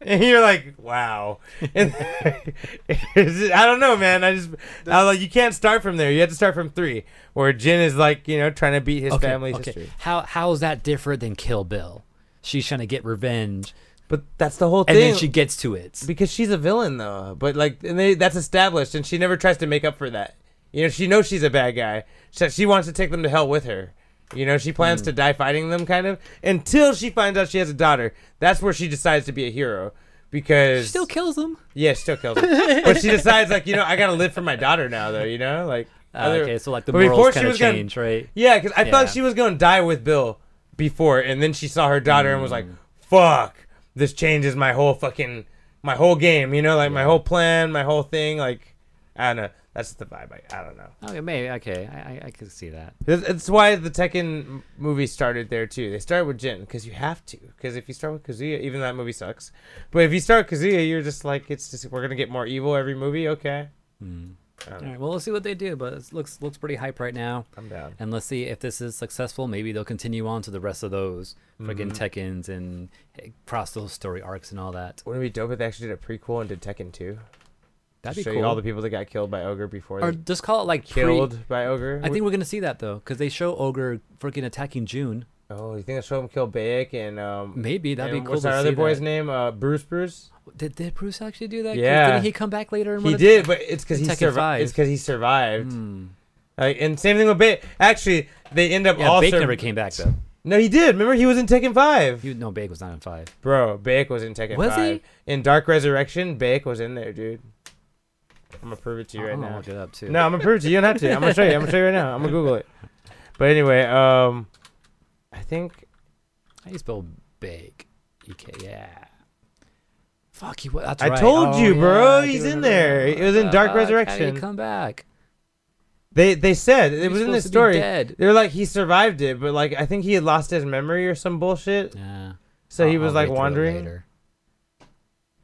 [SPEAKER 1] And you're like, wow. And (laughs) it's just- I don't know, man. I just, I was like, you can't start from there. You have to start from three, where Jin is like, you know, trying to beat his family's history.
[SPEAKER 2] How how is that different than Kill Bill? She's trying to get revenge,
[SPEAKER 1] But that's the whole
[SPEAKER 2] and
[SPEAKER 1] thing.
[SPEAKER 2] then she gets to it.
[SPEAKER 1] because she's a villain, though. But like, and they, that's established, and she never tries to make up for that. You know, she knows she's a bad guy, so she wants to take them to hell with her. You know, she
[SPEAKER 2] Hmm.
[SPEAKER 1] plans to die fighting them, kind of, until she finds out she has a daughter. That's where she decides to be a hero. Because
[SPEAKER 2] She still kills them.
[SPEAKER 1] Yeah, she still kills him. but she decides, like, you know, I gotta live for my daughter now, though. You know, like.
[SPEAKER 2] Ah,
[SPEAKER 1] other-
[SPEAKER 2] okay, so like the
[SPEAKER 1] but before she
[SPEAKER 2] morals kind of
[SPEAKER 1] was gonna-
[SPEAKER 2] change, right?
[SPEAKER 1] Yeah, because I
[SPEAKER 2] Yeah.
[SPEAKER 1] thought she was gonna die with Bill before, and then she saw her daughter and was like, "Fuck, this changes my whole fucking my whole game." You know, like my whole plan, my whole thing. Like, I don't know. That's the vibe. I, I don't know.
[SPEAKER 2] Okay, maybe okay. I I, I could see that.
[SPEAKER 1] It's, it's why the Tekken m- movie started there too. They started with Jin because you have to. Because if you start with Kazuya, even though that movie sucks, but if you start with Kazuya, you're just like, it's just we're gonna get more evil every movie. Okay,
[SPEAKER 2] All right, well, let's see what they do, but it looks looks pretty hype right now.
[SPEAKER 1] I'm down.
[SPEAKER 2] And let's see if this is successful. Maybe they'll continue on to the rest of those friggin' Tekkens and cross those story arcs and all that.
[SPEAKER 1] Wouldn't it be dope if they actually did a prequel and did Tekken 2?
[SPEAKER 2] That'd
[SPEAKER 1] Show
[SPEAKER 2] be
[SPEAKER 1] you
[SPEAKER 2] cool.
[SPEAKER 1] all the people that got killed by Ogre before
[SPEAKER 2] or
[SPEAKER 1] they
[SPEAKER 2] just call it like pre-
[SPEAKER 1] killed by Ogre.
[SPEAKER 2] I think we're gonna see that though, because they show Ogre freaking attacking June.
[SPEAKER 1] Oh, you think they'll show him kill Bayek and um?
[SPEAKER 2] Maybe that'd
[SPEAKER 1] and
[SPEAKER 2] be cool.
[SPEAKER 1] What's
[SPEAKER 2] to
[SPEAKER 1] our
[SPEAKER 2] see
[SPEAKER 1] other boy's
[SPEAKER 2] that.
[SPEAKER 1] name? Uh, Bruce. Bruce.
[SPEAKER 2] Did, did Bruce actually do that? 'Cause
[SPEAKER 1] Yeah.
[SPEAKER 2] Didn't he come back later? And
[SPEAKER 1] He
[SPEAKER 2] (laughs)
[SPEAKER 1] did, but it's because
[SPEAKER 2] in
[SPEAKER 1] he
[SPEAKER 2] Tekken
[SPEAKER 1] survived.
[SPEAKER 2] 5.
[SPEAKER 1] It's because he survived. Like, and same thing with Bayek. Actually, they end up
[SPEAKER 2] Hmm. Yeah,
[SPEAKER 1] all.
[SPEAKER 2] Bake
[SPEAKER 1] sur-
[SPEAKER 2] never came back though.
[SPEAKER 1] No, he did. Remember, he was in Tekken Five.
[SPEAKER 2] You no, Bake was not in five.
[SPEAKER 1] Bro, Bayek was in Tekken
[SPEAKER 2] Was
[SPEAKER 1] 5. In Dark Resurrection, Bayek was in there, dude. I'm gonna prove it to you right
[SPEAKER 2] I'm gonna
[SPEAKER 1] now.
[SPEAKER 2] look it up too.
[SPEAKER 1] No, I'm gonna prove it to you. You don't have to. I'm gonna show you. I'm gonna show you right now. I'm gonna Google it. But anyway, um, I think
[SPEAKER 2] How you spell bake? EK, yeah. Fuck you. what- That's
[SPEAKER 1] I
[SPEAKER 2] right.
[SPEAKER 1] told
[SPEAKER 2] Oh,
[SPEAKER 1] you, bro.
[SPEAKER 2] I do
[SPEAKER 1] He's in
[SPEAKER 2] remember
[SPEAKER 1] there.
[SPEAKER 2] that.
[SPEAKER 1] It was in
[SPEAKER 2] What
[SPEAKER 1] Dark
[SPEAKER 2] the fuck? How did he
[SPEAKER 1] Resurrection.
[SPEAKER 2] come back.
[SPEAKER 1] they they said it
[SPEAKER 2] He's
[SPEAKER 1] was in this
[SPEAKER 2] supposed to be
[SPEAKER 1] story.
[SPEAKER 2] dead.
[SPEAKER 1] They were like he survived it, but like I think he had lost his memory or some bullshit.
[SPEAKER 2] Yeah.
[SPEAKER 1] So he
[SPEAKER 2] I'll-
[SPEAKER 1] was
[SPEAKER 2] Uh,
[SPEAKER 1] like
[SPEAKER 2] I'll read through it
[SPEAKER 1] wandering.
[SPEAKER 2] later.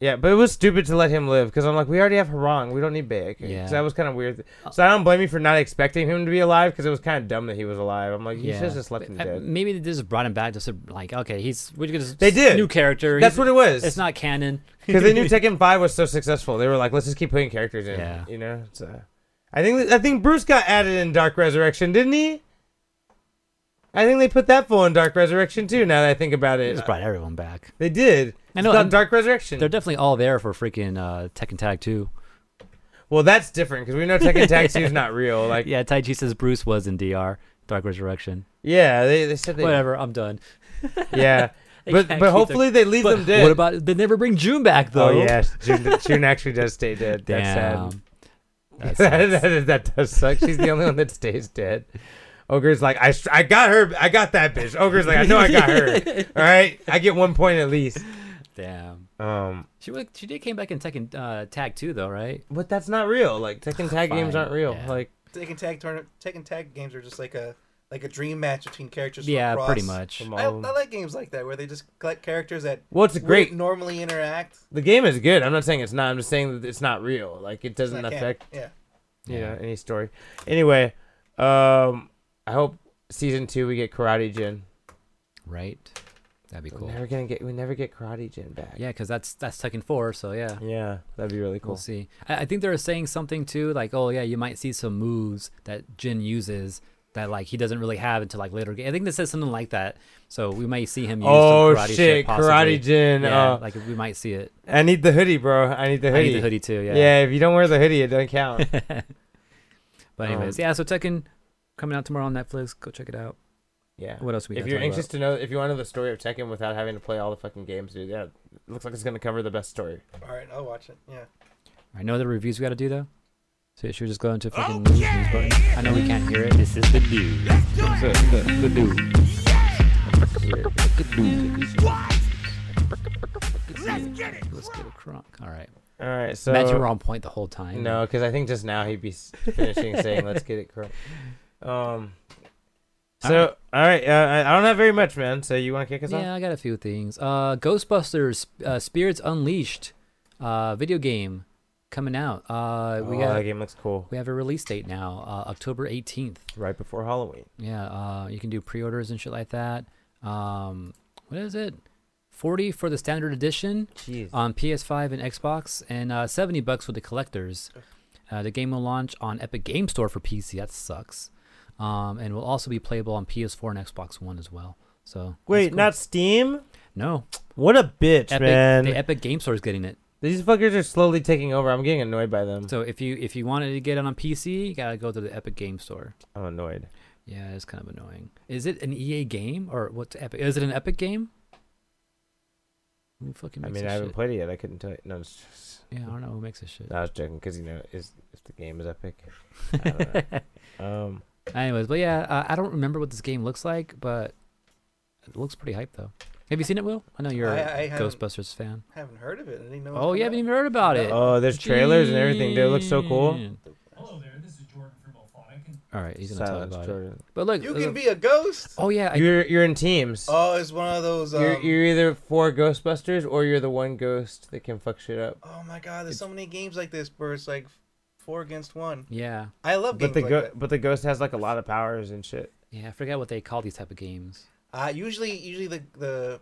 [SPEAKER 1] Yeah, but it was stupid to let him live because I'm like we already have Harang. We don't need Bayek.
[SPEAKER 2] Yeah.
[SPEAKER 1] So that was kind of weird. So I don't blame you for not expecting him to be alive because it was kind of dumb that he was alive. I'm like you should
[SPEAKER 2] Yeah.
[SPEAKER 1] have just left him
[SPEAKER 2] Uh,
[SPEAKER 1] dead.
[SPEAKER 2] Maybe they just brought him back just to like okay, he's we're gonna
[SPEAKER 1] They did.
[SPEAKER 2] new character.
[SPEAKER 1] That's
[SPEAKER 2] he's-
[SPEAKER 1] what it was.
[SPEAKER 2] It's
[SPEAKER 1] (laughs)
[SPEAKER 2] not canon.
[SPEAKER 1] because
[SPEAKER 2] (laughs)
[SPEAKER 1] they knew Tekken Five was so successful. They were like, let's just keep putting characters in.
[SPEAKER 2] Yeah.
[SPEAKER 1] You know, so I think I think Bruce got added in Dark Resurrection, didn't he? I think they put that fool in Dark Resurrection too. Now that I think about
[SPEAKER 2] They
[SPEAKER 1] it,
[SPEAKER 2] just brought everyone back.
[SPEAKER 1] they did.
[SPEAKER 2] I know,
[SPEAKER 1] It's not
[SPEAKER 2] I'm-
[SPEAKER 1] Dark Resurrection.
[SPEAKER 2] They're definitely all there for freaking uh, Tekken Tag 2.
[SPEAKER 1] well, that's different because we know Tekken Tag Two is not real. Like, yeah,
[SPEAKER 2] (laughs) Yeah, Taichi says Bruce was in DR Dark Resurrection.
[SPEAKER 1] they, they said they
[SPEAKER 2] Whatever, I'm done.
[SPEAKER 1] (laughs) yeah,
[SPEAKER 2] They
[SPEAKER 1] but
[SPEAKER 2] can't
[SPEAKER 1] but
[SPEAKER 2] keep
[SPEAKER 1] hopefully they leave
[SPEAKER 2] But
[SPEAKER 1] them dead.
[SPEAKER 2] What about they never bring June back though?
[SPEAKER 1] Oh yes, June, June actually does stay dead. That's sad.
[SPEAKER 2] Damn.
[SPEAKER 1] (laughs)
[SPEAKER 2] That's
[SPEAKER 1] that, that, that does suck. She's the only one that stays dead. Ogre's like, I, str- I got her. I got that bitch. Ogre's like, I know I got
[SPEAKER 2] (laughs)
[SPEAKER 1] her. All right. I get one point at least.
[SPEAKER 2] Damn.
[SPEAKER 1] Um,
[SPEAKER 2] She wa- she did came back in Tekken uh, Tag 2 though, right?
[SPEAKER 1] but that's not real. Like, Tekken tag games
[SPEAKER 2] Fine,
[SPEAKER 1] aren't real.
[SPEAKER 2] yeah.
[SPEAKER 1] Like,
[SPEAKER 3] Taking tag tourna- taking tag games are just like a like a dream match between characters. from
[SPEAKER 2] yeah, pretty
[SPEAKER 3] across-
[SPEAKER 2] much.
[SPEAKER 1] from
[SPEAKER 3] I,
[SPEAKER 1] all of
[SPEAKER 3] I
[SPEAKER 1] them.
[SPEAKER 3] like games like that where they just collect characters that
[SPEAKER 1] well, it's great.
[SPEAKER 3] wouldn't normally interact.
[SPEAKER 1] The game is good. I'm not saying it's not. I'm just saying that it's not real. Like, it doesn't
[SPEAKER 3] Like, yeah,
[SPEAKER 1] affect
[SPEAKER 3] Yeah.
[SPEAKER 1] you know
[SPEAKER 2] Yeah.
[SPEAKER 1] any story. Anyway, um, I hope season two we get Karate Jin.
[SPEAKER 2] Right. That'd be cool.
[SPEAKER 1] We're never gonna get. We never get Karate Jin back.
[SPEAKER 2] Yeah, cuz that's that's Tekken 4, so yeah.
[SPEAKER 1] Yeah, that'd be really cool.
[SPEAKER 2] We'll see. I, I think they're saying something too, like, oh yeah, you might see some moves that Jin uses that like he doesn't really have until like later. ga- I think this says something like that. So we might see him use
[SPEAKER 1] Oh
[SPEAKER 2] some karate
[SPEAKER 1] shit,
[SPEAKER 2] shit, possibly.
[SPEAKER 1] Karate Jin.
[SPEAKER 2] Yeah,
[SPEAKER 1] uh,
[SPEAKER 2] like we might see it.
[SPEAKER 1] I need the hoodie, bro. I need the hoodie.
[SPEAKER 2] I need the hoodie too. Yeah.
[SPEAKER 1] Yeah. if you don't wear the hoodie, it doesn't count.
[SPEAKER 2] (laughs) But anyways,
[SPEAKER 1] Um,
[SPEAKER 2] yeah. So Tekken coming out tomorrow on Netflix. Go check it out.
[SPEAKER 1] yeah.
[SPEAKER 2] What else we?
[SPEAKER 1] If
[SPEAKER 2] gotta
[SPEAKER 1] you're
[SPEAKER 2] talk
[SPEAKER 1] anxious
[SPEAKER 2] about?
[SPEAKER 1] to know, if you want to know the story of Tekken without having to play all the fucking games, dude, yeah, it looks like it's gonna cover the best story.
[SPEAKER 3] All right, I'll watch it. Yeah.
[SPEAKER 2] I know the reviews we got to do though. So should we just go into fucking news, news button? I know we can't hear it. This is the news. Let's get a crunk. All right.
[SPEAKER 1] All right, so
[SPEAKER 2] Imagine we're on point the whole time.
[SPEAKER 1] no, because I think just now he'd be s- finishing saying, "Let's get it
[SPEAKER 2] (laughs)
[SPEAKER 1] correct." Um. So all right, uh, I- I don't have very much, man. So you want to kick us off?
[SPEAKER 2] Yeah, I got a few things. Uh, Ghostbusters: uh, Spirits Unleashed, uh, video game, coming out. Uh, we
[SPEAKER 1] oh,
[SPEAKER 2] got
[SPEAKER 1] that game looks cool.
[SPEAKER 2] we have a release date now, uh, October eighteenth.
[SPEAKER 1] Right before Halloween.
[SPEAKER 2] Yeah, uh, you can do pre-orders and shit like that. Um, what is it? 40 for the standard edition
[SPEAKER 1] Jeez.
[SPEAKER 2] on PS5 and Xbox, and uh, 70 bucks for the collectors. Uh, the game will launch on Epic Game Store for PC. That sucks. Um, and will also be playable on PS4 and Xbox One as well. So that's
[SPEAKER 1] Wait,
[SPEAKER 2] cool.
[SPEAKER 1] not Steam?
[SPEAKER 2] no.
[SPEAKER 1] What a bitch,
[SPEAKER 2] Epic,
[SPEAKER 1] man.
[SPEAKER 2] the Epic Game Store is getting it.
[SPEAKER 1] These fuckers are slowly taking over. I'm getting annoyed by them.
[SPEAKER 2] So if you if you wanted to get it on PC, you gotta go to the Epic Game Store.
[SPEAKER 1] I'm annoyed.
[SPEAKER 2] Yeah, it's kind of annoying. Is it an EA game or what's Epic? Is it an Epic game? Who fucking
[SPEAKER 1] I
[SPEAKER 2] makes
[SPEAKER 1] mean,
[SPEAKER 2] this
[SPEAKER 1] I haven't
[SPEAKER 2] shit?
[SPEAKER 1] played it yet. I couldn't tell you. No, it's just,
[SPEAKER 2] Yeah, I don't know who makes this shit.
[SPEAKER 1] no, I was joking because you know, is if the game is epic. (laughs) I don't
[SPEAKER 2] (laughs)
[SPEAKER 1] know. um,
[SPEAKER 2] Anyways, but yeah, uh, I don't remember what this game looks like, but it looks pretty hype though. Have you seen it, Will? I know you're
[SPEAKER 3] I-
[SPEAKER 2] a
[SPEAKER 3] I haven't-
[SPEAKER 2] Ghostbusters fan.
[SPEAKER 3] Haven't heard of it. I didn't know. it was
[SPEAKER 2] Oh,
[SPEAKER 3] coming
[SPEAKER 2] you
[SPEAKER 3] out.
[SPEAKER 2] haven't even heard about it.
[SPEAKER 1] oh, there's trailers and everything. Dude, it looks so cool.
[SPEAKER 2] Gee.
[SPEAKER 4] Hello there, this is Jordan from Alphonic, and
[SPEAKER 2] All right, he's gonna
[SPEAKER 1] Silence,
[SPEAKER 2] talk about it.
[SPEAKER 1] Jordan.
[SPEAKER 2] But look,
[SPEAKER 3] You
[SPEAKER 2] look-
[SPEAKER 3] can be a ghost. Oh,
[SPEAKER 2] oh yeah, I,
[SPEAKER 1] You're you're in teams.
[SPEAKER 3] it's one of those. Um,
[SPEAKER 1] you're, you're either for Ghostbusters or you're the one ghost that can fuck shit up.
[SPEAKER 3] Oh my God, there's so many games like this where it's like four against one.
[SPEAKER 2] yeah,
[SPEAKER 3] I love games
[SPEAKER 1] But the
[SPEAKER 3] like
[SPEAKER 1] go-
[SPEAKER 3] that.
[SPEAKER 1] but the ghost has like a lot of powers and shit.
[SPEAKER 2] yeah. I forget what they call these type of games.
[SPEAKER 3] Uh, usually, usually the, the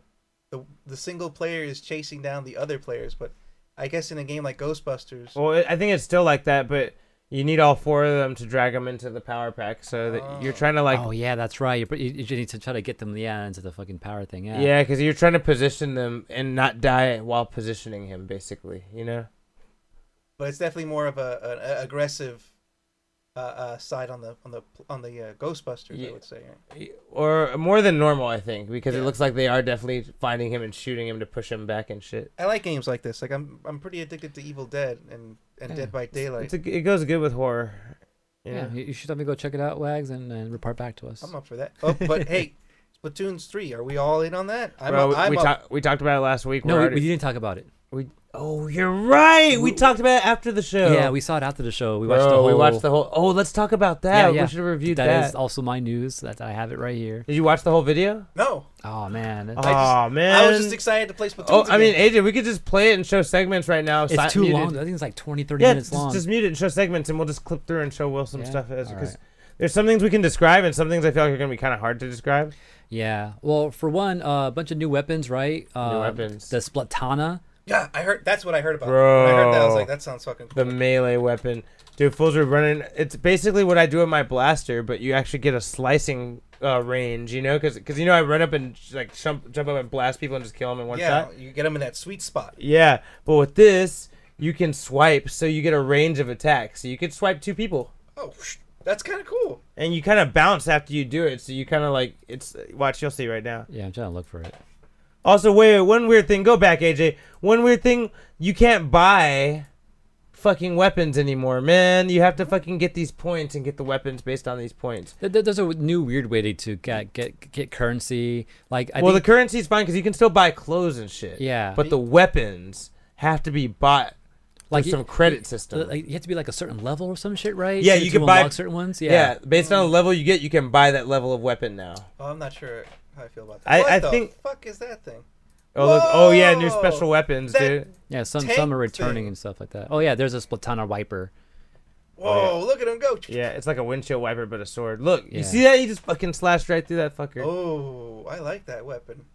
[SPEAKER 3] the the single player is chasing down the other players, but I guess in a game like Ghostbusters,
[SPEAKER 1] Well, it, I think it's still like that, but you need all four of them to drag them into the power pack. So that you're trying to like,
[SPEAKER 2] oh yeah, that's right. You're, pr- you, you just need to try to get them yeah into the fucking power thing. Yeah.
[SPEAKER 1] yeah, because you're trying to position them and not die while positioning him, basically. You know,
[SPEAKER 3] but it's definitely more of a an aggressive uh, uh, side on the on the on the uh, Ghostbusters.
[SPEAKER 1] Yeah.
[SPEAKER 3] I would say. right?
[SPEAKER 1] or more than normal, I think, because it
[SPEAKER 3] Yeah.
[SPEAKER 1] looks like they are definitely finding him and shooting him to push him back and shit.
[SPEAKER 3] I like games like this. Like I'm I'm pretty addicted to Evil Dead and and
[SPEAKER 2] Yeah.
[SPEAKER 3] Dead by Daylight.
[SPEAKER 1] It's a, it goes good with horror. You
[SPEAKER 2] Yeah,
[SPEAKER 1] know?
[SPEAKER 2] you you should definitely go check it out, Wags, and, and report back to us.
[SPEAKER 3] I'm up for that.
[SPEAKER 1] (laughs)
[SPEAKER 3] Oh, but hey, Splatoon's three. Are we all in on that? I'm
[SPEAKER 1] Bro,
[SPEAKER 3] up.
[SPEAKER 1] we,
[SPEAKER 3] I'm
[SPEAKER 1] we,
[SPEAKER 3] up.
[SPEAKER 1] talk, we talked about it last week.
[SPEAKER 2] No,
[SPEAKER 1] We're
[SPEAKER 2] we, we
[SPEAKER 1] already-
[SPEAKER 2] didn't talk about it.
[SPEAKER 1] we- oh, you're right. We,
[SPEAKER 2] We-
[SPEAKER 1] talked about it after the show.
[SPEAKER 2] Yeah, we saw it after the show. We
[SPEAKER 1] Bro,
[SPEAKER 2] watched the whole.
[SPEAKER 1] we watched the whole. Oh, let's talk about that.
[SPEAKER 2] Yeah, yeah.
[SPEAKER 1] We should have reviewed that.
[SPEAKER 2] that is also my news. That I have it right here.
[SPEAKER 1] Did you watch the whole video?
[SPEAKER 3] No,
[SPEAKER 2] Oh man, that's-
[SPEAKER 1] Oh
[SPEAKER 3] I just-
[SPEAKER 1] man.
[SPEAKER 3] I was just excited to play Splatoon.
[SPEAKER 1] Oh, I mean, AJ, we could just play it and show segments right now.
[SPEAKER 2] it's
[SPEAKER 1] si-
[SPEAKER 2] too
[SPEAKER 1] muted.
[SPEAKER 2] long. I think it's like 20, 30
[SPEAKER 1] Yeah,
[SPEAKER 2] minutes
[SPEAKER 1] just,
[SPEAKER 2] long.
[SPEAKER 1] just mute it and show segments, and we'll just clip through and show Will some
[SPEAKER 2] Yeah?
[SPEAKER 1] stuff as
[SPEAKER 2] All
[SPEAKER 1] because
[SPEAKER 2] right.
[SPEAKER 1] there's some things we can describe and some things I feel like are gonna be kind of hard to describe.
[SPEAKER 2] yeah. Well, for one, uh, a bunch of new weapons, right? Uh,
[SPEAKER 1] weapons.
[SPEAKER 2] The Splatana.
[SPEAKER 3] yeah, I heard. That's what I heard about. When I heard that, I was
[SPEAKER 1] Bro.
[SPEAKER 3] like, that sounds fucking.
[SPEAKER 1] The
[SPEAKER 3] Cool.
[SPEAKER 1] melee weapon, dude, fools are running. It's basically what I do in my blaster, but you actually get a slicing uh, range, you know, because you know I run up and like jump jump up and blast people and just kill them in one
[SPEAKER 3] yeah,
[SPEAKER 1] shot.
[SPEAKER 3] you get them in that sweet spot.
[SPEAKER 1] Yeah, but with this. You can swipe, so you get a range of attacks. So you could swipe two people.
[SPEAKER 3] Oh, psh, that's kind of cool.
[SPEAKER 1] and you kind of bounce after you do it. So you kind of like it's watch. You'll see right now.
[SPEAKER 2] Yeah, I'm trying to look for it.
[SPEAKER 1] Also, wait, one weird thing. Go back, AJ. One weird thing. You can't buy fucking weapons anymore, man. You have to fucking get these points and get the weapons based on these points.
[SPEAKER 2] Th- th- There's a new weird way to- to get get get currency. Like I
[SPEAKER 1] well,
[SPEAKER 2] think,
[SPEAKER 1] the currency's fine because you can still buy clothes and shit.
[SPEAKER 2] Yeah.
[SPEAKER 1] But the weapons have to be bought like
[SPEAKER 2] Like
[SPEAKER 1] through
[SPEAKER 2] you-
[SPEAKER 1] some credit system.
[SPEAKER 2] like, you have to be like a certain level or some shit, right?
[SPEAKER 1] Yeah,
[SPEAKER 2] to,
[SPEAKER 1] you
[SPEAKER 2] to
[SPEAKER 1] can buy-
[SPEAKER 2] unlock certain ones.
[SPEAKER 1] yeah. Based on the level you get, you can buy that level of weapon now.
[SPEAKER 3] Oh, I'm not sure how I feel about that.
[SPEAKER 1] I-
[SPEAKER 3] what
[SPEAKER 1] I
[SPEAKER 3] the
[SPEAKER 1] think-
[SPEAKER 3] fuck is that thing?
[SPEAKER 1] Oh, look, oh yeah, new
[SPEAKER 3] Whoa!
[SPEAKER 1] special weapons,
[SPEAKER 3] That-
[SPEAKER 1] dude.
[SPEAKER 2] Yeah, some
[SPEAKER 3] Tank
[SPEAKER 2] some are returning
[SPEAKER 3] thing.
[SPEAKER 2] and stuff like that. Oh yeah, there's a Splatana wiper.
[SPEAKER 3] Whoa, look at him go.
[SPEAKER 1] Oh, Yeah, it's like a windshield wiper but a sword. Look,
[SPEAKER 2] Yeah.
[SPEAKER 1] you see that? He just fucking slashed right through that fucker.
[SPEAKER 3] Oh, I like that weapon.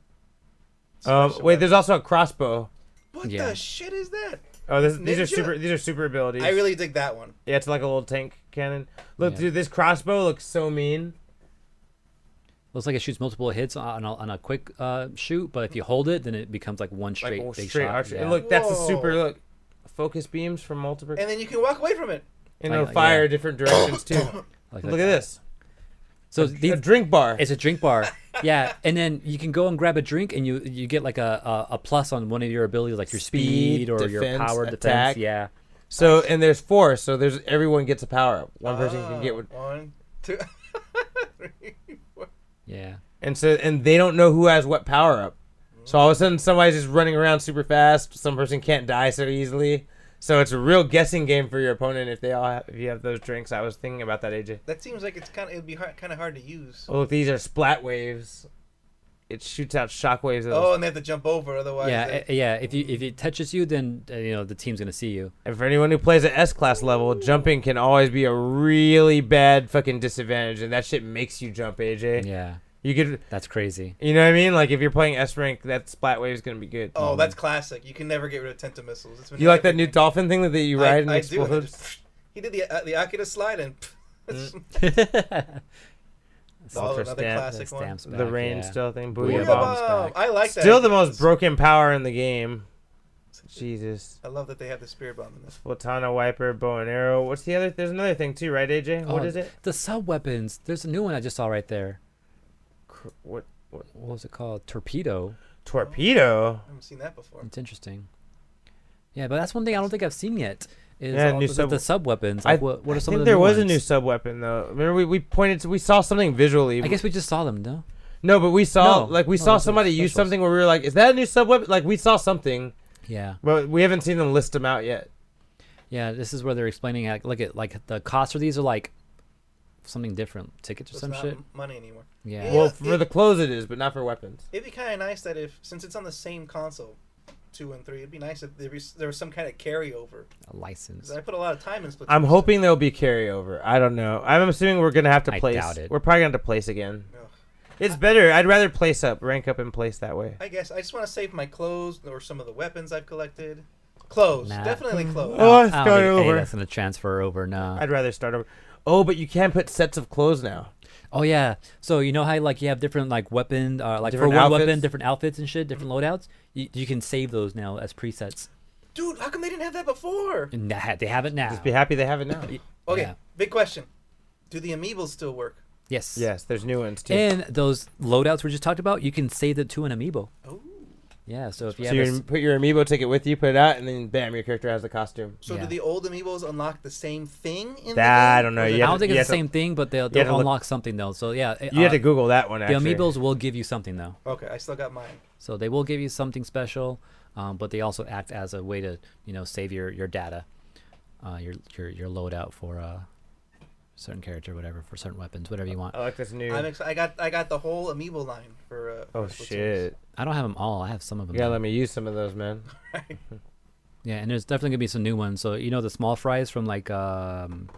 [SPEAKER 1] Um,
[SPEAKER 3] Special
[SPEAKER 1] wait,
[SPEAKER 3] weapon.
[SPEAKER 1] there's also a crossbow.
[SPEAKER 3] What
[SPEAKER 2] Yeah.
[SPEAKER 3] the shit is that?
[SPEAKER 1] Oh, this, these are
[SPEAKER 3] Ninja.
[SPEAKER 1] super. These are super abilities.
[SPEAKER 3] I really dig that one.
[SPEAKER 1] yeah, it's like a little tank cannon. Look,
[SPEAKER 2] Yeah.
[SPEAKER 1] dude, this crossbow looks so mean.
[SPEAKER 2] Looks like it shoots multiple hits on a, on a quick uh, shoot, but if you hold it, then it becomes like one
[SPEAKER 1] Like
[SPEAKER 2] straight
[SPEAKER 1] oh,
[SPEAKER 2] big
[SPEAKER 1] straight
[SPEAKER 2] shot.
[SPEAKER 1] archery.
[SPEAKER 2] yeah.
[SPEAKER 1] And look, that's a super
[SPEAKER 3] Whoa.
[SPEAKER 1] look. Focus beams from multiple.
[SPEAKER 3] And
[SPEAKER 1] And,
[SPEAKER 3] then you can walk away from it.
[SPEAKER 1] they'll
[SPEAKER 2] like,
[SPEAKER 1] fire
[SPEAKER 2] yeah.
[SPEAKER 1] different directions too.
[SPEAKER 2] (coughs) Like
[SPEAKER 1] look
[SPEAKER 2] that.
[SPEAKER 1] at this.
[SPEAKER 2] So
[SPEAKER 1] a
[SPEAKER 2] these,
[SPEAKER 1] drink bar.
[SPEAKER 2] it's a drink bar. yeah, and then you can go and grab a drink, and you you get like a, a, a plus on one of your abilities, like your
[SPEAKER 1] Speed,
[SPEAKER 2] speed, or your
[SPEAKER 1] defense,
[SPEAKER 2] power
[SPEAKER 1] attack.
[SPEAKER 2] defense. Yeah.
[SPEAKER 1] So and there's four. So there's everyone gets a power up. One person
[SPEAKER 3] Oh,
[SPEAKER 1] can get. What,
[SPEAKER 3] one, two, (laughs) three, four.
[SPEAKER 2] Yeah.
[SPEAKER 1] and so and they don't know who has what power up. So all of a sudden somebody's just running around super fast. Some person can't die so easily. So it's a real guessing game for your opponent if they all have, if you have those drinks. I was thinking about that, AJ.
[SPEAKER 3] That seems like it's kind of it'd be hard, kind of hard to use.
[SPEAKER 1] Oh, look, these are splat waves. It shoots out shock waves. at
[SPEAKER 3] Oh,
[SPEAKER 1] us.
[SPEAKER 3] and they have to jump over, otherwise.
[SPEAKER 2] yeah.
[SPEAKER 3] they-
[SPEAKER 2] eh, yeah. If you if it touches you, then uh, you know the team's gonna see you.
[SPEAKER 1] And for anyone who plays at S class level, jumping can always be a really bad fucking disadvantage, and that shit makes you jump, AJ.
[SPEAKER 2] Yeah.
[SPEAKER 1] You could,
[SPEAKER 2] That's
[SPEAKER 1] (laughs)
[SPEAKER 2] crazy.
[SPEAKER 1] you know what I mean? Like if you're playing S rank, that splat wave is gonna be good.
[SPEAKER 3] Oh, that's classic. You can never get rid of Tenta missiles. It's been
[SPEAKER 1] you like that new
[SPEAKER 3] everything.
[SPEAKER 1] dolphin thing that you ride and
[SPEAKER 3] I, I do. (laughs) and I
[SPEAKER 1] explodes?
[SPEAKER 3] just- he did the uh, the Akita slide and (laughs)
[SPEAKER 1] Mm. Ultra
[SPEAKER 3] another
[SPEAKER 1] stamp,
[SPEAKER 3] classic
[SPEAKER 2] that
[SPEAKER 3] one.
[SPEAKER 2] stamps
[SPEAKER 1] the
[SPEAKER 2] back,
[SPEAKER 1] rain
[SPEAKER 2] yeah.
[SPEAKER 1] still thing,
[SPEAKER 2] Booyah
[SPEAKER 1] booyah
[SPEAKER 3] Booyah
[SPEAKER 1] bomb.
[SPEAKER 3] bomb.
[SPEAKER 2] back.
[SPEAKER 3] I like that.
[SPEAKER 1] Still the most broken power in the game. Jesus.
[SPEAKER 3] I love that they have the spear bomb in this.
[SPEAKER 1] Platana wiper, bow and arrow. What's the other? There's another thing too, right, AJ? What
[SPEAKER 2] Oh,
[SPEAKER 1] is it?
[SPEAKER 2] The sub weapons. There's a new one I just saw right there.
[SPEAKER 1] Cr- What
[SPEAKER 2] What was it called? Torpedo.
[SPEAKER 1] torpedo?
[SPEAKER 3] I haven't seen that before.
[SPEAKER 2] It's interesting. Yeah, but that's one thing I don't think I've seen yet. Is
[SPEAKER 1] Yeah,
[SPEAKER 2] all
[SPEAKER 1] new
[SPEAKER 2] the,
[SPEAKER 1] sub-
[SPEAKER 2] the sub weapons. Like, what, what are
[SPEAKER 1] I
[SPEAKER 2] some
[SPEAKER 1] think
[SPEAKER 2] of the
[SPEAKER 1] there
[SPEAKER 2] new
[SPEAKER 1] was a
[SPEAKER 2] ones?
[SPEAKER 1] new sub weapon though. Remember we, we pointed to we saw something visually.
[SPEAKER 2] I guess we just saw them. No.
[SPEAKER 1] no, but we saw
[SPEAKER 2] No.
[SPEAKER 1] like we
[SPEAKER 2] No,
[SPEAKER 1] saw
[SPEAKER 2] that's what
[SPEAKER 1] somebody
[SPEAKER 2] was
[SPEAKER 1] use
[SPEAKER 2] specials.
[SPEAKER 1] something where we were like, is that a new sub weapon? Like we saw something,
[SPEAKER 2] Yeah.
[SPEAKER 1] but we haven't seen them list them out yet.
[SPEAKER 2] Yeah. This is where they're explaining. Like, look at like the cost for these are like something different. Tickets or
[SPEAKER 3] It's
[SPEAKER 2] some
[SPEAKER 3] not
[SPEAKER 2] shit.
[SPEAKER 3] money anymore.
[SPEAKER 2] Yeah.
[SPEAKER 1] Well,
[SPEAKER 3] Yeah,
[SPEAKER 1] for
[SPEAKER 3] it-
[SPEAKER 1] the clothes it is, but not for weapons.
[SPEAKER 3] It'd be kind of nice that if since it's on the same console, two and three, it'd be nice if there was, there was some kind of carryover.
[SPEAKER 2] A license.
[SPEAKER 3] 'Cause I put a lot of time in Splatoon.
[SPEAKER 1] I'm hoping there'll be carryover. I don't know. I'm assuming we're gonna have to
[SPEAKER 2] I
[SPEAKER 1] place.
[SPEAKER 2] doubt it.
[SPEAKER 1] We're probably gonna have to place again.
[SPEAKER 3] Ugh.
[SPEAKER 1] It's better. I'd rather place up, rank up, and place that way.
[SPEAKER 3] I guess I just want to save my clothes or some of the weapons I've collected. Clothes,
[SPEAKER 1] (laughs)
[SPEAKER 2] Nah.
[SPEAKER 3] definitely clothes.
[SPEAKER 1] Oh,
[SPEAKER 2] I
[SPEAKER 1] it's
[SPEAKER 2] don't
[SPEAKER 1] going
[SPEAKER 2] think any of
[SPEAKER 1] over.
[SPEAKER 2] That's gonna transfer over. Nah.
[SPEAKER 1] I'd rather start over. Oh, but you can put sets of clothes now.
[SPEAKER 2] Oh yeah. So you know how like you have different like weapon, uh, like
[SPEAKER 1] Different
[SPEAKER 2] for one weapon,
[SPEAKER 1] outfits? Mm-hmm.
[SPEAKER 2] different outfits and shit, different loadouts. You, you can save those now as presets.
[SPEAKER 3] Dude, how come they didn't have that before?
[SPEAKER 2] And they ha- they have it now.
[SPEAKER 1] Just be happy they have it
[SPEAKER 2] (laughs)
[SPEAKER 1] now.
[SPEAKER 3] Okay,
[SPEAKER 2] Yeah.
[SPEAKER 3] big question. Do the amiibos still work?
[SPEAKER 2] Yes.
[SPEAKER 1] Yes, there's new ones too.
[SPEAKER 2] And those loadouts we just talked about, you can save it to an amiibo.
[SPEAKER 3] Oh.
[SPEAKER 2] Yeah. So if you
[SPEAKER 1] so
[SPEAKER 2] have
[SPEAKER 1] you
[SPEAKER 2] a s-
[SPEAKER 1] put your amiibo ticket with you, put it out, and then bam, your character has the costume.
[SPEAKER 3] So
[SPEAKER 2] Yeah.
[SPEAKER 3] do the old amiibos unlock the same thing
[SPEAKER 1] That,
[SPEAKER 3] in the game?
[SPEAKER 1] I don't know.
[SPEAKER 3] Or is it-
[SPEAKER 1] uh, You
[SPEAKER 2] I
[SPEAKER 1] have
[SPEAKER 2] don't
[SPEAKER 1] to-
[SPEAKER 2] think it's
[SPEAKER 1] have
[SPEAKER 2] the same thing, but they'll,
[SPEAKER 1] have to
[SPEAKER 2] they'll
[SPEAKER 1] look-
[SPEAKER 2] unlock something though. So yeah, it-
[SPEAKER 1] You had
[SPEAKER 2] uh,
[SPEAKER 1] to Google that one.
[SPEAKER 2] the
[SPEAKER 1] Actually.
[SPEAKER 2] amiibos will give you something though.
[SPEAKER 3] Okay, I still got mine.
[SPEAKER 2] So they will give you something special, um, but they also act as a way to you know save your your data, uh, your your your loadout for a uh, certain character, whatever for certain weapons, whatever you want.
[SPEAKER 1] I like this new.
[SPEAKER 3] I'm ex- I got I got the whole amiibo line for. Uh,
[SPEAKER 1] oh
[SPEAKER 3] for Splatoon.
[SPEAKER 1] shit!
[SPEAKER 2] I don't have them all. I have some of them.
[SPEAKER 1] You gotta
[SPEAKER 2] though.
[SPEAKER 1] let me use some of those, man.
[SPEAKER 2] yeah, and there's definitely gonna be some new ones. So you know the small fries from like um,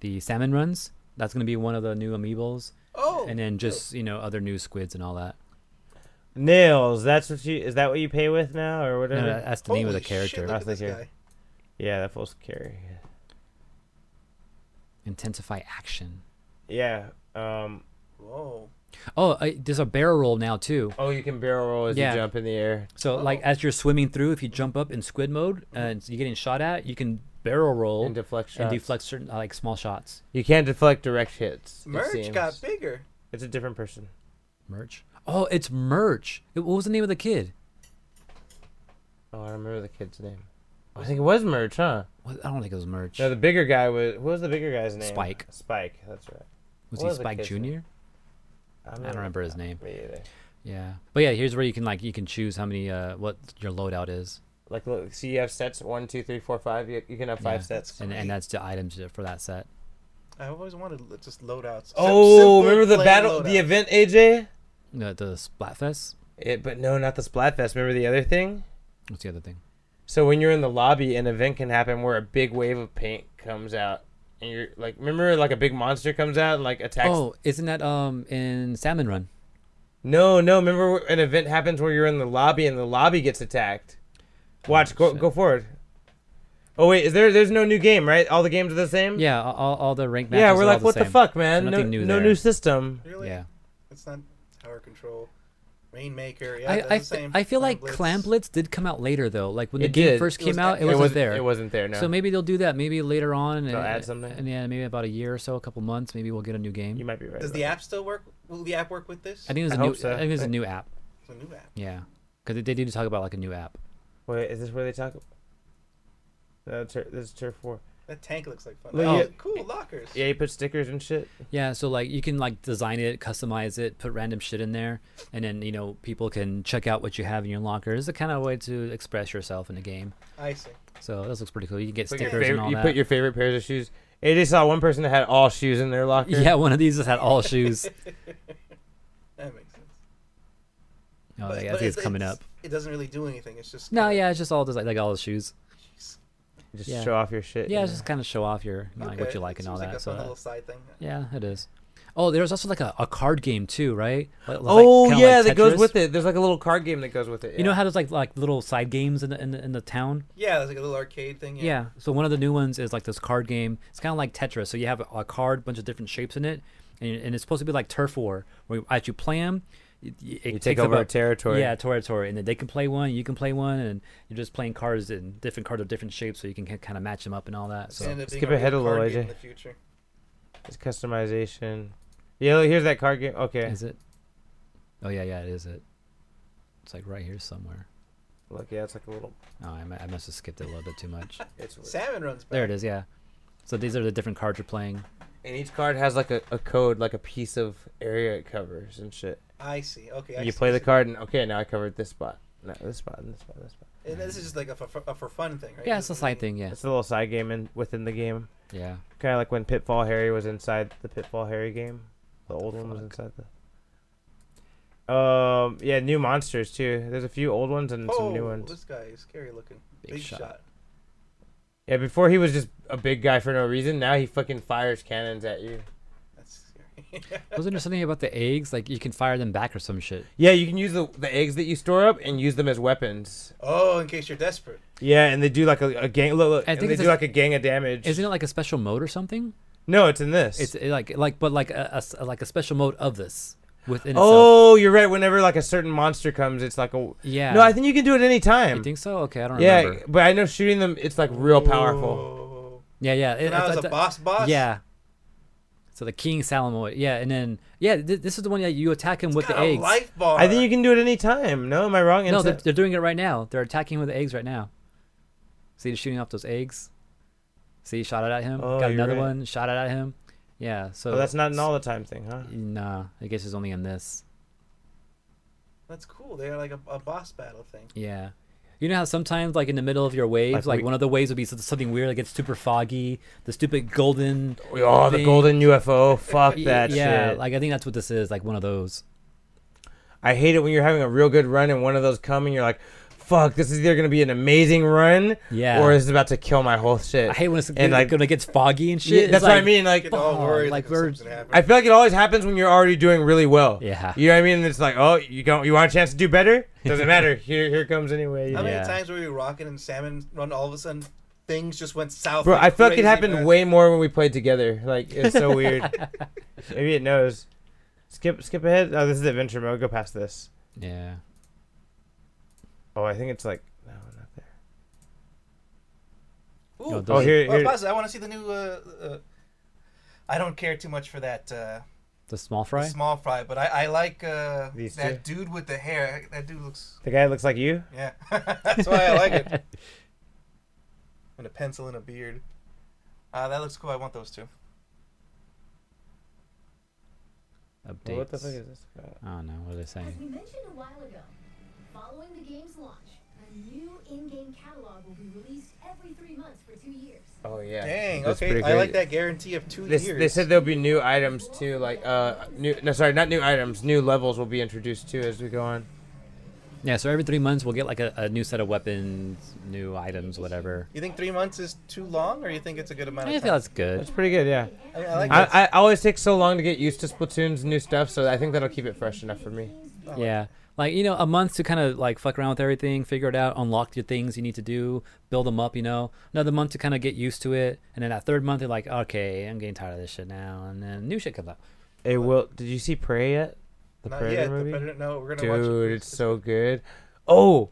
[SPEAKER 2] the salmon runs. That's gonna be one of the new amiibos,
[SPEAKER 3] Oh,
[SPEAKER 2] and then just you know other new squids and all that.
[SPEAKER 1] Nails. That's what you. Is that what you pay with now, or
[SPEAKER 2] No,
[SPEAKER 1] whatever?
[SPEAKER 2] no, that's the name of the
[SPEAKER 3] holy shit,
[SPEAKER 2] character. Oh,
[SPEAKER 3] look at
[SPEAKER 1] That's
[SPEAKER 3] this
[SPEAKER 1] the
[SPEAKER 3] guy.
[SPEAKER 1] yeah, that full carry.
[SPEAKER 2] Intensify action.
[SPEAKER 1] Yeah. Um.
[SPEAKER 3] Whoa.
[SPEAKER 2] Oh, I, there's a barrel roll now too.
[SPEAKER 1] Oh, you can barrel roll as
[SPEAKER 2] Yeah.
[SPEAKER 1] you jump in the air.
[SPEAKER 2] So like as you're swimming through, if you jump up in squid mode and you're getting shot at, you can barrel roll
[SPEAKER 1] Mm-hmm. And deflect
[SPEAKER 2] and
[SPEAKER 1] shots.
[SPEAKER 2] deflect certain uh, like small shots.
[SPEAKER 1] You can't deflect direct hits. it
[SPEAKER 3] Merch
[SPEAKER 1] seems.
[SPEAKER 3] got bigger.
[SPEAKER 1] It's a different person.
[SPEAKER 2] Merch. Oh, it's merch. It- what was the name of the kid?
[SPEAKER 1] Oh, I remember the kid's name. I think it was Merch, huh?
[SPEAKER 2] What, I don't think it was merch.
[SPEAKER 1] No, the bigger guy was. Who was the bigger guy's name?
[SPEAKER 2] Spike.
[SPEAKER 1] Spike. That's right.
[SPEAKER 2] was
[SPEAKER 1] what
[SPEAKER 2] he
[SPEAKER 1] was the
[SPEAKER 2] Spike
[SPEAKER 1] kid's
[SPEAKER 2] Jr.?
[SPEAKER 1] name?
[SPEAKER 2] I don't remember his name.
[SPEAKER 1] Me either.
[SPEAKER 2] Yeah, but yeah, here's where you can like you can choose how many uh what your loadout is,
[SPEAKER 1] Like, look, see, you have sets one, two, three, four, five. You, you can have five
[SPEAKER 2] Yeah.
[SPEAKER 1] sets.
[SPEAKER 2] and uh, and that's the items for that set.
[SPEAKER 3] I always wanted li- just loadouts. Sim-
[SPEAKER 1] Oh,
[SPEAKER 3] simple,
[SPEAKER 1] remember the
[SPEAKER 3] plain
[SPEAKER 1] battle, the
[SPEAKER 3] loadouts.
[SPEAKER 1] event, AJ?
[SPEAKER 2] The, the Splatfest.
[SPEAKER 1] It, but no, not the Splatfest. Remember the other thing?
[SPEAKER 2] What's the other thing?
[SPEAKER 1] So when you're in the lobby, an event can happen where a big wave of paint comes out, and you're like, remember, like a big monster comes out and like attacks.
[SPEAKER 2] Oh, isn't that um in Salmon Run?
[SPEAKER 1] No, no. Remember, wh- an event happens where you're in the lobby and the lobby gets attacked. Watch, go
[SPEAKER 2] Oh, shit.
[SPEAKER 1] go forward. Oh wait, is there? There's no new game, right? All the games are the same.
[SPEAKER 2] Yeah, all- all, all the rank matches.
[SPEAKER 1] Mm-hmm. Yeah,
[SPEAKER 2] are
[SPEAKER 1] we're
[SPEAKER 2] all
[SPEAKER 1] like, what the
[SPEAKER 2] same.
[SPEAKER 1] fuck, man?
[SPEAKER 2] So
[SPEAKER 1] no,
[SPEAKER 2] nothing new
[SPEAKER 1] no
[SPEAKER 2] there.
[SPEAKER 1] new system.
[SPEAKER 3] Really?
[SPEAKER 2] Yeah.
[SPEAKER 3] It's not tower control. Rainmaker. Yeah,
[SPEAKER 2] I,
[SPEAKER 3] that's
[SPEAKER 2] I,
[SPEAKER 3] the same.
[SPEAKER 2] I feel like
[SPEAKER 3] Clamblitz.
[SPEAKER 2] Clam Blitz did come out later though. Like when the
[SPEAKER 1] It
[SPEAKER 2] game
[SPEAKER 1] did.
[SPEAKER 2] first
[SPEAKER 3] It
[SPEAKER 2] came
[SPEAKER 3] was
[SPEAKER 2] out, it
[SPEAKER 3] ac- it
[SPEAKER 2] wasn't
[SPEAKER 1] wasn't
[SPEAKER 2] there.
[SPEAKER 1] It wasn't there. No.
[SPEAKER 2] So maybe they'll do that maybe later on. and-
[SPEAKER 1] They'll add something?
[SPEAKER 2] And yeah, maybe about a year or so, a couple months, maybe we'll get a new game.
[SPEAKER 1] you might be right.
[SPEAKER 3] Does
[SPEAKER 1] about
[SPEAKER 3] the
[SPEAKER 1] that.
[SPEAKER 3] app still work? Will the app work with this?
[SPEAKER 2] I think there's
[SPEAKER 1] I
[SPEAKER 2] a new.
[SPEAKER 1] hope so.
[SPEAKER 2] I think there's a
[SPEAKER 1] I-
[SPEAKER 2] new app.
[SPEAKER 3] it's a new app.
[SPEAKER 2] Yeah, because they did talk about like a new app.
[SPEAKER 1] Wait, is this where they talk? Uh, tur- this is turf four.
[SPEAKER 3] That tank looks like fun.
[SPEAKER 1] Look,
[SPEAKER 3] oh,
[SPEAKER 1] yeah.
[SPEAKER 3] cool lockers.
[SPEAKER 1] Yeah, you put stickers and shit.
[SPEAKER 2] Yeah, so like you can like design it, customize it, put random shit in there, and then you know people can check out what you have in your locker. It's a kind of way to express yourself in the game.
[SPEAKER 3] I see.
[SPEAKER 2] So this looks pretty cool. You can get
[SPEAKER 1] Put your
[SPEAKER 2] stickers and
[SPEAKER 1] favorite,
[SPEAKER 2] all
[SPEAKER 1] you
[SPEAKER 2] that.
[SPEAKER 1] put your favorite pairs of shoes. AJ saw one person that had all shoes in their locker.
[SPEAKER 2] (laughs) yeah, one of these just had
[SPEAKER 1] (laughs)
[SPEAKER 2] all shoes.
[SPEAKER 3] That makes sense.
[SPEAKER 2] Oh, yeah, I
[SPEAKER 3] but
[SPEAKER 2] think it's coming up.
[SPEAKER 3] It doesn't really do anything. It's just
[SPEAKER 2] No,
[SPEAKER 3] kinda-
[SPEAKER 2] yeah, it's just all just like, like all the shoes.
[SPEAKER 1] Just
[SPEAKER 2] Yeah.
[SPEAKER 1] show off your shit.
[SPEAKER 2] Yeah,
[SPEAKER 1] you
[SPEAKER 2] it's
[SPEAKER 1] know.
[SPEAKER 2] just kind of show off your you know, like, what
[SPEAKER 3] Okay,
[SPEAKER 2] you like
[SPEAKER 3] it
[SPEAKER 2] and all
[SPEAKER 3] seems like
[SPEAKER 2] that.
[SPEAKER 3] a
[SPEAKER 2] So
[SPEAKER 3] fun
[SPEAKER 2] that-
[SPEAKER 3] little side thing.
[SPEAKER 2] yeah, it is. Oh, there's also like a, a card game too, right? Like- like-
[SPEAKER 1] oh
[SPEAKER 2] kinda like
[SPEAKER 1] yeah, that goes
[SPEAKER 2] Tetris.
[SPEAKER 1] with it. There's like a little card game that goes with it.
[SPEAKER 2] You know how there's like like little side games in the in the, in the town.
[SPEAKER 3] Yeah, there's like a little arcade thing.
[SPEAKER 2] Yeah. So one of the new ones is like this card game. It's kind of like Tetris. So you have a, a card, bunch of different shapes in it, and, and it's supposed to be like turf war, where as you play them, it, it
[SPEAKER 1] you take
[SPEAKER 2] takes
[SPEAKER 1] over
[SPEAKER 2] up
[SPEAKER 1] a territory.
[SPEAKER 2] Yeah, territory, and then they can play one, you can play one, and you're just playing cards in different cards of different shapes, so you can kind of match them up and all that. So
[SPEAKER 3] Skip
[SPEAKER 1] skip ahead a little, AJ.
[SPEAKER 3] In the future.
[SPEAKER 1] It's customization. Yeah, look, here's that card game. Okay,
[SPEAKER 2] is it? Oh yeah, yeah, it is it. It's like right here somewhere.
[SPEAKER 1] look, yeah, it's like a little.
[SPEAKER 2] Oh, I, mu- I must have skipped it a little bit
[SPEAKER 1] (laughs)
[SPEAKER 2] too much.
[SPEAKER 1] It's weird.
[SPEAKER 3] Salmon runs. Back.
[SPEAKER 2] There it is. Yeah. So these are the different cards you're playing.
[SPEAKER 1] and each card has like a, a code, like a piece of area it covers and shit.
[SPEAKER 3] I see. Okay. I
[SPEAKER 1] you
[SPEAKER 3] see,
[SPEAKER 1] play
[SPEAKER 3] I
[SPEAKER 1] the
[SPEAKER 3] see.
[SPEAKER 1] card, and okay, now I covered this spot, no, this spot, and this spot, this spot.
[SPEAKER 3] And this is just like a for, a for fun thing, right?
[SPEAKER 2] Yeah,
[SPEAKER 3] It
[SPEAKER 2] it's a
[SPEAKER 3] doesn't
[SPEAKER 2] side
[SPEAKER 3] really-
[SPEAKER 2] thing. Yeah.
[SPEAKER 1] It's a little side game in, within the game,
[SPEAKER 2] Yeah.
[SPEAKER 1] kind of like when Pitfall Harry was inside the Pitfall Harry game. The old one was inside the. Um. Yeah, new monsters too. There's a few old ones and
[SPEAKER 3] Oh,
[SPEAKER 1] some new ones.
[SPEAKER 3] this guy is scary looking.
[SPEAKER 2] Big
[SPEAKER 3] Big,
[SPEAKER 2] shot.
[SPEAKER 3] shot.
[SPEAKER 1] Yeah, before he was just a big guy for no reason. Now he fucking fires cannons at you.
[SPEAKER 3] That's scary. (laughs)
[SPEAKER 2] Wasn't there something about the eggs? Like you can fire them back or some shit.
[SPEAKER 1] Yeah, you can use the, the eggs that you store up and use them as weapons.
[SPEAKER 3] oh, in case you're desperate.
[SPEAKER 1] Yeah, and they do like a, a gang. Look, look,
[SPEAKER 2] I
[SPEAKER 1] and
[SPEAKER 2] think
[SPEAKER 1] they
[SPEAKER 2] it's
[SPEAKER 1] do
[SPEAKER 2] a-
[SPEAKER 1] like a gang of damage.
[SPEAKER 2] Isn't it like a special mode or something?
[SPEAKER 1] no, it's in this.
[SPEAKER 2] It's it, like like but like a, a s- like a special mode of this within itself.
[SPEAKER 1] oh, you're right. Whenever like a certain monster comes, it's like a.
[SPEAKER 2] Yeah.
[SPEAKER 1] No, I think you can do it any
[SPEAKER 2] You
[SPEAKER 1] time.
[SPEAKER 2] think so? Okay, I don't
[SPEAKER 1] Yeah,
[SPEAKER 2] remember.
[SPEAKER 1] but I know shooting them, it's like real powerful.
[SPEAKER 3] Whoa.
[SPEAKER 2] Yeah, yeah. it-
[SPEAKER 3] And I
[SPEAKER 2] I-
[SPEAKER 3] was
[SPEAKER 2] I-
[SPEAKER 3] a boss boss?
[SPEAKER 2] Yeah. So the King Salamoid. Yeah, and then yeah, th- this is the one that you attack him with the
[SPEAKER 3] Got a
[SPEAKER 2] eggs.
[SPEAKER 3] life bar.
[SPEAKER 1] I think you can do it any time. No, am I wrong?
[SPEAKER 2] no,
[SPEAKER 1] It's
[SPEAKER 2] they're,
[SPEAKER 1] a-
[SPEAKER 2] they're doing it right now. They're attacking with the eggs right now. See, they're shooting off those eggs. See, shot it at him.
[SPEAKER 1] Oh,
[SPEAKER 2] Got
[SPEAKER 1] you're
[SPEAKER 2] another
[SPEAKER 1] right.
[SPEAKER 2] one. Shot it at him. Yeah. So
[SPEAKER 1] oh, that's not an all the time thing, huh?
[SPEAKER 2] Nah, I guess it's only in this.
[SPEAKER 3] That's cool. They're like a, a boss battle thing.
[SPEAKER 2] Yeah. You know how sometimes, like in the middle of your waves,
[SPEAKER 1] Like
[SPEAKER 2] like,
[SPEAKER 1] we-
[SPEAKER 2] one of the waves would be s- something weird, like it's super foggy, the stupid golden.
[SPEAKER 1] Oh, the
[SPEAKER 2] thing.
[SPEAKER 1] golden UFO. Fuck
[SPEAKER 2] Y-
[SPEAKER 1] that
[SPEAKER 2] yeah,
[SPEAKER 1] shit.
[SPEAKER 2] like I think that's what this is, like one of those.
[SPEAKER 1] I hate it when you're having a real good run and one of those come and you're like, fuck, this is either going to be an amazing run
[SPEAKER 2] Yeah.
[SPEAKER 1] or this is about to kill my whole shit.
[SPEAKER 2] I hate when it's
[SPEAKER 1] And, like-
[SPEAKER 2] like, when it gets foggy and
[SPEAKER 1] Yeah,
[SPEAKER 2] shit. It's
[SPEAKER 1] that's what I
[SPEAKER 2] like-
[SPEAKER 1] mean. Like,
[SPEAKER 3] Get all
[SPEAKER 2] fuck,
[SPEAKER 3] worried
[SPEAKER 2] like
[SPEAKER 3] like
[SPEAKER 2] we're-
[SPEAKER 3] something happened.
[SPEAKER 1] I feel like it always happens when you're already doing really well.
[SPEAKER 2] Yeah.
[SPEAKER 1] You know what I mean? And it's like, oh, you don't, you want a chance to do better? Doesn't matter. Here, here it comes anyway.
[SPEAKER 3] How
[SPEAKER 1] you know?
[SPEAKER 3] many
[SPEAKER 2] Yeah.
[SPEAKER 3] times were we rocking and salmon run? All of a sudden, things just went south.
[SPEAKER 1] Bro,
[SPEAKER 3] like
[SPEAKER 1] I feel like it
[SPEAKER 3] crazy
[SPEAKER 1] happened
[SPEAKER 3] fast.
[SPEAKER 1] way more when we played together. Like, it's so
[SPEAKER 3] (laughs)
[SPEAKER 1] weird. Maybe it knows. Skip, skip ahead. Oh, this is adventure mode. Go past this.
[SPEAKER 2] Yeah.
[SPEAKER 1] Oh, I think it's like, no, not there.
[SPEAKER 3] Ooh.
[SPEAKER 2] Oh,
[SPEAKER 1] Oh,
[SPEAKER 2] Those-
[SPEAKER 1] here,
[SPEAKER 3] Well,
[SPEAKER 1] here.
[SPEAKER 3] pause it. I want to see the new. Uh, uh, I don't care too much for that uh,
[SPEAKER 2] The small fry.
[SPEAKER 3] small fry, but I, I like uh,
[SPEAKER 1] These
[SPEAKER 3] that dude with the hair. That dude looks.
[SPEAKER 1] The guy that looks like you. (laughs)
[SPEAKER 3] Yeah, that's why I like it. And a pencil and a beard. Uh, that looks cool. I want those two.
[SPEAKER 2] Updates.
[SPEAKER 1] What the fuck is this?
[SPEAKER 2] I don't know. What are they
[SPEAKER 5] As
[SPEAKER 2] saying?
[SPEAKER 5] we mentioned a while ago, following the game's launch, a new in-game catalog will be released every three months for two years.
[SPEAKER 1] Oh yeah.
[SPEAKER 3] Dang.
[SPEAKER 1] That's
[SPEAKER 3] okay,
[SPEAKER 1] pretty
[SPEAKER 3] I like
[SPEAKER 1] great.
[SPEAKER 3] that guarantee of two
[SPEAKER 1] They,
[SPEAKER 3] years.
[SPEAKER 1] they said there'll be new items too, like uh, new. No, sorry, not new items. New levels will be introduced too as we go on.
[SPEAKER 2] Yeah. So every three months we'll get like a, a new set of weapons, new items, whatever.
[SPEAKER 3] you think three months is too long, or you think it's a good amount
[SPEAKER 2] I
[SPEAKER 3] of
[SPEAKER 2] feel
[SPEAKER 3] time?
[SPEAKER 2] that's good.
[SPEAKER 1] That's pretty good, yeah.
[SPEAKER 3] I, I like that.
[SPEAKER 1] I, I always take so long to get used to Splatoon's new stuff, so I think that'll keep it fresh enough for me.
[SPEAKER 2] Yeah. Like, you know, a month to kind of like fuck around with everything, figure it out, unlock your things you need to do, build them up, you know. Another month to kind of get used to it. And then that third month, you're like, okay, I'm getting tired of this shit now. And then new shit comes out.
[SPEAKER 1] Hey, Will, did you see Prey yet? The
[SPEAKER 3] Not
[SPEAKER 1] Predator
[SPEAKER 3] yet. The
[SPEAKER 1] movie.
[SPEAKER 3] predator, no, we're gonna watch
[SPEAKER 1] Dude,
[SPEAKER 3] it.
[SPEAKER 1] it's so good. Oh,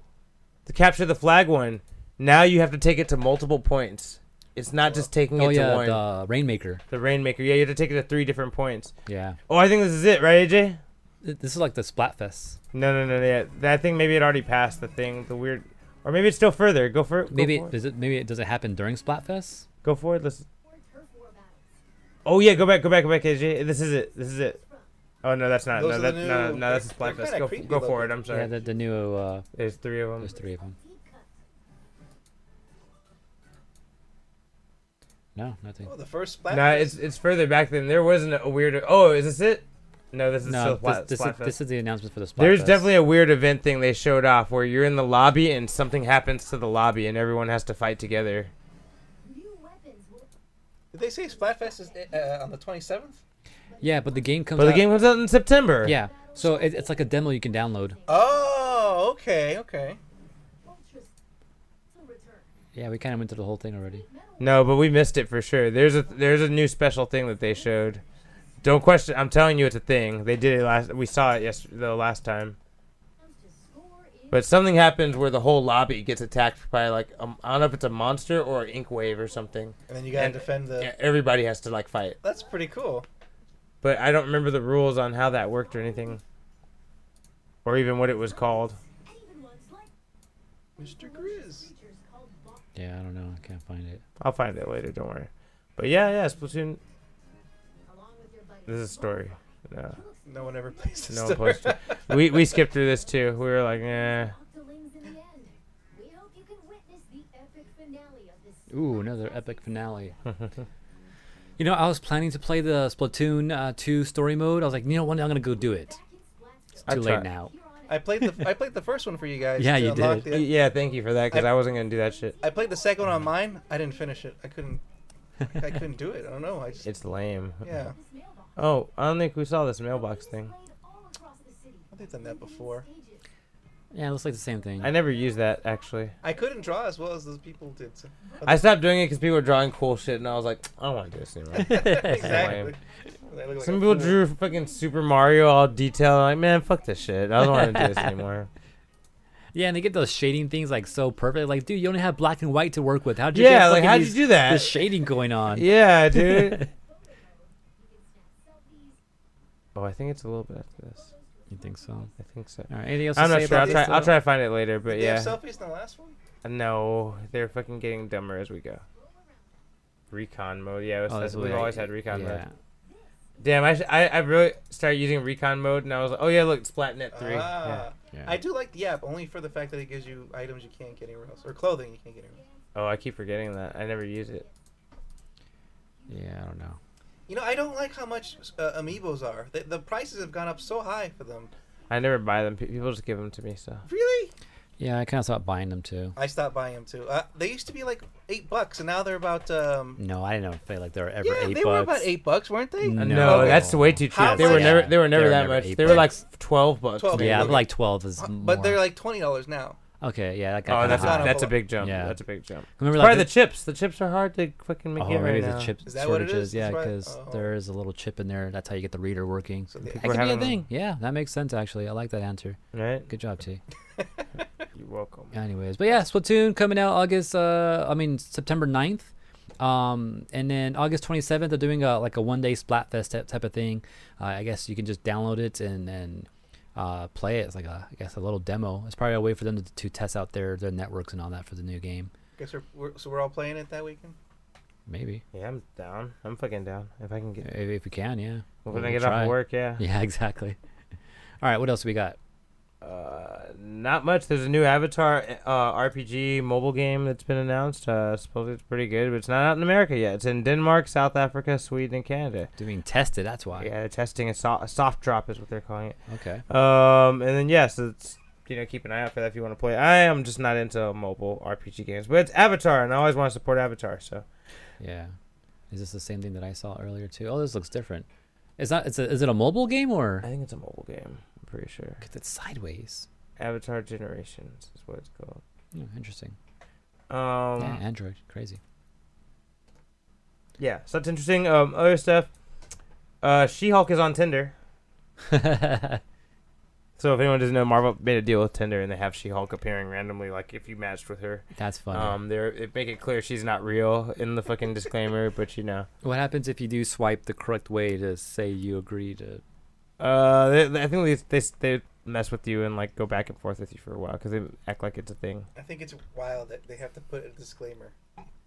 [SPEAKER 1] the capture the flag one. Now you have to take it to multiple points. It's not just taking
[SPEAKER 2] Oh,
[SPEAKER 1] it to one.
[SPEAKER 2] yeah,
[SPEAKER 1] The...
[SPEAKER 2] the Rainmaker.
[SPEAKER 1] Rainmaker. Yeah, you have to take it to three different points.
[SPEAKER 2] Yeah.
[SPEAKER 1] Oh, I think this is it, right, AJ?
[SPEAKER 2] Th- This is like the Splatfest.
[SPEAKER 1] No, no, no, yeah. That thing maybe it already passed the thing, the weird, or maybe it's still further. Go for it. Go
[SPEAKER 2] Maybe
[SPEAKER 1] for
[SPEAKER 2] it,
[SPEAKER 1] it.
[SPEAKER 2] does it, maybe it does it happen during Splatfest?
[SPEAKER 1] Go for it. Let's.
[SPEAKER 5] Four turf war battles.
[SPEAKER 1] Oh yeah, go back, go back, go back, AJ. This is it. This is it. Oh no, that's not.
[SPEAKER 3] Those
[SPEAKER 1] no,
[SPEAKER 3] are
[SPEAKER 1] that, no,
[SPEAKER 3] the
[SPEAKER 1] no,
[SPEAKER 3] new-
[SPEAKER 1] no, that's a
[SPEAKER 3] they're-
[SPEAKER 1] splat
[SPEAKER 3] they're
[SPEAKER 1] fest.
[SPEAKER 3] kinda
[SPEAKER 1] Go,
[SPEAKER 3] creepy
[SPEAKER 1] go
[SPEAKER 3] looking.
[SPEAKER 1] for it. I'm sorry.
[SPEAKER 2] Yeah, the, the new, uh,
[SPEAKER 1] There's three of them.
[SPEAKER 2] there's three of them.
[SPEAKER 5] Deep cuts.
[SPEAKER 2] No, nothing.
[SPEAKER 3] Oh, the first
[SPEAKER 1] No,
[SPEAKER 3] splat.
[SPEAKER 1] it's it's further back than there wasn't a weird. Oh, is this it? No, this is
[SPEAKER 2] No,
[SPEAKER 1] still
[SPEAKER 2] this,
[SPEAKER 1] flat,
[SPEAKER 2] this, is,
[SPEAKER 1] Splatfest.
[SPEAKER 2] this is the announcement for the Splatfest.
[SPEAKER 1] There's definitely a weird event thing they showed off where you're in the lobby and something happens to the lobby and everyone has to fight together.
[SPEAKER 5] New weapons will
[SPEAKER 3] Did they say Splatfest is uh, on the 27th?
[SPEAKER 2] Yeah, but the game comes.
[SPEAKER 1] But the
[SPEAKER 2] out-
[SPEAKER 1] game comes out in September.
[SPEAKER 2] Yeah, so it, it's like a demo you can download.
[SPEAKER 3] Oh, okay, okay.
[SPEAKER 5] Ultras will return.
[SPEAKER 2] Yeah, we kind of went through the whole thing already.
[SPEAKER 5] Metal
[SPEAKER 1] No, but we missed it for sure. There's a there's a new special thing that they showed. Don't question. I'm telling you, it's a thing. They did it last. We saw it yesterday, the last time.
[SPEAKER 5] comes to score in
[SPEAKER 1] But something happens where the whole lobby gets attacked by like um, I don't know if it's a monster or an ink wave or something.
[SPEAKER 3] And then you gotta
[SPEAKER 1] And-
[SPEAKER 3] defend the.
[SPEAKER 1] Yeah, everybody has to like fight.
[SPEAKER 3] That's pretty cool.
[SPEAKER 1] But I don't remember the rules on how that worked or anything, or even what it was called.
[SPEAKER 5] and even ones like
[SPEAKER 3] Mr. Grizz.
[SPEAKER 5] creatures called bo-
[SPEAKER 2] Yeah, I don't know. I can't find it.
[SPEAKER 1] I'll find it later. Don't worry. But yeah, yeah, Splatoon.
[SPEAKER 5] along with their buddies.
[SPEAKER 1] This is a story. No,
[SPEAKER 3] No one ever (laughs) plays this.
[SPEAKER 1] no
[SPEAKER 3] story.
[SPEAKER 1] one posted.
[SPEAKER 3] (laughs)
[SPEAKER 1] We we skipped through this too. We were like, eh. (laughs)
[SPEAKER 5] Octolings in the end. We hope you can witness the epic finale of this.
[SPEAKER 2] Ooh, another epic finale. you know, I was planning to play the Splatoon uh, 2 story mode. I was like, you know, one day I'm gonna go do it.
[SPEAKER 5] Back in Splato's
[SPEAKER 2] It's
[SPEAKER 1] I
[SPEAKER 2] too
[SPEAKER 1] tried.
[SPEAKER 2] late now.
[SPEAKER 5] here on
[SPEAKER 3] I played the I played the first one for you guys.
[SPEAKER 2] Yeah,
[SPEAKER 3] to
[SPEAKER 2] you did.
[SPEAKER 3] unlock
[SPEAKER 1] Y-
[SPEAKER 3] The,
[SPEAKER 1] Yeah, thank you for that because
[SPEAKER 3] I-
[SPEAKER 1] I wasn't gonna do that shit.
[SPEAKER 3] I played the second one on mine. I didn't finish it. I couldn't.
[SPEAKER 1] (laughs)
[SPEAKER 3] I couldn't do it. I don't know. I just
[SPEAKER 1] It's lame.
[SPEAKER 3] yeah.
[SPEAKER 5] this mailbox.
[SPEAKER 1] Oh, I don't think we saw this mailbox thing.
[SPEAKER 5] Displayed all across the city.
[SPEAKER 3] I think I've done that before.
[SPEAKER 5] Stages.
[SPEAKER 2] (laughs) Yeah, it looks like the same thing.
[SPEAKER 1] I
[SPEAKER 2] (laughs)
[SPEAKER 1] never used that actually.
[SPEAKER 3] I couldn't draw as well as those people did.
[SPEAKER 1] (laughs)
[SPEAKER 3] So.
[SPEAKER 1] I stopped doing it because people were drawing cool shit, and I was like, I don't want to do this
[SPEAKER 2] (laughs)
[SPEAKER 1] anymore.
[SPEAKER 3] exactly. They look like
[SPEAKER 1] Some
[SPEAKER 3] a
[SPEAKER 1] people
[SPEAKER 3] fool.
[SPEAKER 1] drew fucking Super Mario all detailed. I'm like, man, fuck this shit. I don't want to
[SPEAKER 2] (laughs)
[SPEAKER 1] do this anymore.
[SPEAKER 2] yeah, and they get those shading things like so perfect. Like, dude, you only have black and white to work with. How'd you
[SPEAKER 1] yeah,
[SPEAKER 2] get
[SPEAKER 1] like
[SPEAKER 2] fucking
[SPEAKER 1] how'd you
[SPEAKER 2] these-
[SPEAKER 1] do that?
[SPEAKER 2] The shading going on.
[SPEAKER 1] yeah,
[SPEAKER 2] (laughs)
[SPEAKER 1] dude.
[SPEAKER 5] You can snap selfies,
[SPEAKER 1] oh, I think it's a little bit after this.
[SPEAKER 2] You think so? All
[SPEAKER 1] I think so.
[SPEAKER 2] right. Anything else?
[SPEAKER 1] I'm
[SPEAKER 2] to
[SPEAKER 1] not
[SPEAKER 2] say
[SPEAKER 1] sure. I'll
[SPEAKER 2] about
[SPEAKER 1] try.
[SPEAKER 2] this,
[SPEAKER 1] I'll
[SPEAKER 2] uh,
[SPEAKER 1] try to find it later. But
[SPEAKER 3] Did they have
[SPEAKER 1] yeah,
[SPEAKER 3] selfies in the last one?
[SPEAKER 1] no, they're fucking getting dumber as we go. Recon mode. Yeah, it was-
[SPEAKER 2] Oh, that's
[SPEAKER 1] we've
[SPEAKER 2] what I-
[SPEAKER 1] always had recon mode.
[SPEAKER 2] Yeah.
[SPEAKER 1] Damn, I, sh- I I really started using recon mode, and I was like, oh yeah, look, it's Splatnet three.
[SPEAKER 3] Ah,
[SPEAKER 2] yeah.
[SPEAKER 3] I do like the app only for the fact that it gives you items you can't get anywhere else or clothing you can't get anywhere. else.
[SPEAKER 1] yeah. Oh, I keep forgetting that. I never use it.
[SPEAKER 2] yeah, I don't know.
[SPEAKER 3] You know, I don't like how much uh, amiibos are. The, the prices have gone up so high for them.
[SPEAKER 1] I never buy them. Pe- People just give them to me. So
[SPEAKER 3] Really?
[SPEAKER 2] Yeah, I kind of stopped buying them too.
[SPEAKER 3] I stopped buying them too. Uh, they used to be like eight bucks, and now they're about um.
[SPEAKER 2] No, I didn't feel like they were ever
[SPEAKER 3] yeah,
[SPEAKER 2] eight
[SPEAKER 3] they
[SPEAKER 2] bucks.
[SPEAKER 3] were about eight bucks, weren't they?
[SPEAKER 2] No.
[SPEAKER 1] no,
[SPEAKER 3] Okay.
[SPEAKER 1] that's way too cheap.
[SPEAKER 3] How
[SPEAKER 1] they were
[SPEAKER 3] much-
[SPEAKER 1] never they were never
[SPEAKER 2] They were
[SPEAKER 1] that
[SPEAKER 2] never
[SPEAKER 1] much.
[SPEAKER 2] eight
[SPEAKER 1] They were like
[SPEAKER 2] bucks.
[SPEAKER 1] twelve bucks.
[SPEAKER 3] 12
[SPEAKER 1] maybe.
[SPEAKER 2] Yeah,
[SPEAKER 3] Okay.
[SPEAKER 2] like twelve is.
[SPEAKER 3] Uh,
[SPEAKER 2] More.
[SPEAKER 3] But they're like twenty dollars now.
[SPEAKER 2] okay, yeah, that got
[SPEAKER 1] Oh,
[SPEAKER 2] kinda
[SPEAKER 1] that's a,
[SPEAKER 3] not
[SPEAKER 2] high.
[SPEAKER 3] a
[SPEAKER 1] that's a
[SPEAKER 3] bullet.
[SPEAKER 1] big jump.
[SPEAKER 2] Yeah.
[SPEAKER 1] That's a big jump.
[SPEAKER 2] Remember,
[SPEAKER 1] Probably
[SPEAKER 2] like,
[SPEAKER 1] the chips. The chips are hard to fucking make
[SPEAKER 2] Oh,
[SPEAKER 1] it
[SPEAKER 2] maybe
[SPEAKER 1] right now.
[SPEAKER 2] the chip
[SPEAKER 3] Is that what it
[SPEAKER 2] shortages.
[SPEAKER 3] is?
[SPEAKER 2] Yeah,
[SPEAKER 3] That's why-
[SPEAKER 2] because
[SPEAKER 3] oh.
[SPEAKER 2] there is a little chip in there. That's how you get the reader working.
[SPEAKER 3] So they-
[SPEAKER 2] that
[SPEAKER 1] We're
[SPEAKER 2] could be a
[SPEAKER 1] having-
[SPEAKER 2] thing. Yeah, that makes sense actually. I like that answer. (laughs)
[SPEAKER 1] Right.
[SPEAKER 2] Good job, T.
[SPEAKER 1] You're welcome.
[SPEAKER 2] Anyways, but yeah, Splatoon coming out August. Uh, I mean September 9th. Um, and then August 27th, they're doing a like a one day Splatfest type, type of thing. Uh, I guess you can just download it and and uh, play it. It's like a I guess a little demo. It's probably a way for them to, to test out their their networks and all that for the new game.
[SPEAKER 3] Guess we're, we're so we're all playing it that weekend.
[SPEAKER 2] Maybe
[SPEAKER 1] Yeah, I'm down. I'm fucking down. If I can get
[SPEAKER 2] if, if we can, yeah.
[SPEAKER 1] when
[SPEAKER 2] We'll
[SPEAKER 1] I get
[SPEAKER 2] try.
[SPEAKER 1] off work, yeah.
[SPEAKER 2] (laughs) Yeah, exactly. (laughs) All right, what else we got?
[SPEAKER 1] Uh, not much. There's a new Avatar uh, RPG mobile game that's been announced. Uh, supposedly it's pretty good, but it's not out in America yet. It's in Denmark, South Africa, Sweden, and Canada.
[SPEAKER 2] Doing tested. That's why.
[SPEAKER 1] Yeah, they're testing a, so- a soft drop is what they're calling it.
[SPEAKER 2] Okay.
[SPEAKER 1] Um, and then yes, it's you know keep an eye out for that if you want to play. I am just not into mobile RPG games, but it's Avatar, and I always want to support Avatar. So
[SPEAKER 2] Yeah. Is this the same thing that I saw earlier too? Oh, this looks different. It's not. It's a, is it a mobile game or?
[SPEAKER 1] I think it's a mobile game. I'm pretty sure.
[SPEAKER 2] 'Cause it's sideways.
[SPEAKER 1] Avatar Generations is what it's called.
[SPEAKER 2] Hmm, interesting.
[SPEAKER 1] Um,
[SPEAKER 2] Yeah, Android, crazy. (laughs)
[SPEAKER 1] Yeah, so that's interesting. Um, other stuff. Uh, She Hulk is on Tinder. So if anyone doesn't know, Marvel made a deal with Tinder, and they have She Hulk appearing randomly. Like if you matched with her,
[SPEAKER 2] That's funny.
[SPEAKER 1] um, they are make it clear she's not real in the fucking disclaimer. But you know,
[SPEAKER 2] what happens if you do swipe the correct way to say you agree to?
[SPEAKER 1] uh, they, they- I think they, they s- they mess with you and like go back and forth with you for a while because they act like it's a thing.
[SPEAKER 3] I think it's wild that they have to put a disclaimer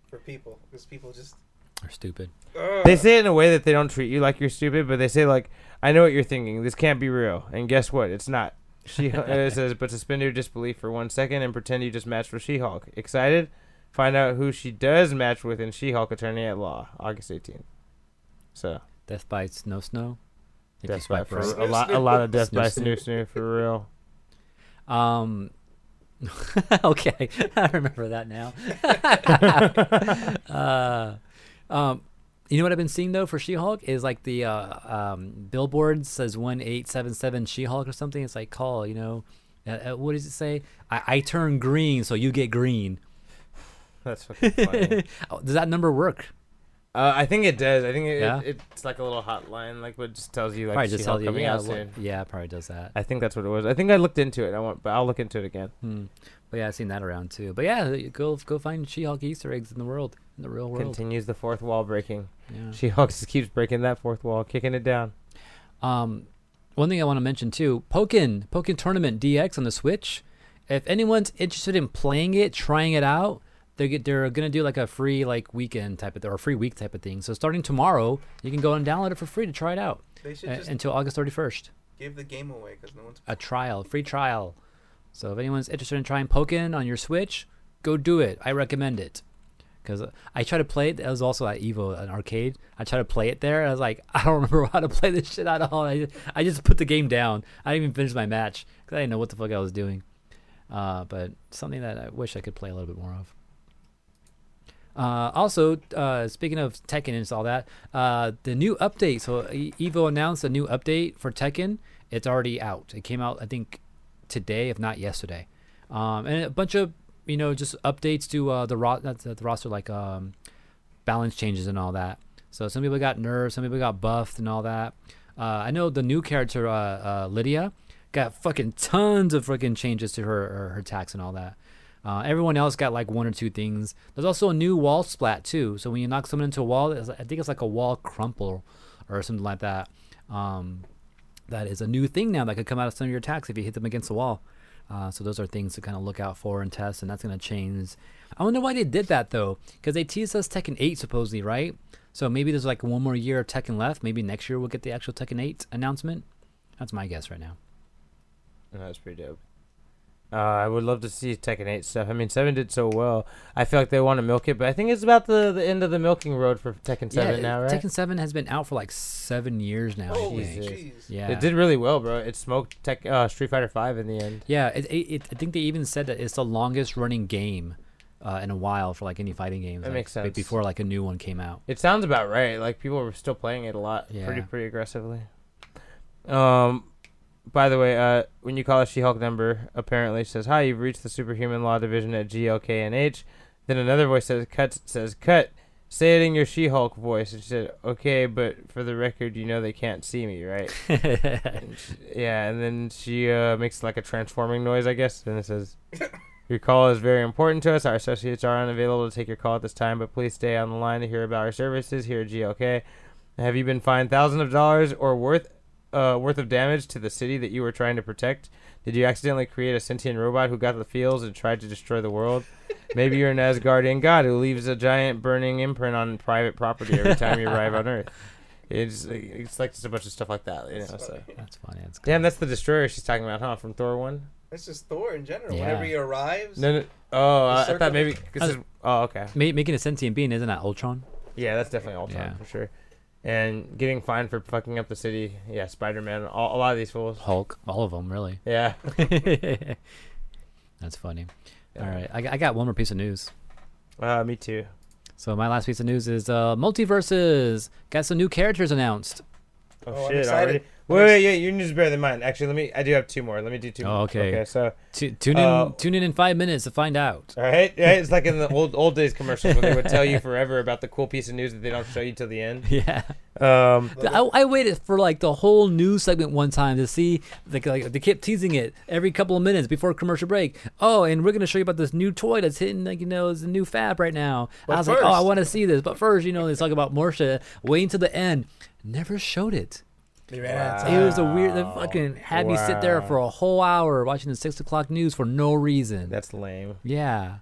[SPEAKER 3] for people because people just.
[SPEAKER 2] Or stupid.
[SPEAKER 3] Ugh.
[SPEAKER 1] They say it in a way that they don't treat you like you're stupid, but they say like, "I know what you're thinking. This can't be real." And guess what? It's not. She (laughs) it says, "But suspend your disbelief for one second and pretend you just matched with She-Hulk." Excited? Find out who she does match with in She-Hulk Attorney at Law, August 18th. So
[SPEAKER 2] Death by Snow Snow. If you
[SPEAKER 1] death by
[SPEAKER 2] swipe
[SPEAKER 1] for
[SPEAKER 2] right.
[SPEAKER 1] a lot, a lot of death by
[SPEAKER 2] Snoo
[SPEAKER 1] snoo snoo for real.
[SPEAKER 2] Um. (laughs) okay, (laughs) I remember that now. uh, um, You know what I've been seeing though for She-Hulk is like the uh, um, billboard says one eight seven seven She-Hulk or something. It's like call, you know, uh, uh, what does it say? I, I turn green, so you get green.
[SPEAKER 1] That's fucking funny.
[SPEAKER 2] (laughs) Oh, Does that number work?
[SPEAKER 1] uh, I think it does. I think it,
[SPEAKER 2] Yeah?
[SPEAKER 1] it, it's like a little hotline, like what just tells you like
[SPEAKER 2] probably
[SPEAKER 1] she
[SPEAKER 2] just tells you,
[SPEAKER 1] coming
[SPEAKER 2] yeah,
[SPEAKER 1] out
[SPEAKER 2] look-
[SPEAKER 1] soon.
[SPEAKER 2] yeah, it probably does that.
[SPEAKER 1] I think that's what it was. I think I looked into it. I want, but I'll look into it again.
[SPEAKER 2] But yeah, I've seen that around too. But yeah, go go find She-Hulk Easter eggs in the world, in the real world.
[SPEAKER 1] Continues the fourth wall breaking.
[SPEAKER 2] Yeah.
[SPEAKER 1] She (laughs) Hulk just keeps breaking that fourth wall, kicking it down.
[SPEAKER 2] Um, one thing I want to mention too, Pokin, Pokin Tournament DX on the Switch. If anyone's interested in playing it, trying it out, they're get, they're gonna do like a free like weekend type of or free week type of thing. So starting tomorrow, you can go and download it for free to try it out
[SPEAKER 3] They should
[SPEAKER 2] uh,
[SPEAKER 3] just
[SPEAKER 2] until August thirty first.
[SPEAKER 3] give the game away because no one's.
[SPEAKER 2] A trial, free trial. So if anyone's interested in trying Pokin on your Switch, go do it. I recommend it. Cause I tried to play it. It was also at Evo, an arcade. I tried to play it there. And I was like, (laughs) I don't remember how to play this shit at all. I just, I just put the game down. I didn't even finish my match because I didn't know what the fuck I was doing. Uh, but something that I wish I could play a little bit more of. Uh, also, uh, speaking of Tekken and all that, uh, the new update. So E- Evo announced a new update for Tekken. It's already out. It came out, I think, today, if not yesterday. Um, and a bunch of you know just updates to uh, the ro- not the the roster, like um, balance changes and all that. So some people got nerfed, some people got buffed and all that. Uh, I know the new character uh, uh, Lydia got fucking tons of freaking changes to her her, her attacks and all that. Uh, everyone else got like one or two things. There's also a new wall splat too. So when you knock someone into a wall, it's, I think it's like a wall crumple or something like that. Um, that is a new thing now that could come out of some of your attacks if you hit them against the wall. Uh, so those are things to kind of look out for and test, and that's going to change. I wonder why they did that though, because they teased us Tekken 8 supposedly, right? So maybe there's like one more year of Tekken left. Maybe next year we'll get the actual Tekken 8 announcement. That's my guess right now.
[SPEAKER 1] And Oh, That's pretty dope. Uh, I would love to see Tekken 8 stuff. I mean, 7 did so well. I feel like they want to milk it, but I think it's about the, the end of the milking road for Tekken 7 now, right?
[SPEAKER 2] Tekken 7 has been out for like seven years now. I
[SPEAKER 3] Holy
[SPEAKER 2] think.
[SPEAKER 1] Jesus.
[SPEAKER 3] jeez!
[SPEAKER 2] Oh, Yeah,
[SPEAKER 1] It did really well, bro. It smoked Tek- uh, Street Fighter 5 in the end.
[SPEAKER 2] Yeah, it, it, it, I think they even said that it's the longest running game uh, in a while for like any fighting game.
[SPEAKER 1] That
[SPEAKER 2] like,
[SPEAKER 1] makes
[SPEAKER 2] be-
[SPEAKER 1] sense.
[SPEAKER 2] Before like a new one
[SPEAKER 1] (laughs)
[SPEAKER 2] came out.
[SPEAKER 1] It sounds about right. Like people were still playing it a lot, pretty
[SPEAKER 2] Yeah.
[SPEAKER 1] pretty aggressively. Um, by the way, uh, when you call a She-Hulk number, apparently it says hi. You've reached the Superhuman Law Division at GLKNH. Then another voice says cut says cut. Say it in your She-Hulk voice. And she said, "Okay, but for the record, you know they can't see me, right?" And she- (laughs) yeah, and then she uh, makes like a transforming noise, I guess. And it says, "Your call is very important to us. Our associates are unavailable to take your call at this time, but please stay on the line to hear about our services here at GLK. Have you been fined thousands of dollars or worth uh, worth of damage to the city that you were trying to protect? Did you accidentally create a sentient robot who got the feels and tried to destroy the world? Maybe you're an Asgardian god who leaves a giant burning imprint on private property every time you arrive on Earth." (laughs) It's it's like just a bunch of stuff like that, you know.
[SPEAKER 3] That's
[SPEAKER 1] So.
[SPEAKER 3] funny.
[SPEAKER 2] That's funny. That's cool.
[SPEAKER 1] Damn, that's the destroyer she's talking about, huh? From Thor one.
[SPEAKER 3] It's just Thor in general.
[SPEAKER 2] Yeah.
[SPEAKER 3] Whenever he arrives,
[SPEAKER 1] No, no. Oh, I, I
[SPEAKER 3] circle.
[SPEAKER 1] thought maybe. Cause it's- oh, okay.
[SPEAKER 2] Ma- making a sentient being isn't that Ultron?
[SPEAKER 1] Yeah, that's definitely Ultron
[SPEAKER 2] Yeah.
[SPEAKER 1] for sure. And getting fined for fucking up the city. Yeah, Spider Man. A lot of these fools.
[SPEAKER 2] Hulk, all of them really. (laughs)
[SPEAKER 1] Yeah.
[SPEAKER 2] that's funny. All
[SPEAKER 1] Yeah.
[SPEAKER 2] right, I, got- I got one more piece of news.
[SPEAKER 1] Uh, me too.
[SPEAKER 2] So my last piece of news is uh, multiverses got some new characters announced.
[SPEAKER 1] Oh,
[SPEAKER 3] Oh, I'm
[SPEAKER 1] shit!
[SPEAKER 3] excited.
[SPEAKER 1] Already.
[SPEAKER 3] I'm
[SPEAKER 1] Wait, wait, yeah. Your news is better than mine. Actually, let me. I do have two more. Let me do two.
[SPEAKER 2] Oh,
[SPEAKER 1] more.
[SPEAKER 2] okay.
[SPEAKER 1] Okay. So,
[SPEAKER 2] Tu- tune in,
[SPEAKER 1] Uh,
[SPEAKER 2] tune in in five minutes to find
[SPEAKER 1] (laughs)
[SPEAKER 2] out.
[SPEAKER 1] all right, all right. It's like in the old old days commercials where they would tell you (laughs) forever about the cool piece of news that they don't show you till the end.
[SPEAKER 2] Yeah.
[SPEAKER 1] Um,
[SPEAKER 2] I, I waited for like the whole news segment one time to see like, like they kept teasing it every couple of minutes before commercial break. Oh, and we're gonna show you about this new toy that's hitting like you know is a new fab right now. I
[SPEAKER 3] But
[SPEAKER 2] was like, oh, I
[SPEAKER 3] first-
[SPEAKER 2] want to see this, but first you know they talk about Morsha. Wait until the end. Never showed it.
[SPEAKER 3] they ran out of time.
[SPEAKER 2] It was a weird. They fucking had me sit there
[SPEAKER 1] Wow.
[SPEAKER 2] for a whole hour watching the six o'clock news for no reason.
[SPEAKER 1] that's lame.
[SPEAKER 2] yeah.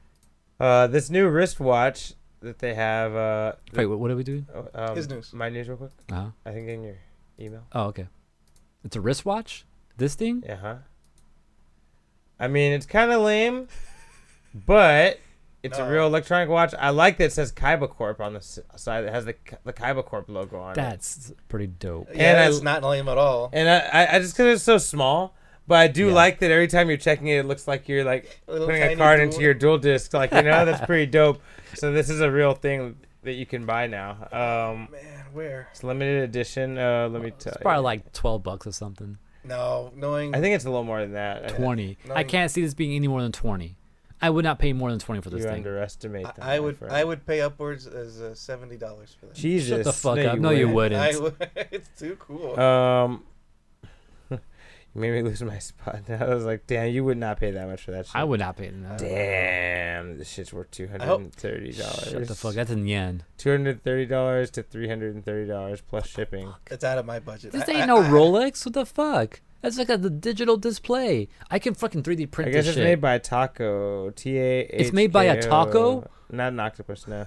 [SPEAKER 1] Uh, this new wristwatch that they have. Uh,
[SPEAKER 2] Wait, what, what are we doing?
[SPEAKER 1] Oh, um,
[SPEAKER 3] His news.
[SPEAKER 1] My news, real quick.
[SPEAKER 2] Uh-huh.
[SPEAKER 1] I think in your email.
[SPEAKER 2] Oh, okay. It's a wristwatch. This thing.
[SPEAKER 1] Yeah. huh. Uh-huh. I mean, it's kind of
[SPEAKER 3] (laughs)
[SPEAKER 1] lame, but it's a
[SPEAKER 3] No.
[SPEAKER 1] real electronic watch. I like that it says Kaiba Corp on the s- side. It has the K- the Kaiba Corp logo on it.
[SPEAKER 2] That's pretty dope.
[SPEAKER 3] Yeah,
[SPEAKER 1] and I-
[SPEAKER 3] it's not lame at all.
[SPEAKER 1] And I, I, I just because it's so small, but I do
[SPEAKER 2] Yeah.
[SPEAKER 1] like that every time you're checking it, it looks like you're like
[SPEAKER 3] A little
[SPEAKER 1] putting a
[SPEAKER 3] tiny
[SPEAKER 1] card into
[SPEAKER 3] dual- (laughs)
[SPEAKER 1] your dual disc. Like you know, that's pretty dope. So this is a real thing that you can buy now. Um,
[SPEAKER 3] Man, where?
[SPEAKER 1] it's limited edition. Uh, let me tell
[SPEAKER 2] It's
[SPEAKER 1] you.
[SPEAKER 2] probably like twelve bucks or something.
[SPEAKER 3] No, knowing
[SPEAKER 1] I think it's a little more than that. I-
[SPEAKER 2] Twenty.
[SPEAKER 3] No,
[SPEAKER 2] I
[SPEAKER 3] you-
[SPEAKER 2] can't see this being any more than twenty. I would not pay more than twenty for
[SPEAKER 1] You
[SPEAKER 2] this thing.
[SPEAKER 1] underestimate. them,
[SPEAKER 3] I,
[SPEAKER 1] my
[SPEAKER 3] I would
[SPEAKER 1] friend.
[SPEAKER 3] I would pay upwards as uh, seventy dollars for that.
[SPEAKER 1] Jesus.
[SPEAKER 2] Shut the fuck
[SPEAKER 1] no,
[SPEAKER 2] up.
[SPEAKER 1] You
[SPEAKER 2] no, you
[SPEAKER 1] wouldn't.
[SPEAKER 2] wouldn't.
[SPEAKER 3] I would, (laughs) it's too cool.
[SPEAKER 1] Um, (laughs) you made me lose my spot. (laughs) I was like, damn, you would not pay that much for that shit.
[SPEAKER 2] I would not pay that.
[SPEAKER 1] Damn, this shit's worth two hundred and thirty dollars.
[SPEAKER 2] Shut the fuck. That's
[SPEAKER 1] (laughs)
[SPEAKER 2] in yen.
[SPEAKER 1] Two hundred thirty dollars to three hundred and thirty dollars plus shipping.
[SPEAKER 3] it's out of my budget.
[SPEAKER 2] This
[SPEAKER 3] I-
[SPEAKER 2] ain't
[SPEAKER 3] I-
[SPEAKER 2] no
[SPEAKER 3] I-
[SPEAKER 2] Rolex. What the fuck? That's like a the digital display. I can fucking 3D
[SPEAKER 1] I
[SPEAKER 2] print
[SPEAKER 1] guess it's
[SPEAKER 2] this shit.
[SPEAKER 1] made by Taco. T A.
[SPEAKER 2] It's made by a taco?
[SPEAKER 1] HKO. Not an octopus, no.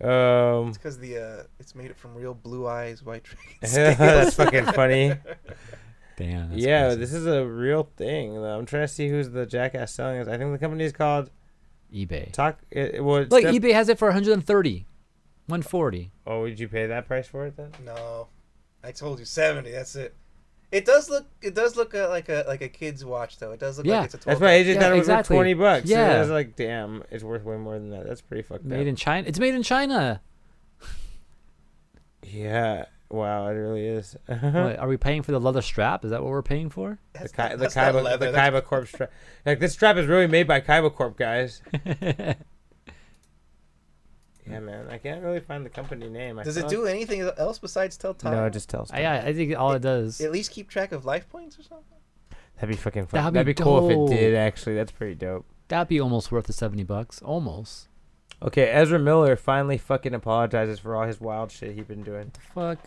[SPEAKER 1] Um,
[SPEAKER 3] It's because the uh, it's made it from real blue
[SPEAKER 1] (laughs)
[SPEAKER 3] eyes white dragons.
[SPEAKER 1] that's
[SPEAKER 2] (laughs)
[SPEAKER 1] fucking funny.
[SPEAKER 2] Damn. that's
[SPEAKER 1] yeah,
[SPEAKER 2] crazy.
[SPEAKER 1] this is a real thing. though. I'm trying to see who's the jackass selling it. I think the company is called
[SPEAKER 2] eBay.
[SPEAKER 1] Taco. It, well, it's
[SPEAKER 2] Look,
[SPEAKER 1] def-
[SPEAKER 2] eBay has it for 130, 140.
[SPEAKER 1] oh, would you pay that price for it then?
[SPEAKER 3] No, I told you seventy. That's it. It does look it does look uh, like a like a kid's watch though. It does look
[SPEAKER 2] Yeah,
[SPEAKER 3] like it's a
[SPEAKER 1] That's
[SPEAKER 3] twelve.
[SPEAKER 1] why AJ
[SPEAKER 2] Yeah,
[SPEAKER 1] thought it was
[SPEAKER 2] exactly.
[SPEAKER 1] worth twenty bucks. Yeah,
[SPEAKER 2] Yeah.
[SPEAKER 1] I was like, damn, it's worth way more than that. That's pretty fucked
[SPEAKER 2] Made
[SPEAKER 1] up.
[SPEAKER 2] in China. It's made in China.
[SPEAKER 1] yeah, wow, it really is. (laughs)
[SPEAKER 2] What, are we paying for the leather strap? Is that what we're paying for? (laughs)
[SPEAKER 1] The,
[SPEAKER 3] That's
[SPEAKER 1] Ki-
[SPEAKER 3] not-
[SPEAKER 1] the
[SPEAKER 3] that's not
[SPEAKER 1] Kaiba,
[SPEAKER 3] leather,
[SPEAKER 1] the
[SPEAKER 3] that's-
[SPEAKER 1] Kaiba Corp strap. Like this strap is really made by Kaiba Corp, guys. yeah, man, I can't really find the company name. I
[SPEAKER 3] Does it
[SPEAKER 1] feel
[SPEAKER 3] do
[SPEAKER 1] like-
[SPEAKER 3] anything else besides tell time?
[SPEAKER 1] No, it just tells.
[SPEAKER 2] I, I think all it does.
[SPEAKER 3] At least keep track of life points or something.
[SPEAKER 1] That'd be fucking fun.
[SPEAKER 2] That'd
[SPEAKER 1] That'd
[SPEAKER 2] be
[SPEAKER 1] be, cool
[SPEAKER 2] dope.
[SPEAKER 1] if it did. Actually, that's pretty dope.
[SPEAKER 2] That'd be almost worth the 70 bucks. Almost.
[SPEAKER 1] Okay, Ezra Miller finally fucking apologizes for all his wild shit he's been doing.
[SPEAKER 2] The fuck.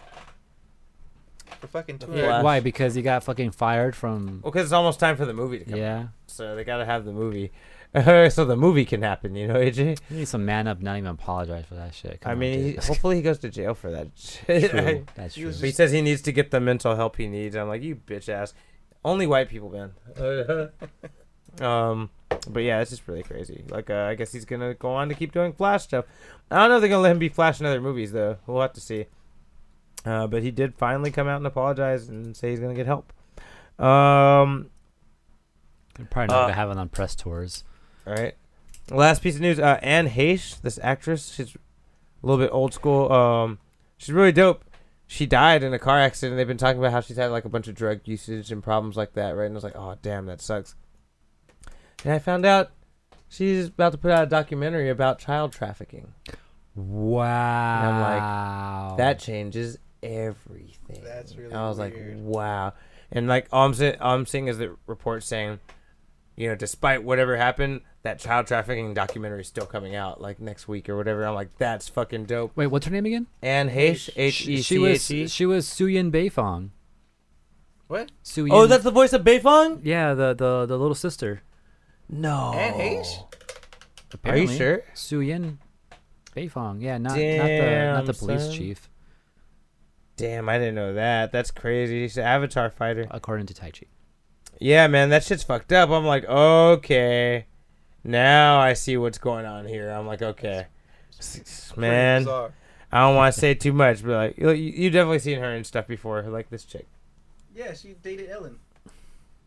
[SPEAKER 3] For fucking two
[SPEAKER 1] The
[SPEAKER 3] hundred.
[SPEAKER 1] Flash.
[SPEAKER 2] Why? Because he got fucking fired from.
[SPEAKER 1] Well, because it's almost time for the movie to come. out,
[SPEAKER 2] Yeah.
[SPEAKER 1] So they gotta have the movie, (laughs) so the movie can happen. You know, AJ.
[SPEAKER 2] You need some man up. Not even apologize for that shit. Come
[SPEAKER 1] I
[SPEAKER 2] on,
[SPEAKER 1] mean, he, (laughs)
[SPEAKER 2] dude.
[SPEAKER 1] hopefully he goes to jail for that. (laughs) shit.
[SPEAKER 2] True. That's
[SPEAKER 3] He
[SPEAKER 2] true.
[SPEAKER 3] was
[SPEAKER 1] But he says he needs to get the mental help he needs. I'm like, you bitch ass. Only white people, man. (laughs) um, but yeah, it's just really crazy. Like, uh, I guess he's gonna go on to keep doing Flash stuff. I don't know if they're gonna let him be Flash in other movies though. We'll have to see. Uh, but he did finally come out and apologize and say he's gonna get help. Um,
[SPEAKER 2] They're probably not
[SPEAKER 1] Uh,
[SPEAKER 2] gonna have it on press tours.
[SPEAKER 1] all right. Last piece of news: uh, Anne Heche, this actress, she's a little bit old school. Um, she's really dope. She died in a car accident. They've been talking about how she's had like a bunch of drug usage and problems like that, right? And I was like, oh damn, that sucks. And I found out she's about to put out a documentary about child trafficking.
[SPEAKER 2] Wow.
[SPEAKER 1] That changes everything.
[SPEAKER 3] That's really
[SPEAKER 1] I was like,
[SPEAKER 3] weird.
[SPEAKER 1] wow. And like all I'm, se- all I'm seeing is the report saying, you know, despite whatever happened, that child trafficking documentary is still coming out like next week or whatever. I'm like, that's fucking dope.
[SPEAKER 2] Wait, what's her name again?
[SPEAKER 1] And H H
[SPEAKER 2] She,
[SPEAKER 1] E
[SPEAKER 2] she
[SPEAKER 1] C
[SPEAKER 2] was
[SPEAKER 1] H E.
[SPEAKER 2] she was Suyin Beifong.
[SPEAKER 3] What?
[SPEAKER 2] Suyin.
[SPEAKER 1] Oh, that's the voice of Beifong.
[SPEAKER 2] yeah, the the the little sister.
[SPEAKER 1] No.
[SPEAKER 3] And
[SPEAKER 1] Are
[SPEAKER 3] Hayes?
[SPEAKER 1] you
[SPEAKER 2] apparently.
[SPEAKER 1] sure?
[SPEAKER 2] Suyin Beifong. Yeah, not not the not
[SPEAKER 1] Damn,
[SPEAKER 2] the police
[SPEAKER 1] son.
[SPEAKER 2] chief,
[SPEAKER 1] Damn, I didn't know that. That's crazy. She's an Avatar fighter.
[SPEAKER 2] according to Taichi.
[SPEAKER 1] Yeah, man, that shit's fucked up. I'm like, okay, now I see what's going on here. I'm like, okay,
[SPEAKER 3] Pretty
[SPEAKER 1] man,
[SPEAKER 3] bizarre.
[SPEAKER 1] I don't want to say too much, but like, you, you definitely seen her and stuff before, like this chick.
[SPEAKER 3] Yeah, she dated Ellen.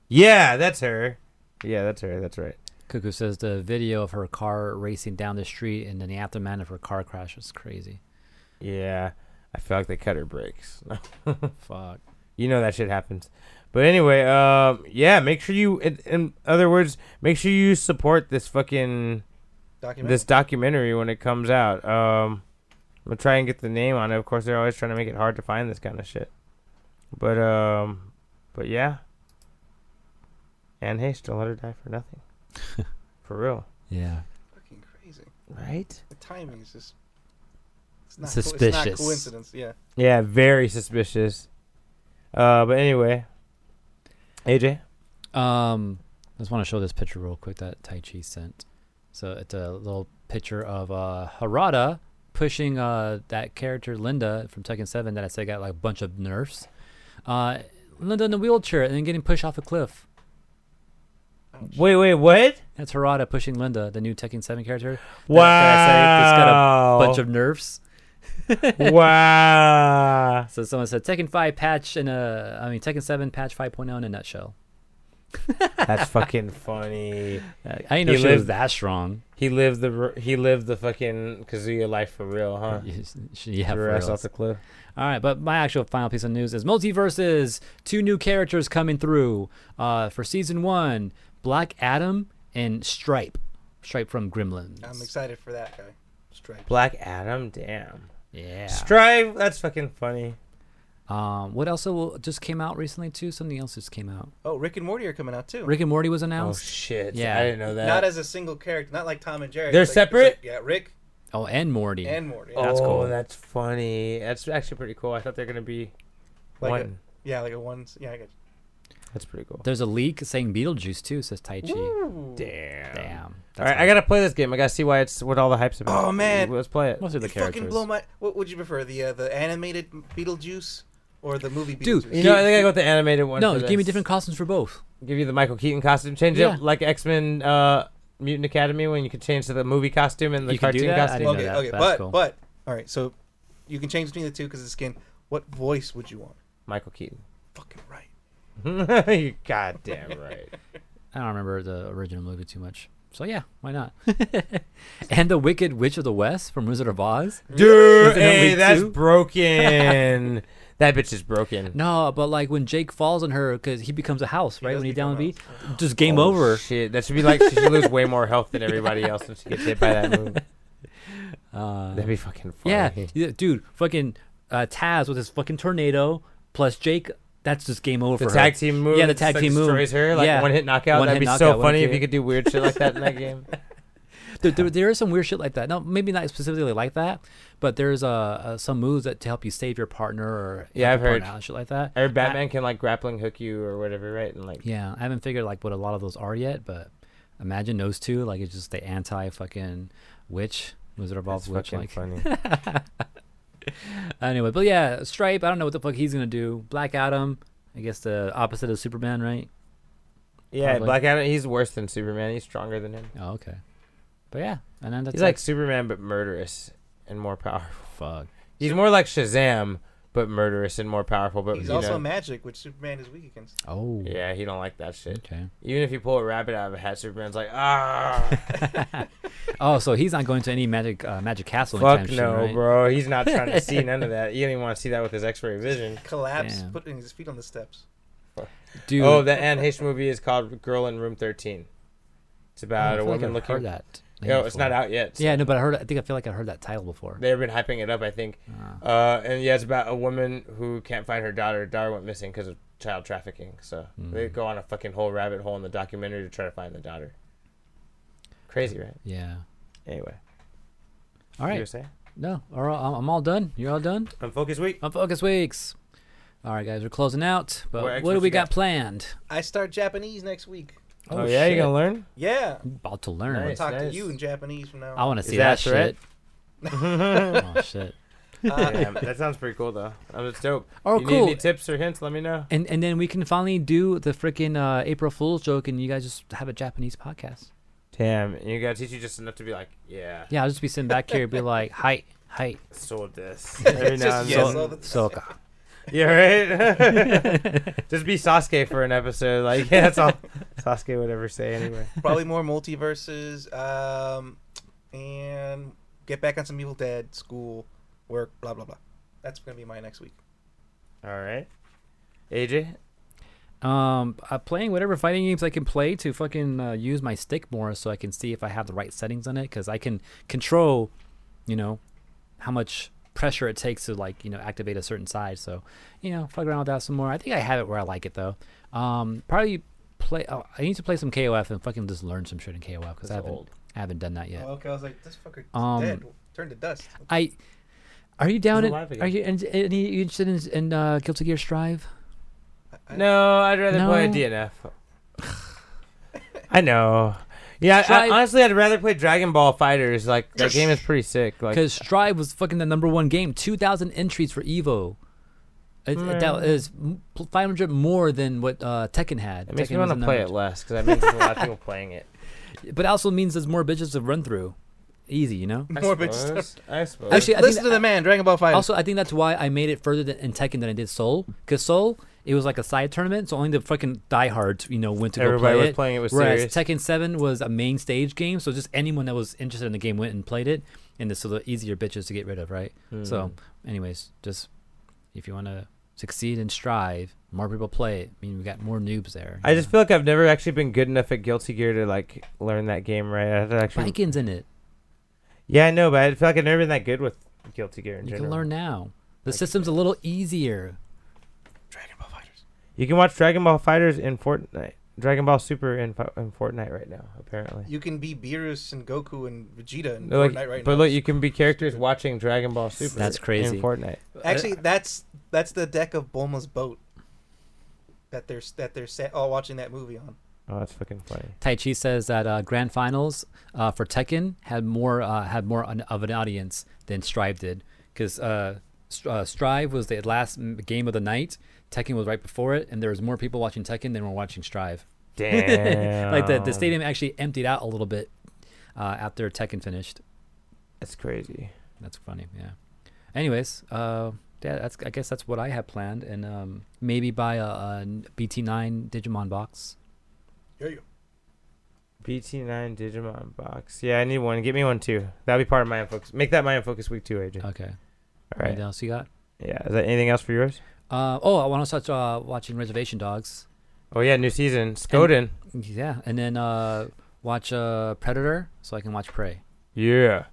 [SPEAKER 1] Yeah, that's her. Yeah, that's her. That's right.
[SPEAKER 2] Cuckoo says the video of her car racing down the street and then the aftermath of her car crash
[SPEAKER 1] (laughs)
[SPEAKER 2] was crazy.
[SPEAKER 1] Yeah, I feel like they cut her brakes.
[SPEAKER 2] Fuck.
[SPEAKER 1] (laughs) you know that shit happens. But anyway, um, yeah, make sure you, in, in other words, make sure you support this fucking
[SPEAKER 3] Document.
[SPEAKER 1] this documentary when it comes out. Um, I'm gonna try and get the name on it. Of course, they're always trying to make it hard to find this kind of shit. But um, but yeah. And hey, still let her die for (laughs) nothing. for real,
[SPEAKER 2] Yeah.
[SPEAKER 3] Fucking crazy.
[SPEAKER 1] right?
[SPEAKER 3] The timing is just. It's Co-
[SPEAKER 2] Suspicious.
[SPEAKER 3] it's not coincidence. Yeah.
[SPEAKER 1] Yeah, very suspicious. Uh, but anyway, AJ,
[SPEAKER 2] Um, I just want to show this picture real quick that Tai Chi sent. So it's a little picture of uh, Harada pushing uh, that character Linda from Tekken 7 that I said got like a bunch of nerfs. Uh, Linda in a wheelchair and then getting pushed off a cliff.
[SPEAKER 3] Oh,
[SPEAKER 1] wait, wait, what?
[SPEAKER 2] That's Harada pushing Linda, the new Tekken 7 character.
[SPEAKER 1] Wow!
[SPEAKER 2] That, that I said it's got a
[SPEAKER 1] Oh.
[SPEAKER 2] bunch of nerfs.
[SPEAKER 1] (laughs) wow!
[SPEAKER 2] So someone said Tekken 5 patch in a, I mean Tekken 7 patch 5.0 in a nutshell.
[SPEAKER 1] That's fucking funny.
[SPEAKER 2] Uh, I didn't
[SPEAKER 1] He
[SPEAKER 2] know she was
[SPEAKER 1] lived-
[SPEAKER 2] that strong.
[SPEAKER 1] He lived the r- he lived the fucking Kazuya life for real,
[SPEAKER 2] (laughs)
[SPEAKER 1] huh?
[SPEAKER 2] yeah,
[SPEAKER 1] Threw
[SPEAKER 2] for
[SPEAKER 1] her ass
[SPEAKER 2] real.
[SPEAKER 1] off the cliff.
[SPEAKER 2] All right, but my actual final piece of news is multiverses. Two new characters coming through uh, for season one: Black Adam and Stripe. Stripe from Gremlins.
[SPEAKER 3] I'm excited for that guy. Stripe.
[SPEAKER 1] Black Adam, damn.
[SPEAKER 2] Yeah.
[SPEAKER 1] Strive, that's fucking funny.
[SPEAKER 2] um, what else will- just came out recently too? Something else just came out.
[SPEAKER 3] Oh, Rick and Morty are coming out too.
[SPEAKER 2] Rick and Morty was
[SPEAKER 1] Oh
[SPEAKER 2] announced.
[SPEAKER 1] shit!
[SPEAKER 2] Yeah.
[SPEAKER 1] I didn't know that.
[SPEAKER 3] not as a single character, not like Tom and Jerry.
[SPEAKER 1] They're
[SPEAKER 3] It's like- it's like-
[SPEAKER 1] separate?
[SPEAKER 3] yeah, Rick
[SPEAKER 2] Oh, and Morty.
[SPEAKER 3] and Morty.
[SPEAKER 1] oh,
[SPEAKER 2] That's cool.
[SPEAKER 1] That's funny. That's actually pretty cool. I thought they're gonna be
[SPEAKER 3] Like
[SPEAKER 1] one.
[SPEAKER 3] a- yeah, like a one. Yeah, I get.
[SPEAKER 1] that's pretty cool.
[SPEAKER 2] There's a leak saying Beetlejuice too. Says Tai Chi.
[SPEAKER 1] Damn.
[SPEAKER 2] Damn.
[SPEAKER 1] All right, I gotta play this game. I gotta see why it's what all the hype's about.
[SPEAKER 3] Oh, man.
[SPEAKER 1] let's play it.
[SPEAKER 2] Most of the
[SPEAKER 3] You fucking
[SPEAKER 2] characters.
[SPEAKER 3] blow my. What would you prefer, the uh, the animated Beetlejuice or the movie Beetlejuice?
[SPEAKER 2] Dude,
[SPEAKER 1] You know, I think I go with the animated one.
[SPEAKER 2] no,
[SPEAKER 1] for
[SPEAKER 2] give me
[SPEAKER 1] this.
[SPEAKER 2] different costumes for both.
[SPEAKER 1] Give you the Michael Keaton costume. Change it
[SPEAKER 2] Yeah.
[SPEAKER 1] up like X Men uh, Mutant Academy when you could change to the movie costume and the
[SPEAKER 2] You can do
[SPEAKER 1] cartoon
[SPEAKER 2] that? I
[SPEAKER 1] costume.
[SPEAKER 2] didn't know that.
[SPEAKER 3] okay, okay,
[SPEAKER 2] That's
[SPEAKER 3] but
[SPEAKER 2] cool.
[SPEAKER 3] but all right, so you can change between the two because it's skin. What voice would you want?
[SPEAKER 1] Michael Keaton.
[SPEAKER 3] Fucking right.
[SPEAKER 1] (laughs) you goddamn right.
[SPEAKER 2] I don't remember the original movie too much. So yeah, why
[SPEAKER 1] (laughs)
[SPEAKER 2] not? and the Wicked Witch of the West from Wizard of Oz.
[SPEAKER 1] (laughs) Dude,
[SPEAKER 2] Isn't it
[SPEAKER 1] hey,
[SPEAKER 2] week
[SPEAKER 1] that's
[SPEAKER 2] two?
[SPEAKER 1] broken. (laughs) that bitch is broken.
[SPEAKER 2] No, but like when Jake falls on her because he becomes a house, right?
[SPEAKER 3] does
[SPEAKER 2] when he
[SPEAKER 3] become
[SPEAKER 2] down
[SPEAKER 3] a
[SPEAKER 2] B, just game
[SPEAKER 1] Oh,
[SPEAKER 2] over.
[SPEAKER 1] Shit, that should be like she should lose way more health (laughs) than everybody else when she gets hit by that (laughs) move.
[SPEAKER 2] Uh,
[SPEAKER 1] That'd be fucking funny.
[SPEAKER 2] yeah, yeah, dude, fucking uh, Taz with his fucking tornado plus Jake. That's just
[SPEAKER 1] (laughs)
[SPEAKER 2] game over.
[SPEAKER 1] The
[SPEAKER 2] for her.
[SPEAKER 1] tag team move.
[SPEAKER 2] Yeah, the
[SPEAKER 1] just,
[SPEAKER 2] tag
[SPEAKER 1] like,
[SPEAKER 2] team move.
[SPEAKER 1] destroys her like
[SPEAKER 2] Yeah.
[SPEAKER 1] one hit knockout.
[SPEAKER 2] One
[SPEAKER 1] That'd
[SPEAKER 2] hit
[SPEAKER 1] be
[SPEAKER 2] knockout,
[SPEAKER 1] so
[SPEAKER 2] one
[SPEAKER 1] funny if
[SPEAKER 2] kick.
[SPEAKER 1] you could do weird shit like that in that game.
[SPEAKER 2] There, there, there is some weird shit like that. No, maybe not specifically like that, but there's uh, uh some moves that to help you save your partner or
[SPEAKER 1] Yeah,
[SPEAKER 2] help
[SPEAKER 1] I've
[SPEAKER 2] your
[SPEAKER 1] heard.
[SPEAKER 2] partner out and shit like that.
[SPEAKER 1] (laughs) Or Batman can like grappling hook you or whatever, right? And like
[SPEAKER 2] Yeah, I haven't figured like what a lot of those are yet, but imagine those two like it's just the anti fucking witch Wizard of
[SPEAKER 1] that's
[SPEAKER 2] Oz witch
[SPEAKER 1] fucking
[SPEAKER 2] like.
[SPEAKER 1] (laughs) funny.
[SPEAKER 2] (laughs) Anyway, but yeah, Stripe. I don't know what the fuck he's gonna do. Black Adam. I guess the opposite of Superman, right?
[SPEAKER 1] Yeah,
[SPEAKER 2] Probably.
[SPEAKER 1] Black Adam. He's worse than Superman. He's stronger than him.
[SPEAKER 2] Oh, okay. But yeah, and then that's
[SPEAKER 1] He's like Superman but murderous and more powerful.
[SPEAKER 2] fuck.
[SPEAKER 1] He's more like Shazam but murderous and more powerful. But
[SPEAKER 3] He's
[SPEAKER 1] you
[SPEAKER 3] also
[SPEAKER 1] know,
[SPEAKER 3] magic, which Superman is weak against.
[SPEAKER 2] Oh.
[SPEAKER 1] yeah, he don't like that shit.
[SPEAKER 2] Okay. (laughs)
[SPEAKER 1] Even if you pull a rabbit out of a hat, Superman's like ah.
[SPEAKER 2] Oh, so he's not going to any magic uh, magic castle anytime
[SPEAKER 1] Fuck
[SPEAKER 2] soon,
[SPEAKER 1] no,
[SPEAKER 2] right?
[SPEAKER 1] bro. He's not trying to
[SPEAKER 2] (laughs)
[SPEAKER 1] see none of that. He didn't even want to see that with his X-ray vision.
[SPEAKER 3] Collapse,
[SPEAKER 2] Damn.
[SPEAKER 3] putting his feet on the steps.
[SPEAKER 2] Dude,
[SPEAKER 1] Oh, that Anne Heche movie is called "Girl in Room 13. It's
[SPEAKER 2] Oh, I
[SPEAKER 1] about a
[SPEAKER 2] feel like
[SPEAKER 1] woman
[SPEAKER 2] I've
[SPEAKER 1] looking.
[SPEAKER 2] heard that. name
[SPEAKER 1] No, it's not
[SPEAKER 2] before.
[SPEAKER 1] out yet. so-
[SPEAKER 2] Yeah, no, but I heard. I think I feel like I heard that title before.
[SPEAKER 1] They've been hyping it up, I think. Uh, and yeah, it's about a woman who can't find her daughter. Her daughter went missing because of child trafficking. So
[SPEAKER 2] Hmm.
[SPEAKER 1] they go on a fucking whole rabbit hole in the documentary to try to find the daughter. Crazy, right?
[SPEAKER 2] Yeah.
[SPEAKER 1] Anyway,
[SPEAKER 2] All
[SPEAKER 1] you
[SPEAKER 2] right.
[SPEAKER 1] were saying?
[SPEAKER 2] No, all right, I'm I'm all done. You're all done.
[SPEAKER 1] I'm focused week.
[SPEAKER 2] On Focus Weeks. All right, guys, we're closing out. But
[SPEAKER 1] What
[SPEAKER 2] what,
[SPEAKER 1] extras
[SPEAKER 2] do we
[SPEAKER 1] you
[SPEAKER 2] got,
[SPEAKER 1] got?
[SPEAKER 2] planned?
[SPEAKER 3] I start Japanese next week.
[SPEAKER 1] Oh, yeah,
[SPEAKER 2] shit.
[SPEAKER 1] you gonna
[SPEAKER 2] (laughs)
[SPEAKER 1] learn?
[SPEAKER 3] Yeah,
[SPEAKER 2] About to learn.
[SPEAKER 3] I'm gonna
[SPEAKER 1] Nice,
[SPEAKER 3] talk
[SPEAKER 1] nice.
[SPEAKER 3] to you in Japanese from now.
[SPEAKER 2] I
[SPEAKER 3] on.
[SPEAKER 2] want to see
[SPEAKER 1] that
[SPEAKER 2] that, shit. oh shit.
[SPEAKER 1] Damn, that sounds pretty cool though. Oh, That's dope.
[SPEAKER 2] Oh,
[SPEAKER 1] you
[SPEAKER 2] cool.
[SPEAKER 1] Need any tips or hints? Let me know.
[SPEAKER 2] And and then we can finally do the freaking uh, April Fool's joke, and you guys just have a Japanese podcast.
[SPEAKER 1] Damn, and you gotta teach you just enough to be like, yeah,
[SPEAKER 2] Yeah, I'll just be sitting back here, and be like, hi, hi,
[SPEAKER 1] sold (laughs) this. Every
[SPEAKER 3] It's
[SPEAKER 1] now
[SPEAKER 3] just
[SPEAKER 1] and
[SPEAKER 3] yes.
[SPEAKER 1] then.
[SPEAKER 3] all the-
[SPEAKER 2] soka.
[SPEAKER 1] (laughs) Yeah, right. (laughs) just be Sasuke for an episode. Like, yeah, (laughs) that's all Sasuke would ever say anyway.
[SPEAKER 3] Probably more multiverses, um, and get back on some Evil Dead, school, work, blah blah blah. That's gonna be my next week.
[SPEAKER 1] All right, AJ.
[SPEAKER 2] Um, I'm playing whatever fighting games I can play to fucking uh, use my stick more, so I can see if I have the right settings on it, because I can control, you know, how much pressure it takes to like you know activate a certain side. So, you know, fuck around with that some more. I think I have it where I like it though. Um, probably play. Oh, I need to play some KOF and fucking just learn some shit in KOF because
[SPEAKER 1] That's
[SPEAKER 2] I haven't
[SPEAKER 1] old. Oh.
[SPEAKER 2] I haven't done that yet.
[SPEAKER 3] Oh, Okay, I was like, this fucker
[SPEAKER 2] Um,
[SPEAKER 3] dead, turned to dust.
[SPEAKER 2] I are you down?
[SPEAKER 1] He's
[SPEAKER 2] In,
[SPEAKER 1] alive again.
[SPEAKER 2] are you and, and you interested in, in uh, Guilty Gear Strive?
[SPEAKER 1] No, I'd rather play
[SPEAKER 2] No.
[SPEAKER 1] DNF. I know. Yeah, I,
[SPEAKER 2] Try-
[SPEAKER 1] honestly, I'd rather play Dragon Ball Fighters. Like that game is pretty sick. Like,
[SPEAKER 2] Because Strive was fucking the number one game, two thousand entries for Evo. It, it- that is five hundred more than what uh, Tekken had.
[SPEAKER 1] it makes
[SPEAKER 2] Tekken
[SPEAKER 1] me
[SPEAKER 2] was
[SPEAKER 1] want
[SPEAKER 2] the
[SPEAKER 1] to play it
[SPEAKER 2] number-
[SPEAKER 1] less because I mean, there's a lot of people playing (laughs) it.
[SPEAKER 2] but it also means there's more bitches to run through. Easy, you know.
[SPEAKER 1] I
[SPEAKER 3] (laughs) More bitches.
[SPEAKER 1] suppose. I suppose.
[SPEAKER 2] Actually, I think
[SPEAKER 3] Listen
[SPEAKER 2] that-
[SPEAKER 3] to the man, Dragon Ball Fighter.
[SPEAKER 2] Also, I think that's why I made it further than, in Tekken than I did Soul. Because Soul, It was like a side tournament, so only the fucking diehards, you know, went to
[SPEAKER 1] Everybody
[SPEAKER 2] go play
[SPEAKER 1] was
[SPEAKER 2] it.
[SPEAKER 1] playing it, was
[SPEAKER 2] Whereas
[SPEAKER 1] serious.
[SPEAKER 2] Tekken Seven was a main stage game, so just anyone that was interested in the game went and played it, and so the easier bitches to get rid of, right?
[SPEAKER 1] Hmm.
[SPEAKER 2] So, anyways, just if you want to succeed and strive, more people play it. I mean, we got more noobs there.
[SPEAKER 1] I just feel like I've never actually been good enough at Guilty Gear to like learn that game right. I've actually,
[SPEAKER 2] Vikings in it.
[SPEAKER 1] yeah, I know, but I feel like I've never been that good with Guilty Gear in
[SPEAKER 2] You
[SPEAKER 1] general.
[SPEAKER 2] can learn now. The system's a little easier.
[SPEAKER 3] Dragon Ball Fighters.
[SPEAKER 1] You can watch Dragon Ball Fighters in Fortnite, Dragon Ball Super in, Fo- in Fortnite right now. Apparently,
[SPEAKER 3] You can be Beerus and Goku and Vegeta in
[SPEAKER 1] No, like-
[SPEAKER 3] Fortnite right
[SPEAKER 1] but
[SPEAKER 3] now.
[SPEAKER 1] look, you can be characters watching Dragon Ball Super.
[SPEAKER 2] That's crazy.
[SPEAKER 1] In Fortnite,
[SPEAKER 3] Actually, that's that's the deck of Bulma's boat that they're that they're sat, all watching that movie on.
[SPEAKER 1] oh, that's fucking funny.
[SPEAKER 2] Tai Chi says that uh, grand finals uh, for Tekken had more uh, had more an, of an audience than Strive did because uh, Str- uh, Strive was the last m- game of the night. Tekken was right before it, and there was more people watching Tekken than were watching Strive. (laughs)
[SPEAKER 1] Damn,
[SPEAKER 2] (laughs) like the, the stadium actually emptied out a little bit uh, after Tekken finished.
[SPEAKER 1] That's crazy.
[SPEAKER 2] That's funny, yeah. Anyways, uh, yeah, that's I guess that's what I had planned, and um, maybe buy a, a BT9 Digimon box.
[SPEAKER 3] There you go.
[SPEAKER 1] BT9 Digimon box. Yeah, I need one. Get me one too. That'll be part of my focus. Make that my focus week too, AJ.
[SPEAKER 2] Okay.
[SPEAKER 1] All right.
[SPEAKER 2] Anything else you got?
[SPEAKER 1] Yeah. Is that anything else for yours?
[SPEAKER 2] Uh, oh, I want to start uh, watching Reservation Dogs.
[SPEAKER 1] Oh yeah, new season. Skoden.
[SPEAKER 2] Yeah, and then uh, watch uh, Predator so I can watch Prey.
[SPEAKER 1] Yeah.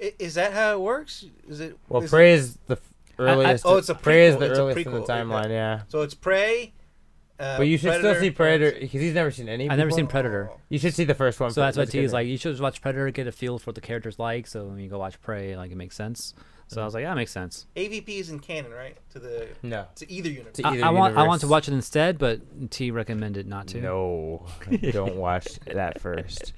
[SPEAKER 3] I- Is that how it works? Is it
[SPEAKER 1] Well,
[SPEAKER 3] is
[SPEAKER 1] Prey is the f-
[SPEAKER 2] I-
[SPEAKER 1] earliest.
[SPEAKER 3] oh, it's a
[SPEAKER 1] Prey is
[SPEAKER 3] prequel.
[SPEAKER 1] the
[SPEAKER 3] It's a
[SPEAKER 1] earliest in the
[SPEAKER 3] prequel. Yeah.
[SPEAKER 1] timeline. Yeah.
[SPEAKER 3] it- so it's prey. Uh,
[SPEAKER 1] But you should still see Predator
[SPEAKER 3] Predator. Oh.
[SPEAKER 1] because he's never seen any.
[SPEAKER 2] I've never seen
[SPEAKER 1] before.
[SPEAKER 2] Predator,
[SPEAKER 1] You should see the first one.
[SPEAKER 2] so that's what
[SPEAKER 1] Let's get
[SPEAKER 2] T is
[SPEAKER 1] there.
[SPEAKER 2] like. You should just watch Predator, get a feel for what the characters like. So when you go watch Prey, like it makes sense. So I was like, yeah, it makes sense.
[SPEAKER 3] AVP is in canon, right? To the
[SPEAKER 1] No.
[SPEAKER 3] to either universe.
[SPEAKER 1] To
[SPEAKER 2] I,
[SPEAKER 1] either
[SPEAKER 2] I want I want to
[SPEAKER 1] universe.
[SPEAKER 2] watch it instead, but T recommended not to.
[SPEAKER 1] No,
[SPEAKER 2] (laughs)
[SPEAKER 1] don't watch that first.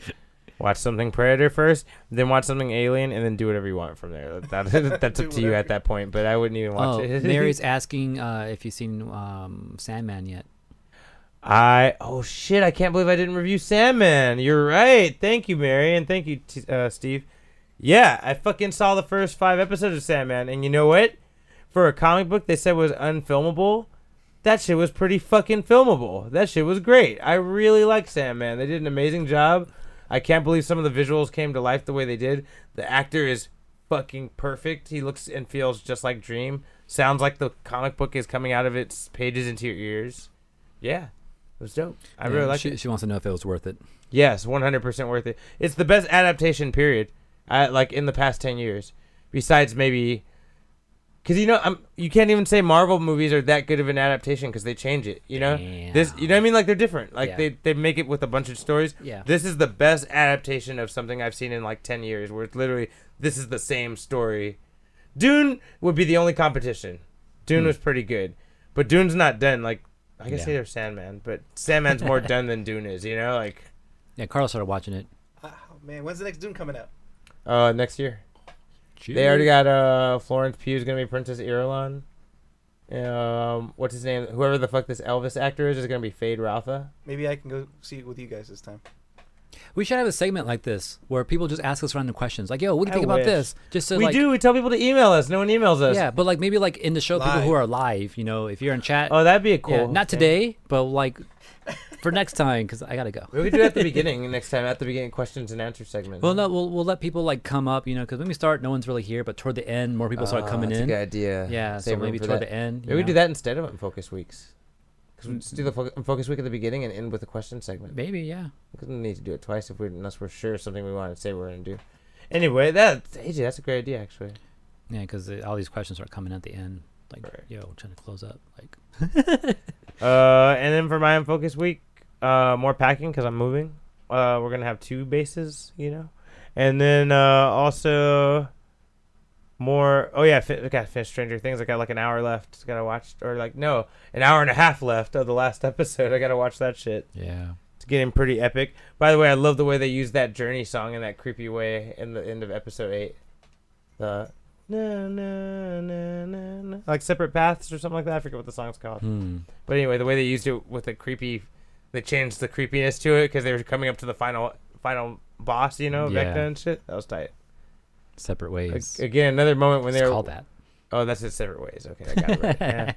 [SPEAKER 1] Watch something Predator first, then watch something Alien, and then do whatever you want from there. (laughs) That, that's
[SPEAKER 3] Do
[SPEAKER 1] up to you
[SPEAKER 3] whatever.
[SPEAKER 1] at that point. But I wouldn't even watch
[SPEAKER 2] Oh,
[SPEAKER 1] it.
[SPEAKER 2] Mary's asking uh, if you've seen um, Sandman yet.
[SPEAKER 1] (laughs) I oh shit! I can't believe I didn't review Sandman. You're right. Thank you, Mary, and thank you, t- uh, Steve. Yeah, I fucking saw the first five episodes of Sandman, and you know what? For a comic book they said was unfilmable, that shit was pretty fucking filmable. That shit was great. I really like Sandman. They did an amazing job. I can't believe some of the visuals came to life the way they did. The actor is fucking perfect. He looks and feels just like Dream. Sounds like the comic book is coming out of its pages into your ears. Yeah. It was dope. I really
[SPEAKER 2] Yeah,
[SPEAKER 1] like
[SPEAKER 2] she,
[SPEAKER 1] it.
[SPEAKER 2] She wants to know if it was worth it.
[SPEAKER 1] Yes, one hundred percent worth it. It's the best adaptation period, I, like in the past ten years. Besides maybe, because you know, I'm, you can't even say Marvel movies are that good of an adaptation because they change it. You know, this you know what I mean? Like they're different. Like
[SPEAKER 2] Yeah.
[SPEAKER 1] they they make it with a bunch of stories.
[SPEAKER 2] Yeah.
[SPEAKER 1] this is the best adaptation of something I've seen in like ten years, where it's literally this is the same story. Dune would be the only competition. Dune was pretty good, but Dune's not done. Like I guess
[SPEAKER 2] Hmm. Yeah.
[SPEAKER 1] either Sandman, but Sandman's
[SPEAKER 2] (laughs)
[SPEAKER 1] more done than Dune is. You know, like.
[SPEAKER 2] Yeah, Carlos started watching it.
[SPEAKER 3] Oh, man, when's the next Dune coming out?
[SPEAKER 1] Uh, next year. They already got uh Florence Pugh's gonna be Princess Irulan. Um, what's his name? Whoever the fuck this Elvis actor is is gonna be Fade Rotha.
[SPEAKER 3] Maybe I can go see it with you guys this time.
[SPEAKER 2] We should have a segment like this where people just ask us random questions, like, "Yo, what do you
[SPEAKER 1] I
[SPEAKER 2] think about
[SPEAKER 1] wish.
[SPEAKER 2] this?" Just so
[SPEAKER 1] we
[SPEAKER 2] like,
[SPEAKER 1] do. We tell people to email us. No one emails us.
[SPEAKER 2] yeah, but like maybe like in the show, people who
[SPEAKER 3] Live.
[SPEAKER 2] are live, you know, if you're in chat,
[SPEAKER 1] Oh, that'd be a cool.
[SPEAKER 2] yeah, not
[SPEAKER 1] thing.
[SPEAKER 2] today, but like for next time, because I gotta go.
[SPEAKER 1] We could do it
[SPEAKER 2] (laughs)
[SPEAKER 1] at the beginning next time. At the beginning, questions and answer segment.
[SPEAKER 2] Well, no, we'll we'll let people like come up, you know, because when we start, no one's really here, but toward the end, more people start
[SPEAKER 1] Oh,
[SPEAKER 2] coming
[SPEAKER 1] that's
[SPEAKER 2] in.
[SPEAKER 1] A good idea.
[SPEAKER 2] Yeah,
[SPEAKER 1] Save
[SPEAKER 2] so
[SPEAKER 1] room
[SPEAKER 2] maybe
[SPEAKER 1] for
[SPEAKER 2] toward
[SPEAKER 1] that.
[SPEAKER 2] the end. you
[SPEAKER 1] Maybe we do
[SPEAKER 2] know.
[SPEAKER 1] that instead of Unfocus Weeks. Because we just do the focus, Unfocus Week at the beginning and end with a question segment.
[SPEAKER 2] Maybe, yeah.
[SPEAKER 1] We're gonna need to do it twice if we unless we're sure of something we want to say we're gonna do. Anyway, that AJ, that's a great idea actually.
[SPEAKER 2] Yeah, because all these questions are coming at the end. Like,
[SPEAKER 1] Right.
[SPEAKER 2] yo, trying to close up. Like,
[SPEAKER 1] Uh, and then for my unfocused week, uh, more packing because I'm moving. Uh, we're gonna have two bases, you know, and then uh, also more. Oh yeah, I fi- I gotta finish Stranger Things. I got like an hour left. Gotta watch, or like no, an hour and a half left of the last (laughs) episode. I gotta watch that shit.
[SPEAKER 2] yeah.
[SPEAKER 1] It's getting pretty epic. By the way, I love the way they use that Journey song in that creepy way in the end of episode eight. The na na na na na, like separate paths or something like that. I forget what the song's called.
[SPEAKER 2] Hmm.
[SPEAKER 1] But anyway, the way they used it with the creepy, they changed the creepiness to it because they were coming up to the final final boss, you know,
[SPEAKER 2] Yeah.
[SPEAKER 1] back then and shit. That was tight.
[SPEAKER 2] Separate
[SPEAKER 1] A-
[SPEAKER 2] ways.
[SPEAKER 1] Again, another moment when
[SPEAKER 2] Let's
[SPEAKER 1] they
[SPEAKER 2] call
[SPEAKER 1] were
[SPEAKER 2] that.
[SPEAKER 1] Oh, that's it. Separate ways. Okay, I got it. Right.
[SPEAKER 2] (laughs)
[SPEAKER 1] Yeah.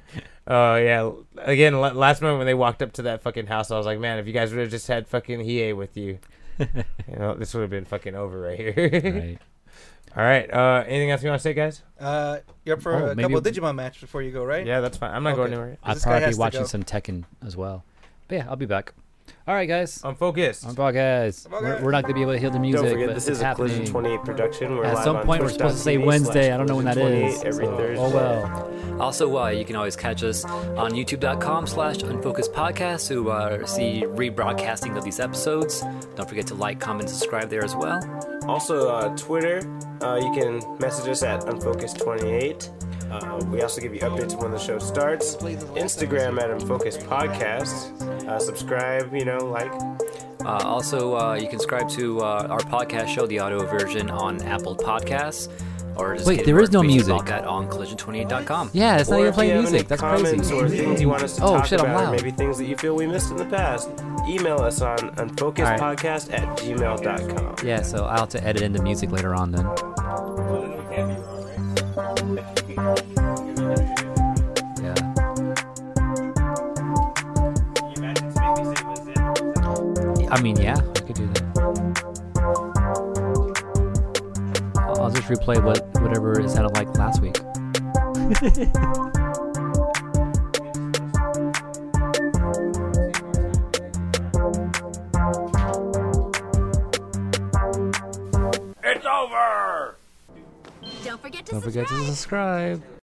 [SPEAKER 1] Oh yeah. Again, la- last moment when they walked up to that fucking house, I was like, man, if you guys would have just had fucking Hiei with
[SPEAKER 2] (laughs)
[SPEAKER 1] you, you know, this would have been fucking over right here.
[SPEAKER 2] right.
[SPEAKER 1] (laughs) All right. Uh, anything else you want to say, guys?
[SPEAKER 3] Uh, you're up for
[SPEAKER 2] Oh,
[SPEAKER 3] a
[SPEAKER 2] maybe-
[SPEAKER 3] couple of Digimon matches before you go, right?
[SPEAKER 1] Yeah, that's fine. I'm not
[SPEAKER 3] Okay.
[SPEAKER 1] going anywhere.
[SPEAKER 2] I'll
[SPEAKER 3] this guy
[SPEAKER 2] probably
[SPEAKER 3] has
[SPEAKER 2] be
[SPEAKER 3] to
[SPEAKER 2] watching
[SPEAKER 3] go.
[SPEAKER 2] some Tekken as well. But yeah, I'll be back. All right, guys.
[SPEAKER 1] I'm focused.
[SPEAKER 2] I'm back, guys.
[SPEAKER 3] back,
[SPEAKER 2] We're,
[SPEAKER 3] guys.
[SPEAKER 2] we're not gonna be able to hear the music,
[SPEAKER 6] Don't forget,
[SPEAKER 2] but
[SPEAKER 6] this
[SPEAKER 2] it's
[SPEAKER 6] is a Collision
[SPEAKER 2] happening.
[SPEAKER 6] 28 production. We're
[SPEAKER 2] At
[SPEAKER 6] live
[SPEAKER 2] some
[SPEAKER 6] on
[SPEAKER 2] point, we're supposed to say
[SPEAKER 6] twitch.tv
[SPEAKER 2] Wednesday.
[SPEAKER 6] slash
[SPEAKER 2] I don't know when that
[SPEAKER 6] Collision 28
[SPEAKER 2] is.
[SPEAKER 6] Every
[SPEAKER 2] so-
[SPEAKER 6] Thursday.
[SPEAKER 2] Oh well. Also, uh, you can always catch us on youtube.com slash unfocused podcast to uh, see rebroadcasting of these episodes. Don't forget to like, comment, subscribe there as well.
[SPEAKER 6] Also, uh, Twitter, uh, you can message us at Unfocus28. Uh, we also give you updates when the show starts. Instagram at Unfocus Podcast. Uh, subscribe, you know, like.
[SPEAKER 2] Uh, also, uh, you can subscribe to uh, our podcast show, the audio version on Apple Podcasts. Or just
[SPEAKER 7] Wait,
[SPEAKER 2] get
[SPEAKER 7] there is no
[SPEAKER 2] information about
[SPEAKER 7] music.
[SPEAKER 2] that on collision28.com.
[SPEAKER 7] Yeah, it's not
[SPEAKER 6] Or
[SPEAKER 7] even
[SPEAKER 6] if you
[SPEAKER 7] playing
[SPEAKER 6] have any
[SPEAKER 7] music. That's
[SPEAKER 6] comments
[SPEAKER 7] crazy.
[SPEAKER 6] Or things you want us to
[SPEAKER 7] Oh,
[SPEAKER 6] talk
[SPEAKER 7] shit, I'm
[SPEAKER 6] about, or
[SPEAKER 7] loud.
[SPEAKER 6] maybe things that you feel we missed in the past. Email us on unfocuspodcast at gmail.com.
[SPEAKER 7] Yeah, so I'll have to edit in the music later on then. Yeah. I mean, yeah, I could do that. I'll I'll just replay what whatever it sounded like last week.
[SPEAKER 5] Don't forget to
[SPEAKER 7] Don't forget to
[SPEAKER 5] subscribe.
[SPEAKER 7] subscribe.